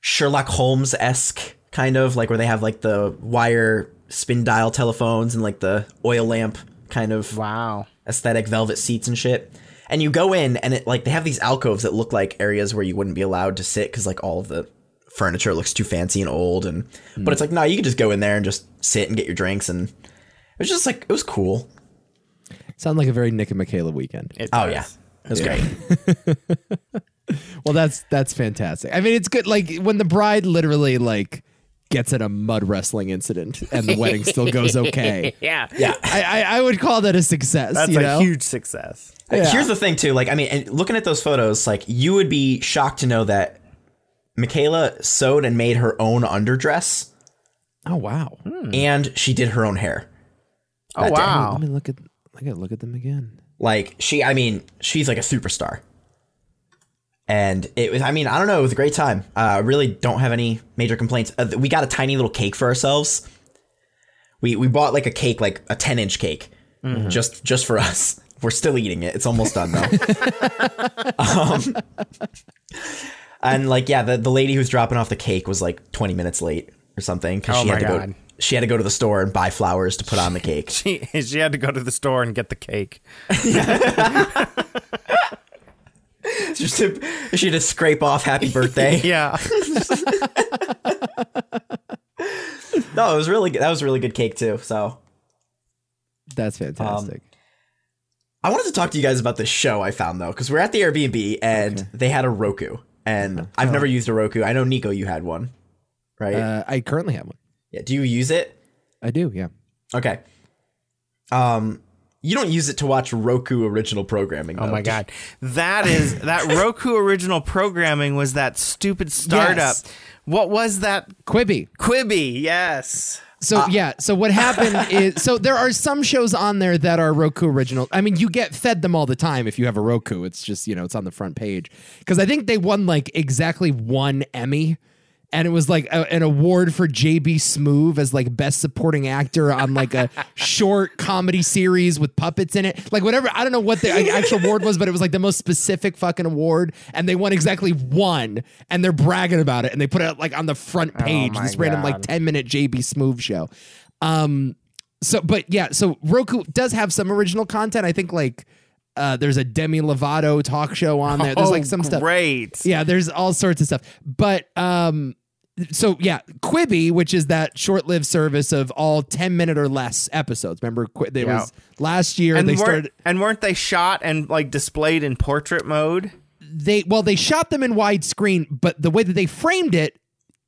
Speaker 3: Sherlock Holmes esque, kind of like where they have like the wire spin dial telephones and like the oil lamp kind of
Speaker 2: Wow.
Speaker 3: aesthetic velvet seats and shit. And you go in and it like they have these alcoves that look like areas where you wouldn't be allowed to sit because like all of the furniture looks too fancy and old. And but it's like no, you could just go in there and just sit and get your drinks. And it was just like it was cool.
Speaker 4: Sound like a very Nick and Michaela weekend.
Speaker 2: It
Speaker 3: Oh
Speaker 2: does.
Speaker 3: yeah, it was great.
Speaker 4: Well, that's that's fantastic. I mean, it's good. Like when the bride literally like gets in a mud wrestling incident and the wedding still goes okay.
Speaker 2: Yeah.
Speaker 3: Yeah.
Speaker 4: I, I, I would call that a success.
Speaker 2: That's
Speaker 4: you
Speaker 2: a
Speaker 4: know?
Speaker 2: huge success.
Speaker 4: Yeah.
Speaker 3: Here's the thing too, like I mean, and looking at those photos, like you would be shocked to know that Michaela sewed and made her own underdress,
Speaker 4: Oh wow.
Speaker 3: and she did her own hair.
Speaker 2: Oh
Speaker 3: That day.
Speaker 2: wow.
Speaker 4: Let me look at I gotta look at them again.
Speaker 3: Like she, I mean, she's like a superstar. And it was, I mean, I don't know, it was a great time. Uh, I really don't have any major complaints. Uh, we got a tiny little cake for ourselves. We we bought like a cake, like a ten inch cake,
Speaker 2: Mm-hmm.
Speaker 3: just just for us. [LAUGHS] We're still eating it. It's almost done though.
Speaker 2: [LAUGHS]
Speaker 3: And like, yeah, the, the lady who's dropping off the cake was like 20 minutes late or something because
Speaker 2: Oh
Speaker 3: she had
Speaker 2: my
Speaker 3: to
Speaker 2: God.
Speaker 3: go. She had to go to the store and buy flowers to put on
Speaker 2: [LAUGHS]
Speaker 3: the cake.
Speaker 2: She, she had to go to the store and get the cake. [LAUGHS]
Speaker 3: Just to- [LAUGHS] she had to scrape off "Happy
Speaker 2: [LAUGHS]
Speaker 3: Birthday."
Speaker 2: Yeah.
Speaker 3: No, it was really good. That was really good cake too. So
Speaker 4: That's
Speaker 2: Um,
Speaker 4: fantastic.
Speaker 3: I wanted to talk to you guys about this show I found though because we're at the Airbnb and they had a Roku, and I've never used a Roku. I know Nico, you had one, right?
Speaker 4: uh, I currently have one.
Speaker 3: yeah. Do you use it?
Speaker 4: I do, yeah.
Speaker 3: Okay. Um, you don't use it to watch Roku original programming.
Speaker 2: Oh
Speaker 3: though,
Speaker 2: my
Speaker 3: do you?
Speaker 2: god. That is that Roku original programming was that stupid startup.
Speaker 3: Yes.
Speaker 2: What was that?
Speaker 4: Quibi.
Speaker 2: Quibi. Yes.
Speaker 4: So yeah, so
Speaker 2: [LAUGHS]
Speaker 4: what happened is so there are some shows on there that are Roku original. I mean, you get fed them all the time if you have a Roku. It's just, you know, it's on the front page. Cuz I think they won like exactly one Emmy and it was like a, an award for JB Smoove as like best supporting actor on like a short comedy series with puppets in it. Like whatever, I don't know what the like, actual award was, but it was like the most specific fucking award and they won exactly one and they're bragging about it and they put it out like on the front page
Speaker 2: Oh my
Speaker 4: this random like
Speaker 2: God.
Speaker 4: 10 minute JB Smoove show. Um, so, but yeah, so Roku does have some original content. I think like uh, there's a Demi Lovato talk show on there. There's
Speaker 2: oh,
Speaker 4: like some stuff.
Speaker 2: Great.
Speaker 4: [LAUGHS] Yeah, there's all sorts of stuff. But um so yeah, Quibi, which is that short-lived service of all 10 minute or less episodes. Remember Qui- there
Speaker 2: Yeah.
Speaker 4: was last year
Speaker 2: And
Speaker 4: they
Speaker 2: weren't,
Speaker 4: started
Speaker 2: and weren't they shot and like displayed in portrait mode?
Speaker 4: they well they shot them in widescreen, but the way that they framed it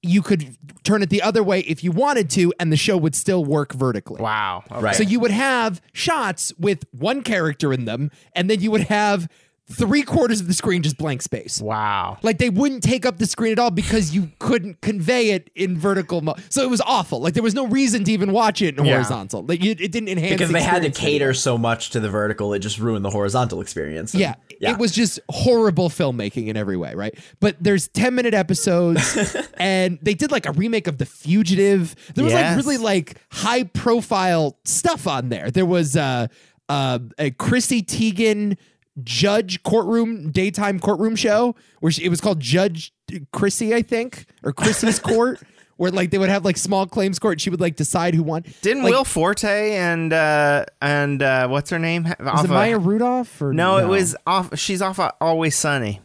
Speaker 4: you could turn it the other way if you wanted to and the show would still work vertically.
Speaker 2: Wow. Oh, Okay.
Speaker 3: Right.
Speaker 4: So you would have shots with one character in them, and then you would have three quarters of the screen just blank space.
Speaker 2: Wow.
Speaker 4: Like they wouldn't take up the screen at all because you couldn't convey it in vertical mode. So it was awful. Like there was no reason to even watch it in
Speaker 2: Yeah.
Speaker 4: horizontal. Like you, it didn't enhance
Speaker 3: because
Speaker 4: the
Speaker 3: they had to
Speaker 4: experience
Speaker 3: cater so much to the vertical, it just ruined the horizontal experience.
Speaker 4: Yeah,
Speaker 3: Yeah.
Speaker 4: it was just horrible filmmaking in every way, right? But there's 10 minute episodes,
Speaker 2: [LAUGHS]
Speaker 4: and they did like a remake of The Fugitive. There was
Speaker 2: Yes.
Speaker 4: like really like high profile stuff on there. There was uh, uh, a Chrissy Teigen judge courtroom daytime courtroom show where she, it was called Judge Chrissy, I think,
Speaker 2: [LAUGHS]
Speaker 4: or Chrissy's Court. Where like they would have like small claims court, and she would like decide who won.
Speaker 2: Didn't
Speaker 4: Like,
Speaker 2: Will Forte and uh and uh what's her name? ha-
Speaker 4: was
Speaker 2: off
Speaker 4: it
Speaker 2: of-
Speaker 4: Maya Rudolph? Or
Speaker 2: no, it was off. She's off of Always Sunny.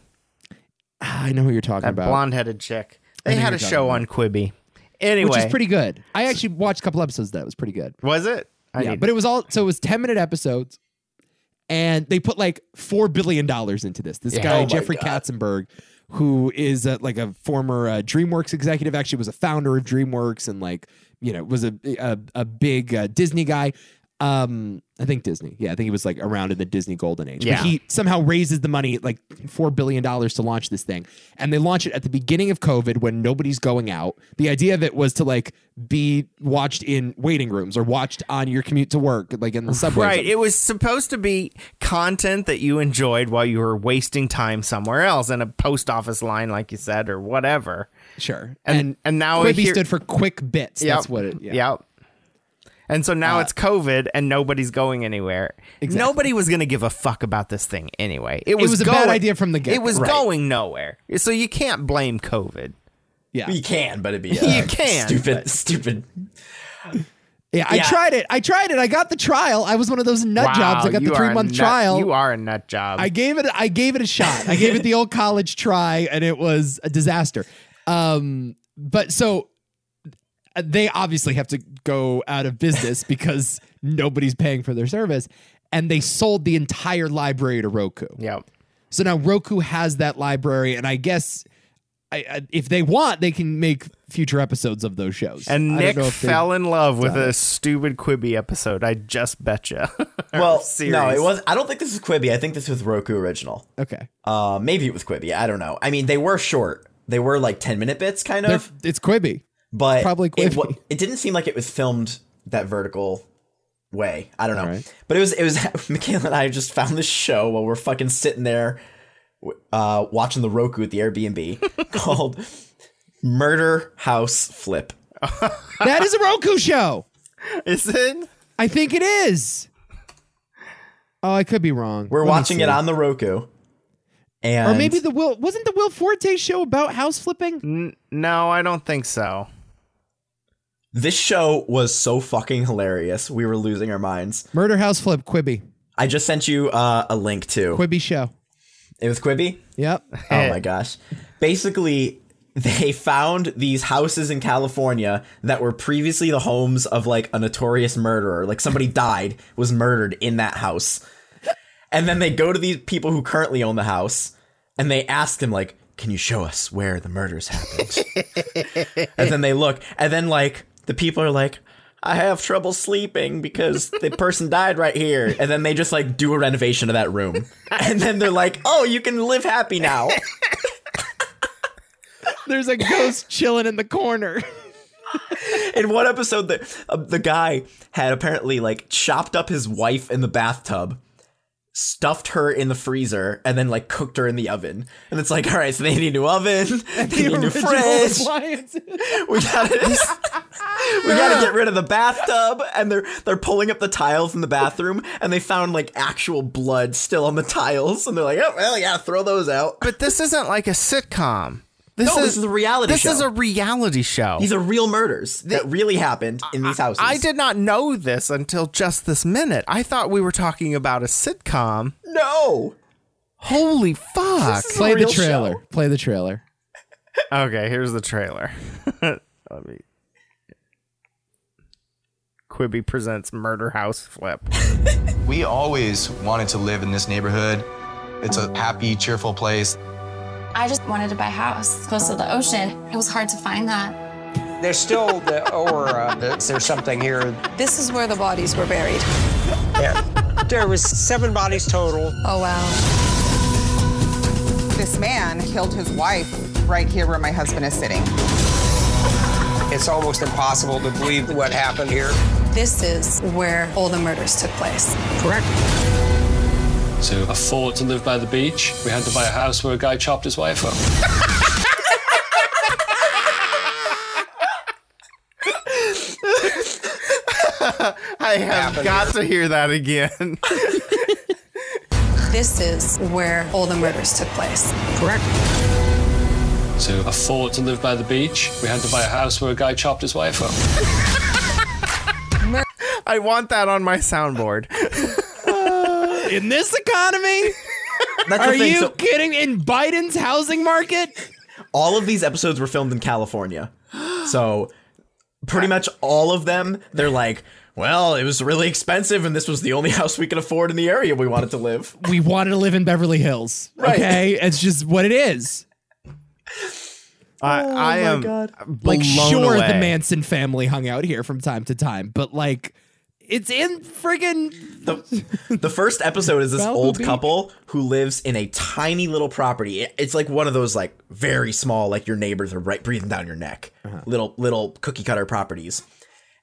Speaker 4: Ah, I know who you're talking
Speaker 2: That
Speaker 4: about.
Speaker 2: blonde headed chick. They
Speaker 4: know
Speaker 2: had
Speaker 4: who
Speaker 2: a
Speaker 4: you're
Speaker 2: show on Quibi. Anyway,
Speaker 4: which is pretty good. I actually watched a couple episodes of that. It was pretty good.
Speaker 2: was it? I
Speaker 4: yeah,
Speaker 2: need-
Speaker 4: but it was all so it was 10 minute episodes and they put like 4 billion dollars into this. This
Speaker 2: Yeah.
Speaker 4: guy
Speaker 2: Oh my
Speaker 4: Jeffrey Katzenberg who is uh like a former uh, DreamWorks executive actually was a founder of DreamWorks and like, you know, was a a, a big uh, Disney guy. Um, I think Disney. Yeah, I think he was like around in the Disney Golden Age.
Speaker 2: Yeah.
Speaker 4: But he somehow raises the money, like four billion dollars, to launch this thing, and they launch it at the beginning of COVID when nobody's going out. The idea of it was to like be watched in waiting rooms or watched on your commute to work, like in the subway. or
Speaker 2: right.
Speaker 4: something.
Speaker 2: It was supposed to be content that you enjoyed while you were wasting time somewhere else in a post office line, like you said, or whatever.
Speaker 4: sure.
Speaker 2: And and, now
Speaker 4: Quibi
Speaker 2: we hear-
Speaker 4: stood for quick bits.
Speaker 2: Yep.
Speaker 4: That's what it. Yeah. Uh,
Speaker 2: Yep. And so now it's COVID and nobody's going anywhere.
Speaker 4: Exactly.
Speaker 2: Nobody was going to give a fuck about this thing anyway. It was,
Speaker 4: was a
Speaker 2: going,
Speaker 4: bad idea from the get-go.
Speaker 2: It was
Speaker 4: Right.
Speaker 2: going nowhere. So you can't blame COVID.
Speaker 4: Yeah.
Speaker 3: You can, but it'd be uh,
Speaker 2: You can,
Speaker 3: stupid, stupid.
Speaker 4: Yeah, I
Speaker 3: Yeah.
Speaker 4: tried it. I tried it. I got the trial. I was one of those nut jobs. I
Speaker 2: Wow,
Speaker 4: got
Speaker 2: you
Speaker 4: the
Speaker 2: are
Speaker 4: three
Speaker 2: a
Speaker 4: month
Speaker 2: nut-
Speaker 4: trial.
Speaker 2: You are a nut job.
Speaker 4: I gave it. I gave it a shot. I gave it the old college try, and it was a disaster. Um, but so uh, they obviously have to go out of business because nobody's paying for their service, and they sold the entire library to Roku.
Speaker 2: yep.
Speaker 4: So now Roku has that library, and I guess. I, I, if they want, they can make future episodes of those shows. I
Speaker 2: And
Speaker 4: don't
Speaker 2: Nick
Speaker 4: know if they-
Speaker 2: fell in love with a stupid Quibi episode. I just [LAUGHS] betcha.
Speaker 3: Well,
Speaker 2: series.
Speaker 3: no, it was. I don't think this is Quibi. I think this was Roku original.
Speaker 4: Okay,
Speaker 3: Uh, maybe it was Quibi. I don't know. I mean, they were short. They were like ten minute bits, kind
Speaker 4: They're-
Speaker 3: of.
Speaker 4: it's Quibi.
Speaker 3: but
Speaker 4: probably
Speaker 3: it,
Speaker 4: Quibi.
Speaker 3: wa- it didn't seem like it was filmed that vertical way. I don't know,
Speaker 4: Alright.
Speaker 3: but it was it was [LAUGHS] Michaela and I just found this show while we're fucking sitting there, w- uh, watching the Roku at the Airbnb [LAUGHS] called Murder House Flip.
Speaker 4: That is a Roku show.
Speaker 2: Is it?
Speaker 4: I think it is. Oh, I could be wrong.
Speaker 3: We're
Speaker 4: Let me
Speaker 3: watching it
Speaker 4: see.
Speaker 3: on the Roku, and
Speaker 4: or maybe the Will wasn't the Will Forte show about house flipping.
Speaker 2: N- no, I don't think so.
Speaker 3: this show was so fucking hilarious. We were losing our minds.
Speaker 4: Murder House Flip Quibi
Speaker 3: I just sent you uh, a link to
Speaker 4: Quibi show.
Speaker 3: it was Quibi.
Speaker 4: Yep.
Speaker 3: Oh my gosh. Basically, they found these houses in California that were previously the homes of like a notorious murderer. Like somebody died, was murdered in that house. And then they go to these people who currently own the house and they ask them, like, can you show us where the murders happened? and then they look, and then like the people are like, I have trouble sleeping because the person died right here. And then they just like do a renovation of that room. And then they're like, oh, you can live happy now.
Speaker 4: [LAUGHS] There's a ghost chilling in the [LAUGHS] corner.
Speaker 3: In one episode, the uh, the guy had apparently like chopped up his wife in the bathtub, stuffed her in the freezer, and then like cooked her in the oven. And it's like, all right, so they need a new oven, they need a new
Speaker 4: [LAUGHS]
Speaker 3: fridge. We gotta we gotta get rid of the bathtub. And they're they're pulling up the tiles in the bathroom, and they found like actual blood still on the tiles. And they're like, oh well, yeah, throw those out.
Speaker 2: But this isn't like a sitcom. This,
Speaker 3: No,
Speaker 2: is,
Speaker 3: this is a reality
Speaker 2: This
Speaker 3: show.
Speaker 2: is a reality show.
Speaker 3: These are real murders that really happened in these houses.
Speaker 2: I did not know this until just this minute. I thought we were talking about a sitcom.
Speaker 3: no.
Speaker 2: Holy fuck.
Speaker 3: This is a
Speaker 4: Play the
Speaker 3: real
Speaker 4: trailer.
Speaker 3: show.
Speaker 4: Play the trailer.
Speaker 2: okay, here's the trailer. [LAUGHS] Let me. Quibi presents Murder House Flip.
Speaker 1: We always wanted to live in this neighborhood. It's a happy, cheerful place.
Speaker 5: I just wanted to buy a house close to the ocean. It was hard to find that.
Speaker 6: There's still the aura that there's something here.
Speaker 7: This is where the bodies were buried.
Speaker 6: There was seven bodies total.
Speaker 7: Oh wow. this man killed his wife right here where my husband is sitting.
Speaker 6: It's almost impossible to believe what happened here.
Speaker 5: This is where all the murders took place.
Speaker 6: Correct.
Speaker 8: to afford to live by the beach, we had to buy a house where a guy chopped his wife up.
Speaker 2: I have
Speaker 6: Happened
Speaker 2: got to hear that again. [LAUGHS]
Speaker 5: This is where all the murders took place.
Speaker 6: Correct.
Speaker 8: To afford to live by the beach, we had to buy a house where a guy chopped his wife up.
Speaker 2: I want that on my [LAUGHS] soundboard.
Speaker 4: In this [LAUGHS] economy?
Speaker 3: That's
Speaker 4: Are
Speaker 3: the thing.
Speaker 4: you
Speaker 3: So
Speaker 4: kidding? In Biden's housing market?
Speaker 3: all of these episodes were filmed in California. So pretty much all of them, they're like, well, it was really expensive, and this was the only [LAUGHS] house we could afford in the area we wanted to live.
Speaker 4: We wanted to live in Beverly Hills.
Speaker 3: Right.
Speaker 4: Okay? It's just what it is.
Speaker 2: I,
Speaker 3: Oh
Speaker 2: I am
Speaker 4: Like,
Speaker 2: blown
Speaker 4: sure,
Speaker 2: away.
Speaker 4: the Manson family hung out here from time to time, but like, it's in friggin'
Speaker 3: The, the first episode is this
Speaker 4: Malibu
Speaker 3: old
Speaker 4: Beach.
Speaker 3: couple who lives in a tiny little property. It- It's like one of those like very small, like your neighbors are right breathing down your neck, little little cookie cutter properties.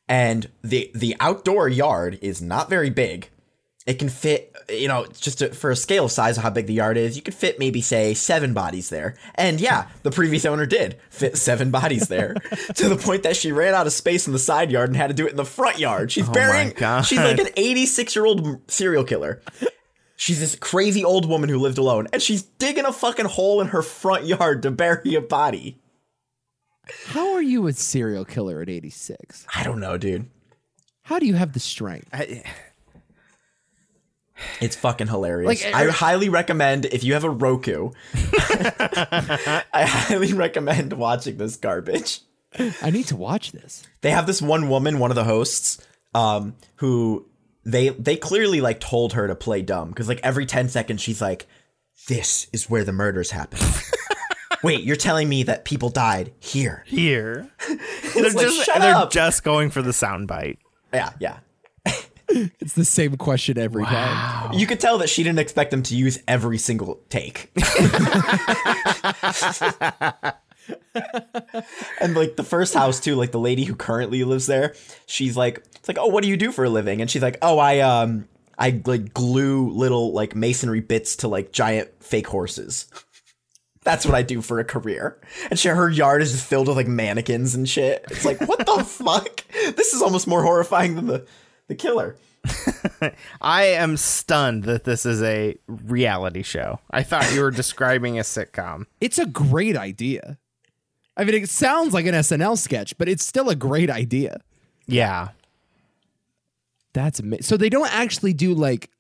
Speaker 3: And the the outdoor yard is not very big. It can fit, you know, just to, for a scale of size of how big the yard is, you could fit maybe say seven bodies there. And yeah, the previous owner did fit seven [LAUGHS] bodies there to the point that she ran out of space in the side yard and had to do it in the front yard. She's burying,
Speaker 2: God.
Speaker 3: she's like an 86 year old serial killer. She's this crazy old woman who lived alone, and she's digging a fucking hole in her front yard to bury a body.
Speaker 4: How are you a serial killer at 86?
Speaker 3: I don't know, dude.
Speaker 4: How do you have the strength?
Speaker 2: I-
Speaker 3: It's fucking hilarious.
Speaker 4: Like,
Speaker 3: I
Speaker 4: I-
Speaker 3: highly recommend if you have a Roku. [LAUGHS] I highly recommend watching this garbage.
Speaker 4: I need to watch this.
Speaker 3: They have this one woman, one of the hosts, um, who they they clearly like told her to play dumb because like every ten seconds she's like, "This is where the murders happen." [LAUGHS] Wait, you're telling me that people died here?
Speaker 2: here. they're
Speaker 3: like,
Speaker 2: just
Speaker 3: "Shut
Speaker 2: they're
Speaker 3: up."
Speaker 2: just going for the soundbite.
Speaker 3: Yeah, yeah.
Speaker 4: It's the same question every time.
Speaker 3: You could tell that she didn't expect them to use every single take. and like the first house too, like the lady who currently lives there, she's like, it's like, oh, what do you do for a living? And she's like, oh, I um, I like glue little like masonry bits to like giant fake horses. That's what I do for a career. And she, her yard is just filled with like mannequins and shit. It's like, what the fuck? This is almost more horrifying than the the killer.
Speaker 2: I am stunned that this is a reality show. I thought
Speaker 3: [LAUGHS]
Speaker 2: you were describing a sitcom.
Speaker 4: It's a great idea. I mean, it sounds like an SNL sketch, but it's still a great idea.
Speaker 2: Yeah.
Speaker 4: That's ama- so they don't actually do like,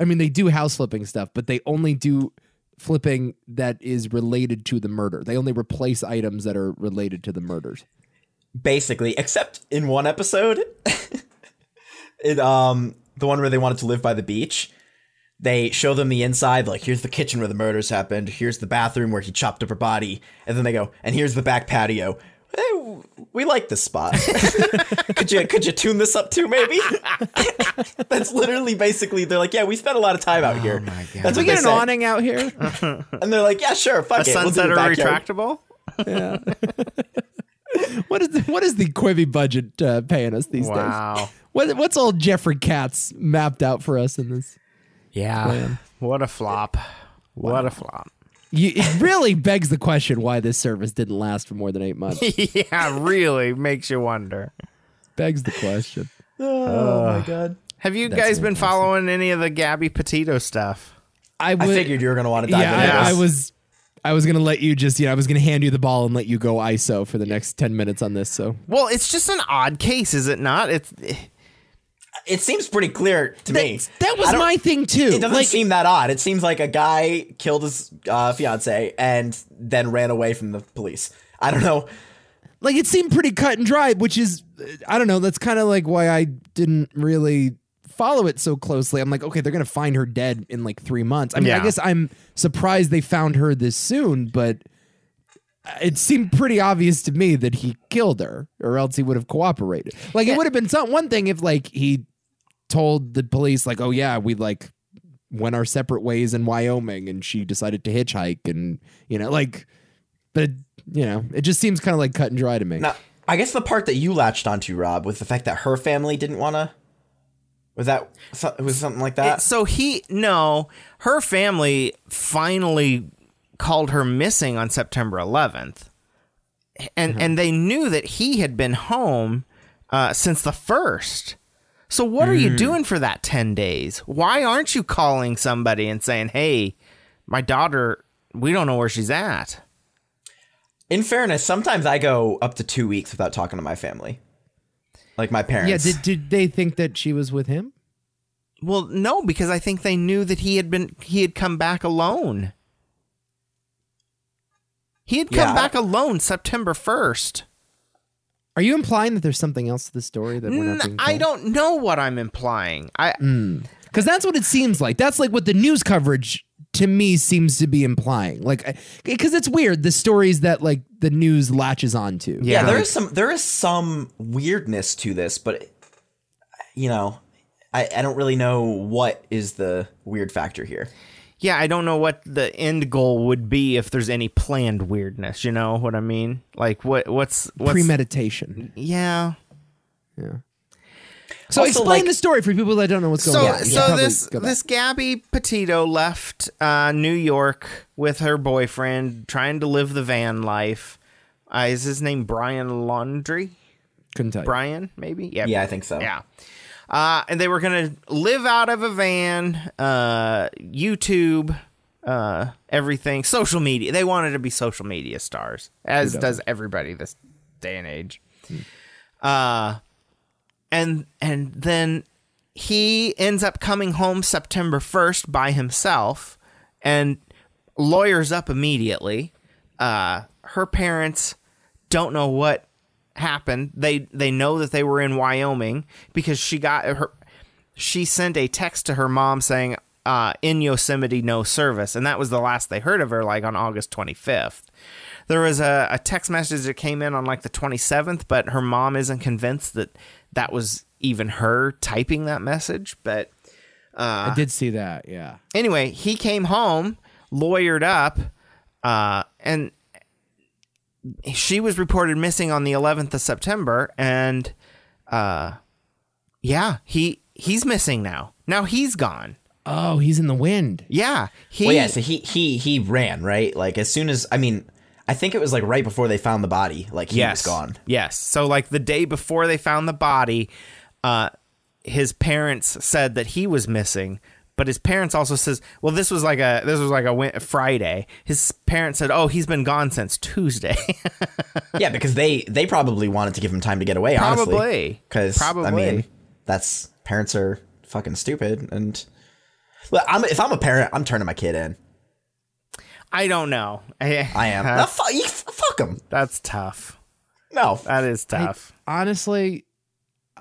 Speaker 4: I mean, they do house flipping stuff, but they only do flipping that is related to the murder. They only replace items that are related to the murders.
Speaker 3: basically, except in one episode, [LAUGHS] in um the one where they wanted to live by the beach. They show them the inside, like here's the kitchen where the murders happened, here's the bathroom where he chopped up her body, and then they go, and here's the back patio. Eh, we like this spot. [LAUGHS] could you could you tune this up too, maybe? [LAUGHS] That's literally basically they're like, yeah, we spent a lot of time out here. That's
Speaker 4: Do
Speaker 3: what
Speaker 4: we get
Speaker 3: they
Speaker 4: an
Speaker 3: say.
Speaker 4: awning out here?
Speaker 3: and they're like, yeah, sure, fuck
Speaker 2: A
Speaker 3: it. We'll do
Speaker 2: sunset
Speaker 3: the
Speaker 2: or
Speaker 3: backyard.
Speaker 2: retractable?
Speaker 4: [LAUGHS] What is the, what is the Quibi budget uh, paying us these days?
Speaker 3: [LAUGHS]
Speaker 2: Wow.
Speaker 4: What, what's old Jeffrey Katz mapped out for us in this?
Speaker 2: Yeah. What a flop. What a flop. [LAUGHS]
Speaker 4: You,
Speaker 3: [LAUGHS]
Speaker 4: it really begs the question why this service didn't last for more than eight
Speaker 3: [LAUGHS]
Speaker 4: months.
Speaker 2: yeah, really makes you wonder.
Speaker 4: begs the question.
Speaker 3: Oh my god.
Speaker 2: Have you guys been following any of the Gabby Petito stuff?
Speaker 4: I,
Speaker 3: I
Speaker 4: would,
Speaker 3: figured you were gonna want to dive
Speaker 4: Yeah,
Speaker 3: into this.
Speaker 4: I, I was. I was gonna let you just, you know, I was gonna hand you the ball and let you go ISO for the next ten minutes on this. So
Speaker 2: Well, it's just an odd case, is it not? It's
Speaker 3: it seems pretty clear to me.
Speaker 4: that
Speaker 3: I
Speaker 4: was
Speaker 3: don't-
Speaker 4: my thing too.
Speaker 3: It doesn't
Speaker 4: like,
Speaker 3: seem that odd. It seems like a guy killed his uh, fiance and then ran away from the police. I don't know.
Speaker 4: like it seemed pretty cut and dry, which is, uh, I don't know. That's kind of like why I didn't really follow it so closely. I'm like, okay, they're gonna find her dead in like three months. I mean,
Speaker 2: Yeah.
Speaker 4: I guess I'm surprised they found her this soon, but uh, it seemed pretty obvious to me that he killed her, or else he would have cooperated. Like it would have been some one thing if like he told the police, like, oh yeah, we like went our separate ways in Wyoming and she decided to hitchhike and you know like but it, you know it just seems kind of like cut and dry to me.
Speaker 3: Now, I guess the part that you latched onto, Rob, with the fact that her family didn't want to. Was that so- was something like that?
Speaker 2: so he no her family finally called her missing on september 11th and and they knew that he had been home uh, since the first so what are you doing for that 10 days why aren't you calling somebody and saying hey my daughter we don't know where she's at
Speaker 3: In fairness, sometimes I go up to two weeks without talking to my family, like my
Speaker 4: yeah,
Speaker 3: parents.
Speaker 4: did did they think that she was with him?
Speaker 2: well no because i think they knew that he had been he had come back alone he had come
Speaker 3: Yeah.
Speaker 2: back alone september 1st
Speaker 4: Are you implying that there's something else to the story that Mm. we're not
Speaker 2: N-
Speaker 4: being
Speaker 2: I don't know what I'm implying. I
Speaker 4: Because that's what it seems like. That's like what the news coverage to me seems to be implying. Like, because it's weird the stories that like the news latches onto.
Speaker 2: Yeah.
Speaker 3: yeah, there is some there is some weirdness to this, but it, you know, I, I don't really know what is the weird factor here.
Speaker 2: yeah, I don't know what the end goal would be if there's any planned weirdness. You know what I mean? Like what what's what's
Speaker 4: premeditation.
Speaker 2: yeah.
Speaker 4: So
Speaker 3: Also,
Speaker 4: explain
Speaker 3: like-
Speaker 4: the story for people that don't know what's going
Speaker 2: So
Speaker 4: on. You should
Speaker 2: so
Speaker 4: probably
Speaker 2: this
Speaker 4: go back.
Speaker 2: this Gabby Petito left uh, New York with her boyfriend, trying to live the van life. Uh, is his name Brian Laundry?
Speaker 4: couldn't tell. You.
Speaker 2: Brian, maybe? Yeah.
Speaker 3: Yeah, I think so.
Speaker 2: Yeah. Uh, and they were going to live out of a van, uh, YouTube, uh, everything, social media. They wanted to be social media stars, as does everybody this day and age. Uh, and and then he ends up coming home September 1st by himself and lawyers up immediately. Uh, her parents don't know what happened. They they know that they were in Wyoming because she got her she sent a text to her mom saying uh, in Yosemite no service and that was the last they heard of her like on August 25th. There was a, a text message that came in on like the 27th, but her mom isn't convinced that that was even her typing that message, but
Speaker 4: I did see that. Yeah.
Speaker 2: anyway, he came home, lawyered up, uh, and she was reported missing on the 11th of September. And uh, yeah, he he's missing now. Now he's gone.
Speaker 4: Oh, he's in the wind.
Speaker 2: Yeah, he
Speaker 3: Well, yeah. So he he he ran right. Like as soon as I mean, I think it was like right before they found the body. Like he was
Speaker 2: [LAUGHS]
Speaker 3: gone.
Speaker 2: Yes. So like the day before they found the body, uh, his parents said that he was missing. But his parents also says, well, this was like a this was like a Wed- Friday. His parents said, oh, he's been gone since Tuesday. [LAUGHS]
Speaker 3: yeah, because they they probably wanted to give him time to get away.
Speaker 2: Probably.
Speaker 3: because I
Speaker 2: Probably.
Speaker 3: mean, that's parents are fucking stupid. And well, I'm, if I'm a parent, I'm turning my kid in.
Speaker 2: I don't know. [LAUGHS]
Speaker 3: I am.
Speaker 2: Uh-huh.
Speaker 3: Ah, fu- you- f- fuck him.
Speaker 2: That's tough.
Speaker 3: No,
Speaker 2: That is tough.
Speaker 4: Honestly,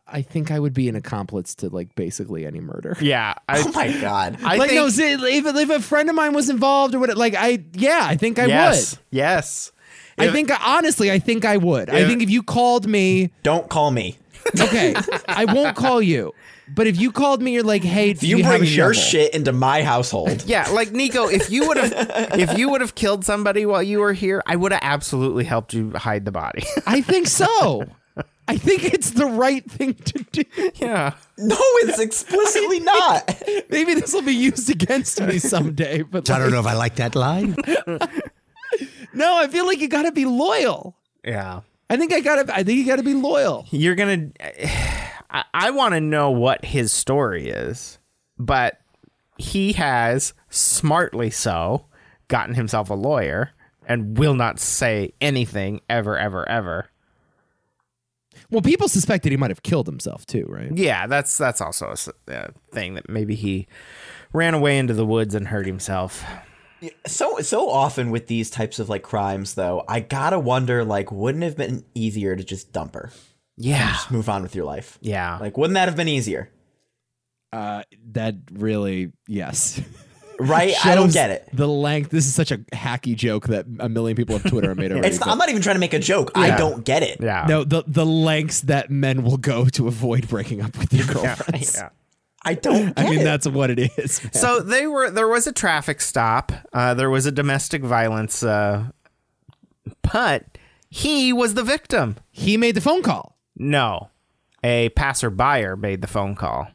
Speaker 4: I think I would be an accomplice to like basically any murder.
Speaker 2: yeah. I,
Speaker 3: [LAUGHS]
Speaker 4: [LAUGHS]
Speaker 3: oh my god.
Speaker 2: I
Speaker 4: like
Speaker 2: think,
Speaker 4: no, say, if, if a friend of mine was involved or what, like I, yeah, I think I
Speaker 2: yes.
Speaker 4: would.
Speaker 2: Yes.
Speaker 4: I think honestly, I think I would. I
Speaker 2: If-
Speaker 4: think if you called me,
Speaker 3: Don't call me.
Speaker 4: okay, I won't call you, but if you called me, you're like, hey,
Speaker 3: If you,
Speaker 4: do have
Speaker 3: bring
Speaker 4: a
Speaker 3: your
Speaker 4: shovel?
Speaker 3: shit into my household,
Speaker 2: [LAUGHS] Yeah, like Nico, if you would have
Speaker 4: [LAUGHS]
Speaker 2: if you would have killed somebody while you were here, I would have absolutely helped you hide the body. [LAUGHS]
Speaker 4: I think so. I think it's the right thing to do.
Speaker 2: yeah.
Speaker 3: no,
Speaker 2: [LAUGHS]
Speaker 3: it's explicitly not.
Speaker 4: Maybe this will be used against me someday, but
Speaker 9: I
Speaker 4: like,
Speaker 9: don't know if I like that line.
Speaker 4: [LAUGHS] no, I feel like you got to be loyal.
Speaker 2: Yeah.
Speaker 4: I think I got to. I think you got to be loyal.
Speaker 2: You're going to [SIGHS] I, I want to know what his story is, but he has smartly so gotten himself a lawyer and will not say anything ever ever ever.
Speaker 4: Well, people suspected he might have killed himself too, right?
Speaker 2: Yeah, that's that's also a s- uh, thing that maybe he ran away into the woods and hurt himself.
Speaker 3: So so often with these types of like crimes, though, I gotta wonder like, wouldn't it have been easier to just dump her,
Speaker 2: Yeah,
Speaker 3: move on with your life?
Speaker 2: yeah.
Speaker 3: Like, wouldn't that have been easier?
Speaker 4: Uh, that really, yes.
Speaker 3: Right? I don't
Speaker 4: Shows
Speaker 3: get it.
Speaker 4: The length. This is such a hacky joke that a million people on Twitter have made already.
Speaker 3: It's
Speaker 4: but-
Speaker 3: not, I'm not even trying to make a joke. I don't get it.
Speaker 2: yeah.
Speaker 4: no, the the lengths that men will go to avoid breaking up with their girlfriends.
Speaker 2: Yeah.
Speaker 3: I don't.
Speaker 4: I
Speaker 3: get
Speaker 4: mean,
Speaker 3: it.
Speaker 4: that's what it is. man.
Speaker 2: So they were there was a traffic stop. Uh, there was a domestic violence, uh, but he was the victim.
Speaker 4: he made the phone call.
Speaker 2: No, a passerby made the phone call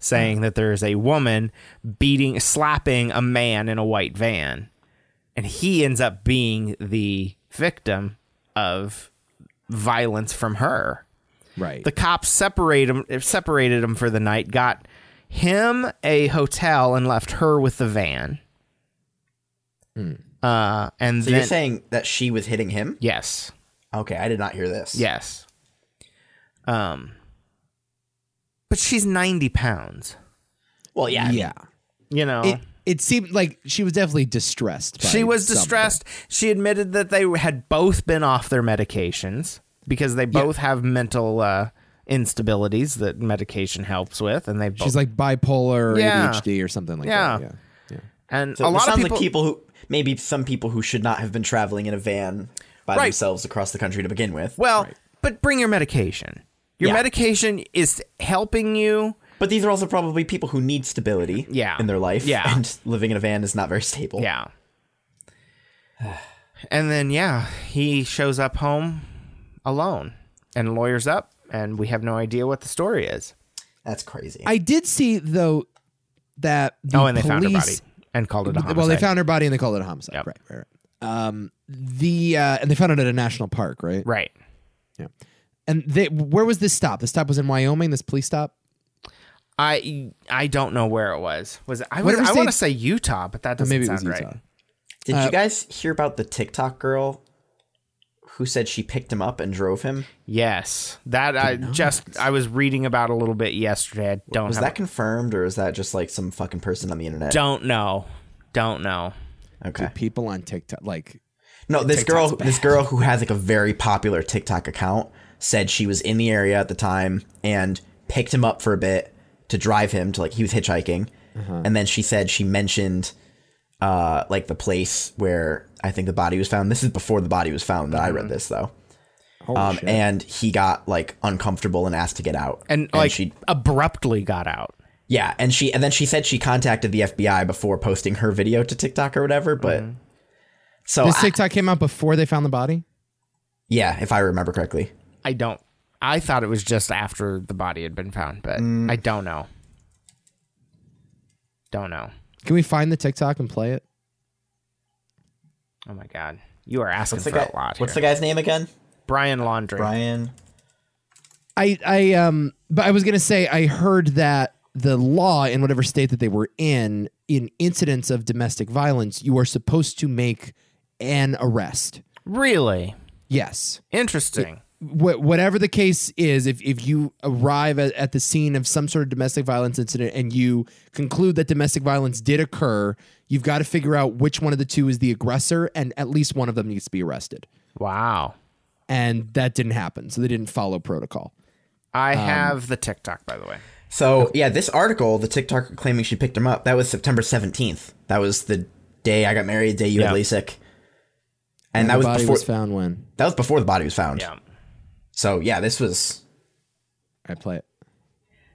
Speaker 2: saying that there is a woman beating, slapping a man in a white van, and he ends up being the victim of violence from her.
Speaker 4: Right.
Speaker 2: The cops separate him, separated him for the night, got him a hotel, and left her with the van. Uh, and
Speaker 3: Hmm. so
Speaker 2: then
Speaker 3: you're saying that she was hitting him?
Speaker 2: yes,
Speaker 3: Okay, I did not hear this.
Speaker 2: yes. Um, but she's ninety pounds.
Speaker 3: Well, yeah. I mean,
Speaker 4: yeah.
Speaker 2: You know,
Speaker 4: It, it seemed like she was definitely distressed. by
Speaker 2: she was
Speaker 4: something.
Speaker 2: distressed. She admitted that they had both been off their medications because they both have mental uh, instabilities that medication helps with, and they both
Speaker 4: She's like bipolar or
Speaker 2: Yeah.
Speaker 4: ADHD or something like
Speaker 2: Yeah.
Speaker 4: that. Yeah.
Speaker 2: and
Speaker 3: So
Speaker 2: a
Speaker 3: it
Speaker 2: lot of
Speaker 3: sounds
Speaker 2: people.
Speaker 3: like people who maybe some people who should not have been traveling in a van by
Speaker 2: Right.
Speaker 3: themselves across the country to begin with.
Speaker 2: Well, but bring your medication. Your
Speaker 3: Yeah.
Speaker 2: medication is helping you.
Speaker 3: But these are also probably people who need stability
Speaker 2: Yeah.
Speaker 3: in their life.
Speaker 2: Yeah.
Speaker 3: And living in a van is not very stable.
Speaker 2: Yeah. [SIGHS] And then yeah, he shows up home alone and lawyers up and we have no idea what the story is.
Speaker 3: That's crazy.
Speaker 4: I did see though that the
Speaker 2: oh, and they
Speaker 4: police,
Speaker 2: found her body and called it a homicide.
Speaker 4: Well, they found her body and they called it a homicide.
Speaker 2: Yep.
Speaker 4: Right, right, right. Um, the uh, and they found it at a national park, right?
Speaker 2: Right.
Speaker 4: And they, where was this stop? This stop was in Wyoming. This police stop.
Speaker 2: I I don't know where it was. Was it, I was,
Speaker 4: Whatever
Speaker 2: I want to say
Speaker 4: state-
Speaker 2: Utah, but that
Speaker 4: Or
Speaker 2: doesn't
Speaker 4: maybe it
Speaker 2: sound
Speaker 4: was Utah.
Speaker 2: right.
Speaker 3: Did
Speaker 2: uh,
Speaker 3: you guys hear about the TikTok girl who said she picked him up and drove him?
Speaker 2: Yes, that I just I was reading about a little bit yesterday. I don't
Speaker 3: Was
Speaker 2: have,
Speaker 3: that confirmed or is that just like some fucking person on the internet?
Speaker 2: don't know, don't know.
Speaker 3: Okay.
Speaker 4: People on TikTok, like
Speaker 3: No, this
Speaker 4: TikTok's
Speaker 3: girl, this girl who has like a very popular TikTok account, said she was in the area at the time and picked him up for a bit to drive him to like he was hitchhiking, and then she said she mentioned, uh, like the place where I think the body was found. This is before the body was found that I read this though, um, and he got like uncomfortable and asked to get out,
Speaker 2: And, like
Speaker 3: she,
Speaker 2: abruptly got out.
Speaker 3: yeah, and she and then she said she contacted the FBI before posting her video to TikTok or whatever, but.
Speaker 2: Oh,
Speaker 3: So
Speaker 4: this
Speaker 3: I-
Speaker 4: TikTok came out before they found the body.
Speaker 3: yeah, if I remember correctly.
Speaker 2: I don't. I thought it was just after the body had been found, but
Speaker 3: Mm.
Speaker 2: I don't know. Don't know.
Speaker 4: Can we find the TikTok and play it?
Speaker 2: Oh my god, you are asking
Speaker 3: What's the,
Speaker 2: for
Speaker 3: guy,
Speaker 2: a lot.
Speaker 3: what's the
Speaker 2: here.
Speaker 3: guy's name again?
Speaker 2: Brian Laundry?
Speaker 3: Brian.
Speaker 4: I I um but I was gonna say I heard that the law in whatever state that they were in in incidents of domestic violence you are supposed to make an arrest.
Speaker 2: Really
Speaker 4: Yes.
Speaker 2: interesting.
Speaker 4: Wh- whatever the case is if if you arrive at, at the scene of some sort of domestic violence incident and you conclude that domestic violence did occur, you've got to figure out which one of the two is the aggressor and at least one of them needs to be arrested.
Speaker 2: Wow.
Speaker 4: And that didn't happen. So they didn't follow protocol.
Speaker 3: Um,
Speaker 2: I have the TikTok, by the way.
Speaker 3: So yeah, this article, the TikTok claiming she picked him up, that was September seventeenth. That was the day I got married, the day you had
Speaker 2: Yeah.
Speaker 3: LASIK, and,
Speaker 4: the
Speaker 3: that was
Speaker 4: body
Speaker 3: before
Speaker 4: was found when
Speaker 3: that was before the body was found.
Speaker 2: Yeah.
Speaker 3: So yeah, this was
Speaker 4: I play it.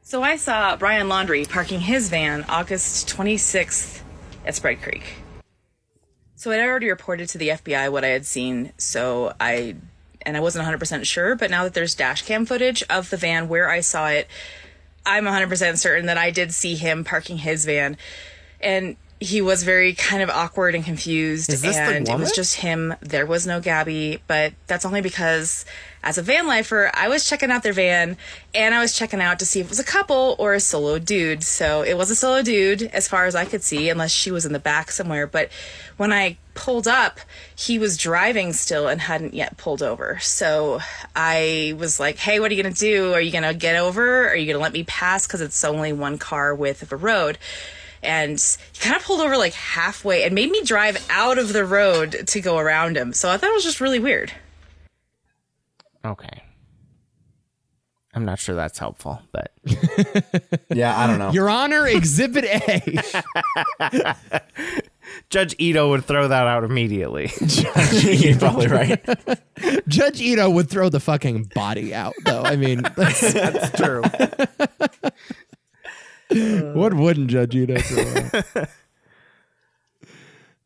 Speaker 9: So I saw Brian Laundry parking his van August 26th at Spread Creek. So I'd already reported to the FBI what I had seen, so I and I wasn't 100% sure, but now that there's dash cam footage of the van where I saw it, I'm 100% certain that I did see him parking his van and he was very kind of awkward and confused
Speaker 2: Is this the
Speaker 9: and it
Speaker 2: woman?
Speaker 9: was just him. There was no Gabby, but that's only because as a van lifer, I was checking out their van and I was checking out to see if it was a couple or a solo dude. So it was a solo dude as far as I could see, unless she was in the back somewhere. But when I pulled up, he was driving still and hadn't yet pulled over. So I was like, hey, what are you going to do? Are you going to get over? Are you going to let me pass? Because it's only one car width of a road and he kind of pulled over like halfway and made me drive out of the road to go around him. So I thought it was just really weird.
Speaker 2: Okay. I'm not sure that's helpful, but [LAUGHS]
Speaker 3: yeah. I don't [LAUGHS] know.
Speaker 4: Your Honor, Exhibit A.
Speaker 3: [LAUGHS]
Speaker 2: Judge Ito would throw that out
Speaker 3: [LAUGHS]
Speaker 2: immediately.
Speaker 3: You're probably right.
Speaker 4: [LAUGHS] Uh, Judge Ito would throw
Speaker 3: [LAUGHS]
Speaker 4: the fucking body out, though. I mean, that's-
Speaker 2: that's true.
Speaker 4: [LAUGHS] What wouldn't judge you after a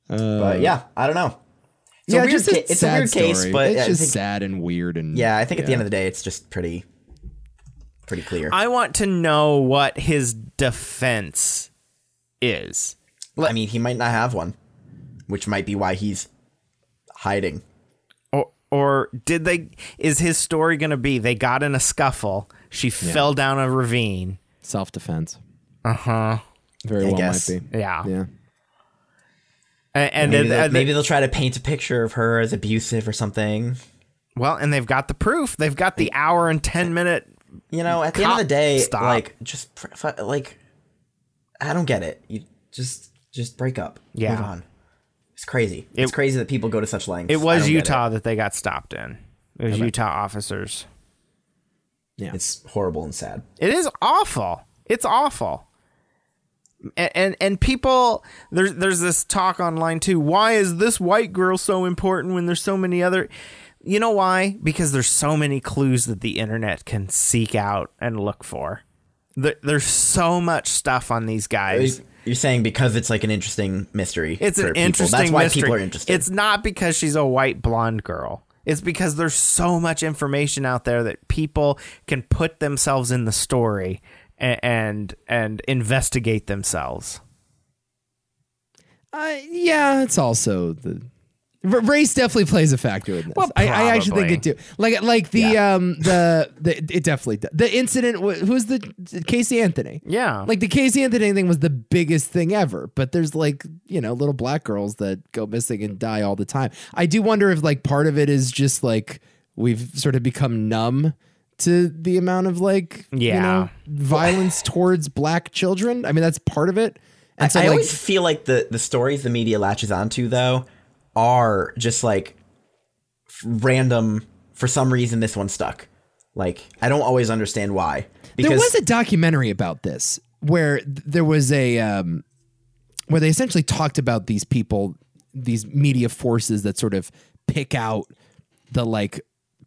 Speaker 4: while?
Speaker 3: but yeah, I don't know. It's a weird,
Speaker 4: just a
Speaker 3: ca- it's a
Speaker 4: sad
Speaker 3: weird case,
Speaker 4: story.
Speaker 3: but
Speaker 4: it's
Speaker 3: I
Speaker 4: just
Speaker 3: think-
Speaker 4: sad and weird. And
Speaker 3: yeah, I think at the end of the day, it's just pretty, pretty clear. I,
Speaker 2: I want to know what his defense is.
Speaker 3: mean, he might not have one, which might be why he's hiding.
Speaker 2: Or or did they is his story going to be they got in a scuffle, she fell down a ravine.
Speaker 4: self defense.
Speaker 2: Uh-huh.
Speaker 4: Very
Speaker 3: I
Speaker 4: well
Speaker 3: guess.
Speaker 4: might be.
Speaker 2: Yeah.
Speaker 4: Yeah.
Speaker 2: A- And,
Speaker 3: Maybe,
Speaker 2: then uh,
Speaker 3: they'll, maybe they'll try to paint a picture of her as abusive or something.
Speaker 2: well, and they've got the proof. They've got the hour and 10 minute
Speaker 3: You know, at the end of the
Speaker 2: Cop,
Speaker 3: day,
Speaker 2: stop.
Speaker 3: like just pr- fu- like I don't get it. You just just break up.
Speaker 2: Yeah.
Speaker 3: Move on. It's crazy. it's crazy that people go to such lengths.
Speaker 2: It
Speaker 3: I
Speaker 2: was
Speaker 3: don't get
Speaker 2: Utah that they got stopped in. It was Utah officers.
Speaker 3: it. It's horrible and sad.
Speaker 2: It is awful. It's awful. And, and and people there's there's this talk online too. Why is this white girl so important when there's so many other You know why? Because there's so many clues that the internet can seek out and look for. There, there's so much stuff on these guys.
Speaker 3: You're saying because it's like an interesting mystery.
Speaker 2: It's
Speaker 3: for
Speaker 2: an
Speaker 3: people.
Speaker 2: interesting
Speaker 3: That's why
Speaker 2: mystery.
Speaker 3: people are interested.
Speaker 2: It's not because she's a white blonde girl. It's because there's so much information out there that people can put themselves in the story and and, and investigate themselves.
Speaker 4: Uh, yeah, it's also the r- race definitely plays a factor in this.
Speaker 2: Well,
Speaker 4: I, I actually think it
Speaker 2: probably.
Speaker 4: do. Like like the um the, the it definitely does. the incident wa- who was the Casey Anthony.
Speaker 2: Yeah.
Speaker 4: Like the Casey Anthony thing was the biggest thing ever, but there's like, you know, little black girls that go missing and die all the time. I do wonder if like part of it is just like we've sort of become numb to the amount of like you
Speaker 2: Yeah.
Speaker 4: know, violence towards black children. I mean, that's part of it. And so
Speaker 3: I
Speaker 4: like
Speaker 3: always feel like the the stories the media latches onto though are just like f- random. For some reason, this one stuck. Like I don't always understand why. Because
Speaker 4: there was a documentary about this where th- there was a um, where they essentially talked about these people these media forces that sort of pick out the like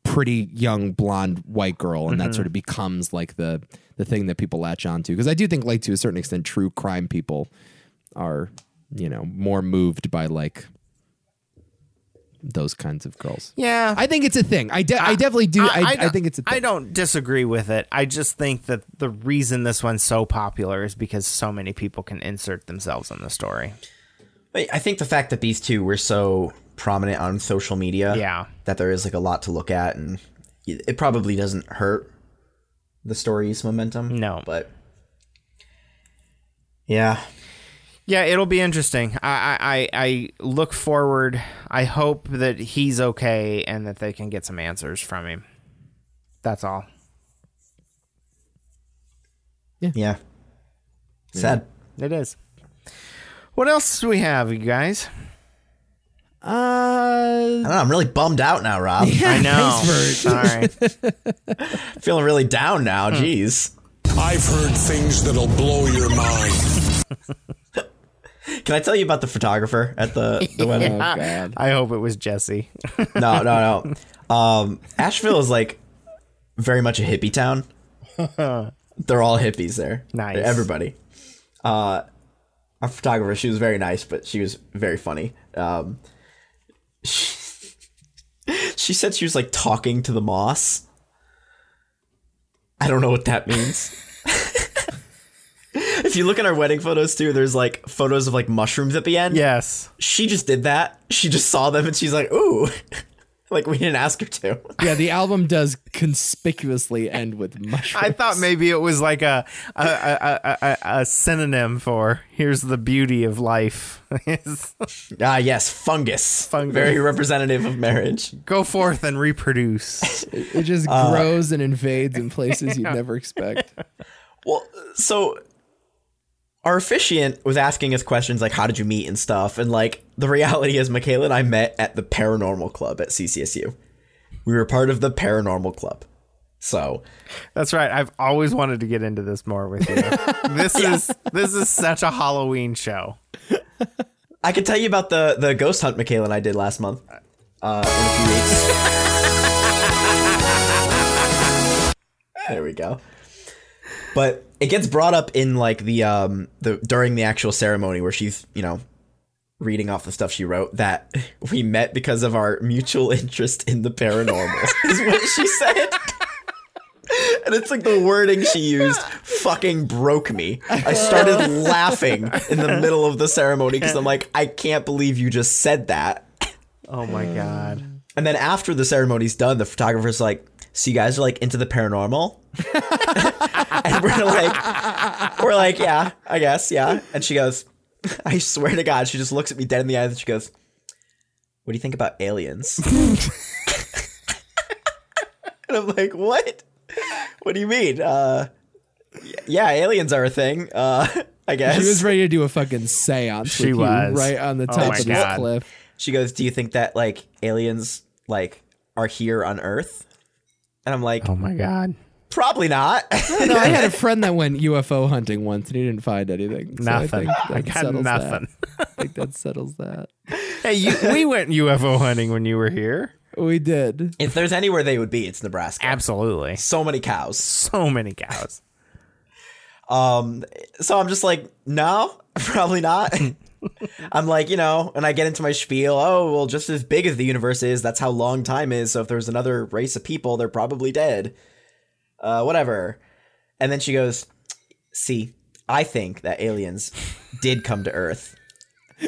Speaker 4: pretty young blonde white girl and that sort of becomes like the the thing that people latch onto because i do think like to a certain extent true crime people are you know more moved by like those kinds of girls
Speaker 2: Yeah.
Speaker 4: i think it's a thing i, de- I definitely do I, I,
Speaker 2: don't-
Speaker 4: think it's a thing
Speaker 2: I don't disagree with it. I just think that the reason this one's so popular is because so many people can insert themselves in the story.
Speaker 3: I I think the fact that these two were so prominent on social media,
Speaker 2: Yeah.
Speaker 3: that there is like a lot to look at, and it it probably doesn't hurt the story's momentum.
Speaker 2: No.
Speaker 3: but yeah,
Speaker 2: Yeah, it'll be interesting. I, I, I- I look forward. I hope that he's okay and that they can get some answers from him. That's all.
Speaker 3: yeah, sad.
Speaker 2: It is. What else do we have, you [LAUGHS] guys?
Speaker 4: uh
Speaker 3: I don't know. I'm really bummed out now, Rob.
Speaker 2: I know. Sorry.
Speaker 3: Feeling really down now. Jeez.
Speaker 10: I've heard things that'll blow your mind.
Speaker 3: Can I tell you about the photographer at the, the wedding?
Speaker 2: I hope it was [LAUGHS] Jesse.
Speaker 3: No, no, no. Um, Asheville is like very much a hippie town. They're all hippies there.
Speaker 2: Nice.
Speaker 3: Everybody. Uh, our photographer, she was very nice, but she was very funny. Um, [LAUGHS] she, she said she was like talking to the moss. I don't know what that means. [LAUGHS] if you look at our wedding photos too, there's like photos of like mushrooms at the end
Speaker 2: Yes.
Speaker 3: she just did that. She just saw them and she's like, ooh. [LAUGHS] like we didn't ask her to. [LAUGHS]
Speaker 4: Yeah, the album does conspicuously end with mushrooms.
Speaker 2: I thought maybe it was like a a, a, a, a, a synonym for here's the beauty of life. [LAUGHS] It's,
Speaker 3: Ah, yes, fungus.
Speaker 2: Fungus.
Speaker 3: Very representative of marriage.
Speaker 2: Go forth and reproduce.
Speaker 4: it just
Speaker 3: Uh,
Speaker 4: grows and invades in places you'd
Speaker 3: [LAUGHS]
Speaker 4: never expect.
Speaker 3: Well, so our officiant was asking us questions like how did you meet and stuff and like the reality is Michaela and I met at the paranormal club at CCSU. We were part of the paranormal club. So,
Speaker 2: That's right. I've always wanted to get into this more with
Speaker 4: [LAUGHS]
Speaker 2: you. this is this is such a Halloween show.
Speaker 3: I can tell you about the the ghost hunt Michaela and I did last month. Uh, in a few weeks. there we go. But it gets brought up in like the um the during the actual ceremony where she's, you know, reading off the stuff she wrote that [LAUGHS] we met because of our mutual interest in the paranormal [LAUGHS] is what she said. And it's like the wording she used fucking broke me. I started laughing in the middle of the ceremony because I'm like, I can't believe you just said that.
Speaker 2: Oh my god.
Speaker 3: And then after the ceremony's done, the photographer's like, "So you guys are like into the paranormal?" [LAUGHS] and we're like, "We're like, yeah, I guess, yeah." And she goes, [LAUGHS] "I swear to God," she just looks at me dead in the eyes and she goes, "What do you think about aliens?" [LAUGHS] and I'm like, "What? What do you mean? Uh, y- yeah, aliens are a thing, uh, I guess."
Speaker 4: She was ready to do a fucking seance.
Speaker 3: She
Speaker 4: with you
Speaker 3: was.
Speaker 4: right on the
Speaker 3: Oh
Speaker 4: top
Speaker 3: my
Speaker 4: of this
Speaker 3: God.
Speaker 4: cliff.
Speaker 3: [LAUGHS] She goes, "Do you think that like aliens like are here on Earth?" And I'm like, "Oh
Speaker 2: my god,
Speaker 3: probably not."
Speaker 4: No, I had a friend that went UFO hunting once and he didn't find anything. So
Speaker 2: Nothing.
Speaker 4: I, think that
Speaker 2: I got
Speaker 4: settles that.
Speaker 2: nothing.
Speaker 4: I think that settles that.
Speaker 2: Hey, you, we went UFO hunting when you were here.
Speaker 4: We did.
Speaker 3: If there's anywhere they would be, it's Nebraska.
Speaker 2: Absolutely.
Speaker 3: So many cows. So
Speaker 2: many cows.
Speaker 3: um, so I'm just like, no, [LAUGHS] probably not. I'm like, you know, and I get into my spiel. Oh, well, just as big as the universe is, that's how long time is. So if there's another race of people, they're probably dead. Uh, whatever. And then she goes, see, I think that aliens did come to Earth,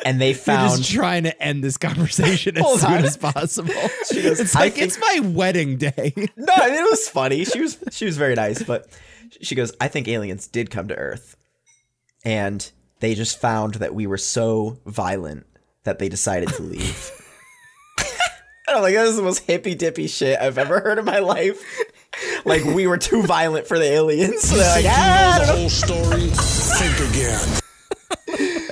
Speaker 3: and they
Speaker 4: You're
Speaker 3: found
Speaker 4: just trying to end
Speaker 3: [LAUGHS]
Speaker 4: this conversation as
Speaker 3: Hold
Speaker 4: soon
Speaker 3: on.
Speaker 4: as possible.
Speaker 3: [LAUGHS] She goes,
Speaker 4: it's
Speaker 3: "I
Speaker 4: like
Speaker 3: think-
Speaker 4: it's my wedding day.
Speaker 3: no, I mean, it was funny. She was she was very nice, but she goes, "I think aliens did come to Earth, and they just found that we were so violent that they decided to leave." [LAUGHS] and I'm like, "This is the most hippy dippy shit I've ever heard in my life." Like we were too violent for the aliens. So they're like,
Speaker 10: Think you
Speaker 3: "Ah, I
Speaker 10: know the
Speaker 3: don't know."
Speaker 10: whole story? Think again.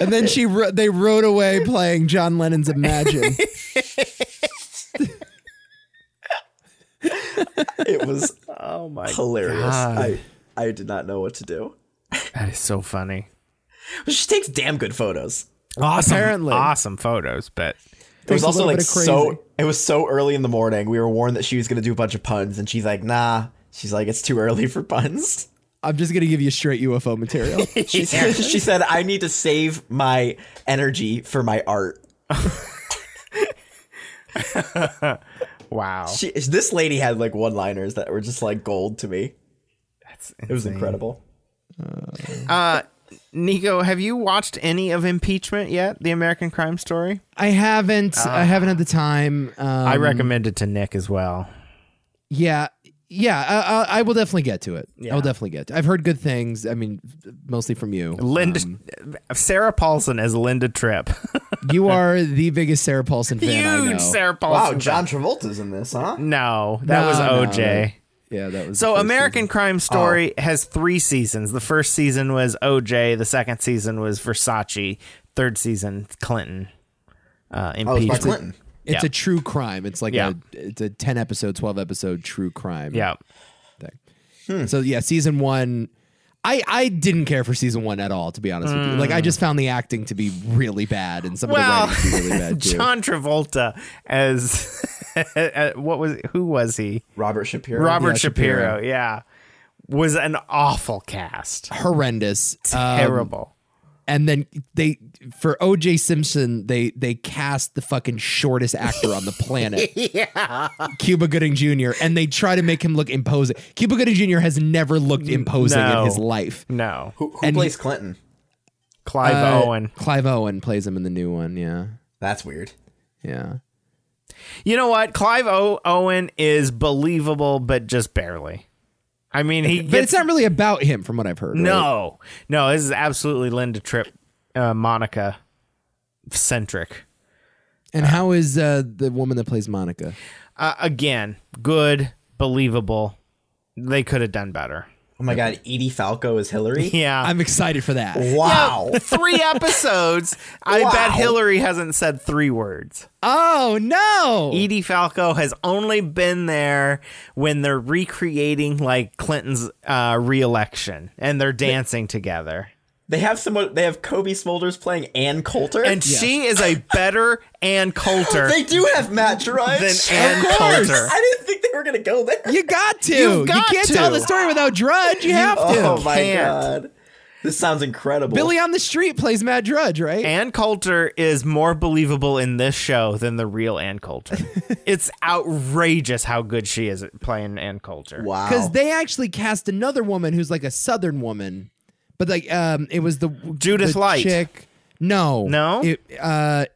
Speaker 4: And then she ro- they rode away playing John Lennon's
Speaker 3: [LAUGHS]
Speaker 4: Imagine.
Speaker 3: It was
Speaker 2: Oh [LAUGHS] my
Speaker 3: hilarious.
Speaker 2: God.
Speaker 3: I I did not know what to do.
Speaker 2: That is so funny.
Speaker 3: She takes damn good photos.
Speaker 2: Awesome.
Speaker 4: Apparently.
Speaker 2: Awesome photos, but
Speaker 3: It was
Speaker 4: Takes a
Speaker 3: also
Speaker 4: little
Speaker 3: like
Speaker 4: bit of crazy.
Speaker 3: so. It was so early in the morning. We were warned that she was gonna do a bunch of puns, and she's like, "Nah." She's like, "It's too early
Speaker 2: [LAUGHS]
Speaker 3: for puns."
Speaker 4: I'm just gonna give you straight UFO material.
Speaker 3: She said, "She said I need to save my energy for my art."
Speaker 2: wow.
Speaker 3: She, this lady had like one-liners that were just like gold to me.
Speaker 2: That's
Speaker 3: It was
Speaker 2: insane.
Speaker 3: incredible.
Speaker 2: Uh, Nico, have you watched any of Impeachment yet? The American Crime Story?
Speaker 4: I haven't. I haven't had the time. Um,
Speaker 2: Ah. I recommend it to Nick as well.
Speaker 4: Yeah, yeah. I, I, I will definitely get to it. I
Speaker 2: Yeah.
Speaker 4: will definitely get. To it. I've heard good things. I mean, mostly from you.
Speaker 2: Linda,
Speaker 4: Um,
Speaker 2: Sarah Paulson as Linda Tripp. [LAUGHS]
Speaker 4: you are the biggest Sarah Paulson fan I know.
Speaker 2: Huge Sarah
Speaker 3: Wow,
Speaker 2: Paulson.
Speaker 3: John Travolta's in this, huh?
Speaker 2: Mm-hmm. No, that
Speaker 4: No,
Speaker 2: was
Speaker 4: no,
Speaker 2: OJ.
Speaker 4: that- yeah, that was.
Speaker 2: So
Speaker 4: the first
Speaker 2: American
Speaker 4: season.
Speaker 2: Crime Story has three seasons. The first season was OJ. The second season was Versace. Third season Clinton. Uh,
Speaker 3: Oh, it's by
Speaker 2: impeachment.
Speaker 3: Clinton.
Speaker 4: It's
Speaker 2: yeah.
Speaker 4: a true crime. It's like
Speaker 2: Yeah.
Speaker 4: a it's a ten episode, twelve episode true crime.
Speaker 2: Yeah. Hmm.
Speaker 4: thing. So yeah, season one. I, I didn't care for season one at all, to be honest with you. Like
Speaker 2: Hmm.
Speaker 4: I just found the acting to be really bad, and some
Speaker 2: Well,
Speaker 4: of the writing to be really bad too.
Speaker 2: [LAUGHS] John Travolta as [LAUGHS] uh, what was who was he?
Speaker 3: Robert Shapiro.
Speaker 2: Robert
Speaker 4: Yeah,
Speaker 2: Shapiro.
Speaker 4: Shapiro.
Speaker 2: Yeah, was an awful cast.
Speaker 4: Horrendous, Um,
Speaker 2: Terrible.
Speaker 4: and then they for OJ Simpson they they cast the fucking shortest actor on the
Speaker 2: [LAUGHS]
Speaker 4: planet. yeah. Cuba Gooding Jr. and they try to make him look imposing. Cuba Gooding Jr. has never looked imposing
Speaker 2: no.
Speaker 4: in his life.
Speaker 2: no,
Speaker 3: Who, who
Speaker 4: And he-
Speaker 3: plays Clinton?
Speaker 2: Clive
Speaker 4: Uh,
Speaker 2: Owen.
Speaker 4: Clive Owen plays him in the new one, yeah.
Speaker 3: That's weird.
Speaker 4: Yeah.
Speaker 2: You know what? Clive o- Owen is believable, but just barely. I mean, he
Speaker 4: [LAUGHS] But
Speaker 2: gets
Speaker 4: it's not really about him from what I've heard. right?
Speaker 2: No, no, this is absolutely Linda Tripp, uh, Monica centric.
Speaker 4: And how is uh, the woman that plays Monica?
Speaker 2: Uh, again, good, believable. They could have done better.
Speaker 3: Oh my God, Edie Falco is Hillary.
Speaker 2: [LAUGHS] Yeah.
Speaker 4: I'm [LAUGHS] excited for that.
Speaker 3: Wow.
Speaker 2: three episodes. I bet
Speaker 3: Wow.
Speaker 2: Hillary hasn't said three words.
Speaker 4: Oh no.
Speaker 2: Edie Falco has only been there when they're recreating like Clinton's uh, reelection and they're dancing together.
Speaker 3: They have someone. They have Kobe Smulders playing Ann Coulter,
Speaker 2: and she is a better Ann Coulter.
Speaker 3: [LAUGHS] They do have Matt Drudge.
Speaker 2: Than Ann
Speaker 3: Of course.
Speaker 2: Coulter.
Speaker 3: I didn't think they were gonna go there.
Speaker 4: You got to.
Speaker 2: You've
Speaker 4: You
Speaker 2: got
Speaker 4: can't
Speaker 2: to.
Speaker 4: tell the story without Drudge. You have to.
Speaker 3: [LAUGHS] oh my
Speaker 2: can't.
Speaker 3: god, this sounds incredible.
Speaker 4: Billy on the Street plays Matt Drudge, right?
Speaker 2: Ann Coulter is more believable in this show than the real Ann
Speaker 3: [LAUGHS]
Speaker 2: Coulter. it's outrageous how good she is at playing Ann Coulter.
Speaker 3: wow,
Speaker 4: Because they actually cast another woman who's like a Southern woman, but like um, it was the
Speaker 2: Judith
Speaker 4: the
Speaker 2: Light.
Speaker 4: chick. No,
Speaker 2: No?
Speaker 4: It, uh,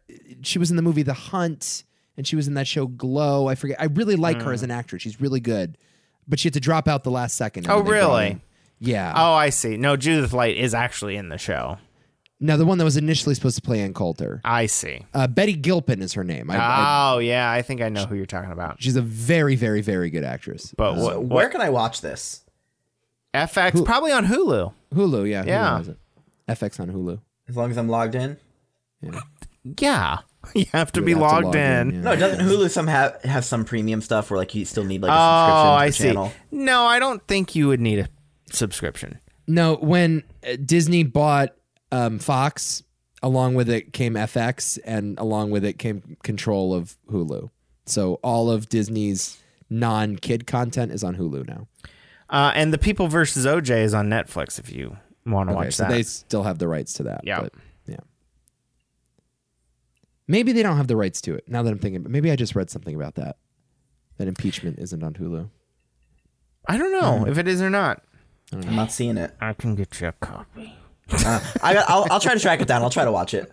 Speaker 4: she was in the movie The Hunt, and she was in that show Glow. I forget. I really like her
Speaker 2: Hmm.
Speaker 4: as an actress. She's really good, but she had to drop out the last second. and
Speaker 2: Oh,
Speaker 4: then they brought
Speaker 2: really?
Speaker 4: in- Yeah.
Speaker 2: Oh, I see. No, Judith Light is actually in the show.
Speaker 4: No, the one that was initially supposed to play Ann Coulter.
Speaker 2: I see.
Speaker 4: Uh, Betty Gilpin is her name. I, I,
Speaker 2: Oh, yeah. I think I know who you're talking about.
Speaker 4: she's a very, very, very good actress.
Speaker 2: But
Speaker 3: So
Speaker 2: what,
Speaker 3: where
Speaker 2: what
Speaker 3: can I watch this?
Speaker 2: FX? Probably on Hulu.
Speaker 4: Hulu, yeah. Hulu
Speaker 2: Yeah.
Speaker 4: has it. FX on Hulu.
Speaker 3: As long as I'm logged in.
Speaker 2: Yeah. [LAUGHS] You have to
Speaker 4: You
Speaker 2: be
Speaker 4: have to
Speaker 2: logged
Speaker 4: log
Speaker 2: in.
Speaker 4: in, yeah.
Speaker 3: No, doesn't Hulu some have, have some premium stuff where like you still need like a subscription
Speaker 2: Oh,
Speaker 3: to
Speaker 2: I
Speaker 3: the
Speaker 2: see.
Speaker 3: channel?
Speaker 2: No, I don't think you would need a subscription.
Speaker 4: No, when uh, Disney bought um, Fox, along with it came FX, and along with it came control of Hulu. So all of Disney's non-kid content is on Hulu now.
Speaker 2: Uh, and the People versus OJ is on Netflix if you want to watch
Speaker 4: so
Speaker 2: that.
Speaker 4: they still have the rights to that.
Speaker 2: Yeah.
Speaker 4: but, yeah. Maybe they don't have the rights to it. Now that I'm thinking, but maybe I just read something about that. That impeachment isn't on Hulu.
Speaker 2: I don't know if it is or not.
Speaker 3: I'm not seeing it. Uh,
Speaker 2: I can get you a copy.
Speaker 3: I got, I'll, I'll try to track it down. I'll try to watch it.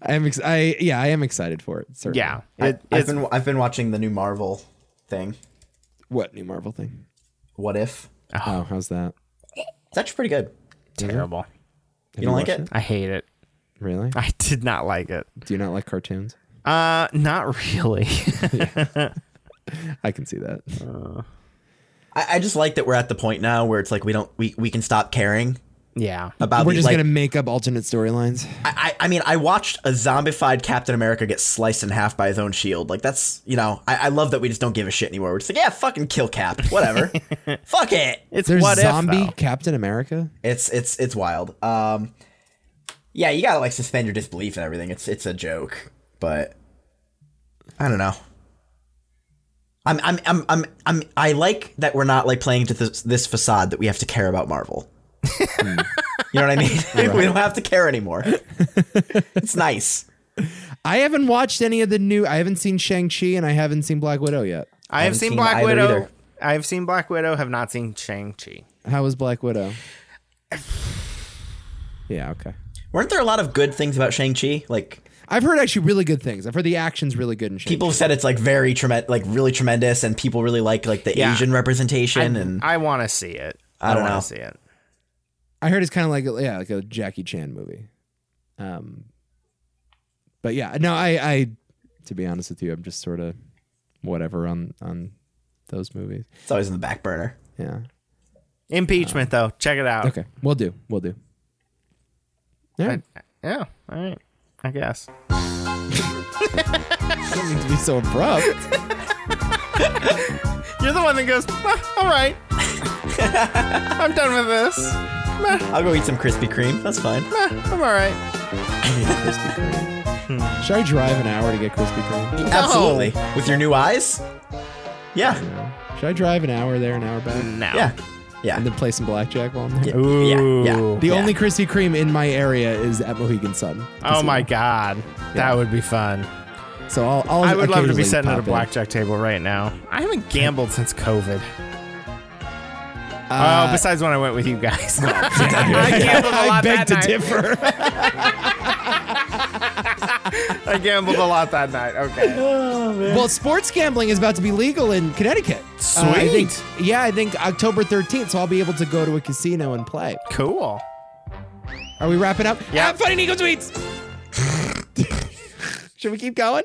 Speaker 4: I am, ex- I yeah, I am excited for it. Certainly.
Speaker 2: Yeah.
Speaker 3: I,
Speaker 2: It,
Speaker 3: I've
Speaker 2: it's,
Speaker 3: been I've been watching the new Marvel thing.
Speaker 4: What new Marvel thing?
Speaker 3: What if?
Speaker 4: Oh, how's that?
Speaker 3: It's actually pretty good.
Speaker 2: terrible.
Speaker 4: Have
Speaker 3: You don't like
Speaker 4: watched
Speaker 3: it?
Speaker 2: I hate it. [LAUGHS]
Speaker 4: Really?
Speaker 2: I did not like it.
Speaker 4: Do you not like cartoons?
Speaker 2: Uh, not really. [LAUGHS]
Speaker 4: I can see that.
Speaker 3: I, I just like that we're at the point now where it's like we don't we, we can stop caring
Speaker 2: yeah.
Speaker 3: about
Speaker 4: We're
Speaker 3: the-
Speaker 4: just
Speaker 3: like,
Speaker 4: gonna make up alternate storylines.
Speaker 3: I, I I mean, I watched a zombified Captain America get sliced in half by his own shield. Like, that's, you know, I, I love that we just don't give a shit anymore. We're just like, yeah, fucking kill Cap. Whatever. Fuck it.
Speaker 2: It's
Speaker 4: There's
Speaker 2: what
Speaker 4: zombie
Speaker 2: if though.
Speaker 4: Captain America.
Speaker 3: It's, it's, it's wild. Um, yeah, you gotta, like, suspend your disbelief and everything. It's, it's a joke, but I don't know. I'm, I'm, I'm, I'm, I'm, I like that we're not, like, playing to this, this facade that we have to care about Marvel. Hmm. you know what I mean? [LAUGHS] we don't have to care anymore. it's nice.
Speaker 4: I haven't watched any of the new. I haven't seen Shang Chi and I haven't seen Black Widow yet.
Speaker 2: I have
Speaker 3: haven't
Speaker 2: seen,
Speaker 3: seen
Speaker 2: Black
Speaker 3: either
Speaker 2: Widow.
Speaker 3: either.
Speaker 2: I have seen Black Widow. Have not seen Shang Chi.
Speaker 4: How was Black Widow? Yeah, okay.
Speaker 3: Weren't there a lot of good things about Shang Chi? Like
Speaker 4: I've heard actually really good things. I've heard the action's really good in Shang.
Speaker 3: people have said, it's like very tremendous, like really tremendous, and people really like like the
Speaker 2: Yeah.
Speaker 3: Asian representation.
Speaker 2: I-
Speaker 3: and
Speaker 2: I want to see it.
Speaker 3: I don't
Speaker 2: want
Speaker 3: know.
Speaker 2: to see it.
Speaker 4: I heard it's kind of like yeah, like a Jackie Chan movie. Um, but yeah, no, I, I, to be honest with you, I'm just sort of whatever on on those movies.
Speaker 3: it's always in the back burner.
Speaker 4: Yeah.
Speaker 2: Impeachment though. Check it out.
Speaker 4: Okay, we'll do. We'll do. Yeah,
Speaker 2: Yeah. All right. I guess.
Speaker 4: doesn't need to be so abrupt.
Speaker 2: You're the one that goes. "Ah, all right. [LAUGHS] I'm done with this.
Speaker 3: I'll go eat some Krispy Kreme. That's fine.
Speaker 2: Ah, I'm all right.
Speaker 4: Hmm. Should I drive an hour to get Krispy Kreme?
Speaker 3: Absolutely. With your new eyes. Yeah.
Speaker 4: Should I drive an hour there, an hour back,
Speaker 2: Now.
Speaker 3: Yeah.
Speaker 4: and
Speaker 3: Yeah.
Speaker 4: then play some blackjack while I'm there?
Speaker 2: Ooh.
Speaker 3: Yeah. Yeah.
Speaker 4: The only Krispy Kreme in my area is at Mohegan Sun.
Speaker 2: Oh my God. That would be fun.
Speaker 4: So I'll, I'll
Speaker 2: I would love to be
Speaker 4: occasionally
Speaker 2: sitting at a
Speaker 4: pop in.
Speaker 2: blackjack table right now. I haven't gambled [LAUGHS] since COVID.
Speaker 4: Uh,
Speaker 2: oh, besides when I went with you guys. [LAUGHS] I
Speaker 4: [LAUGHS]
Speaker 2: gambled a
Speaker 4: I
Speaker 2: lot that
Speaker 4: beg to
Speaker 2: night. [LAUGHS]
Speaker 4: differ.
Speaker 2: I gambled a lot that night. Okay.
Speaker 4: Well, sports gambling is about to be legal in Connecticut. Uh, I think-
Speaker 2: Sweet.
Speaker 4: yeah, I think October 13th, so I'll be able to go to a casino and play.
Speaker 2: Cool.
Speaker 4: Are we wrapping up?
Speaker 2: Yeah.
Speaker 4: Have funny Nico tweets. Should we keep going?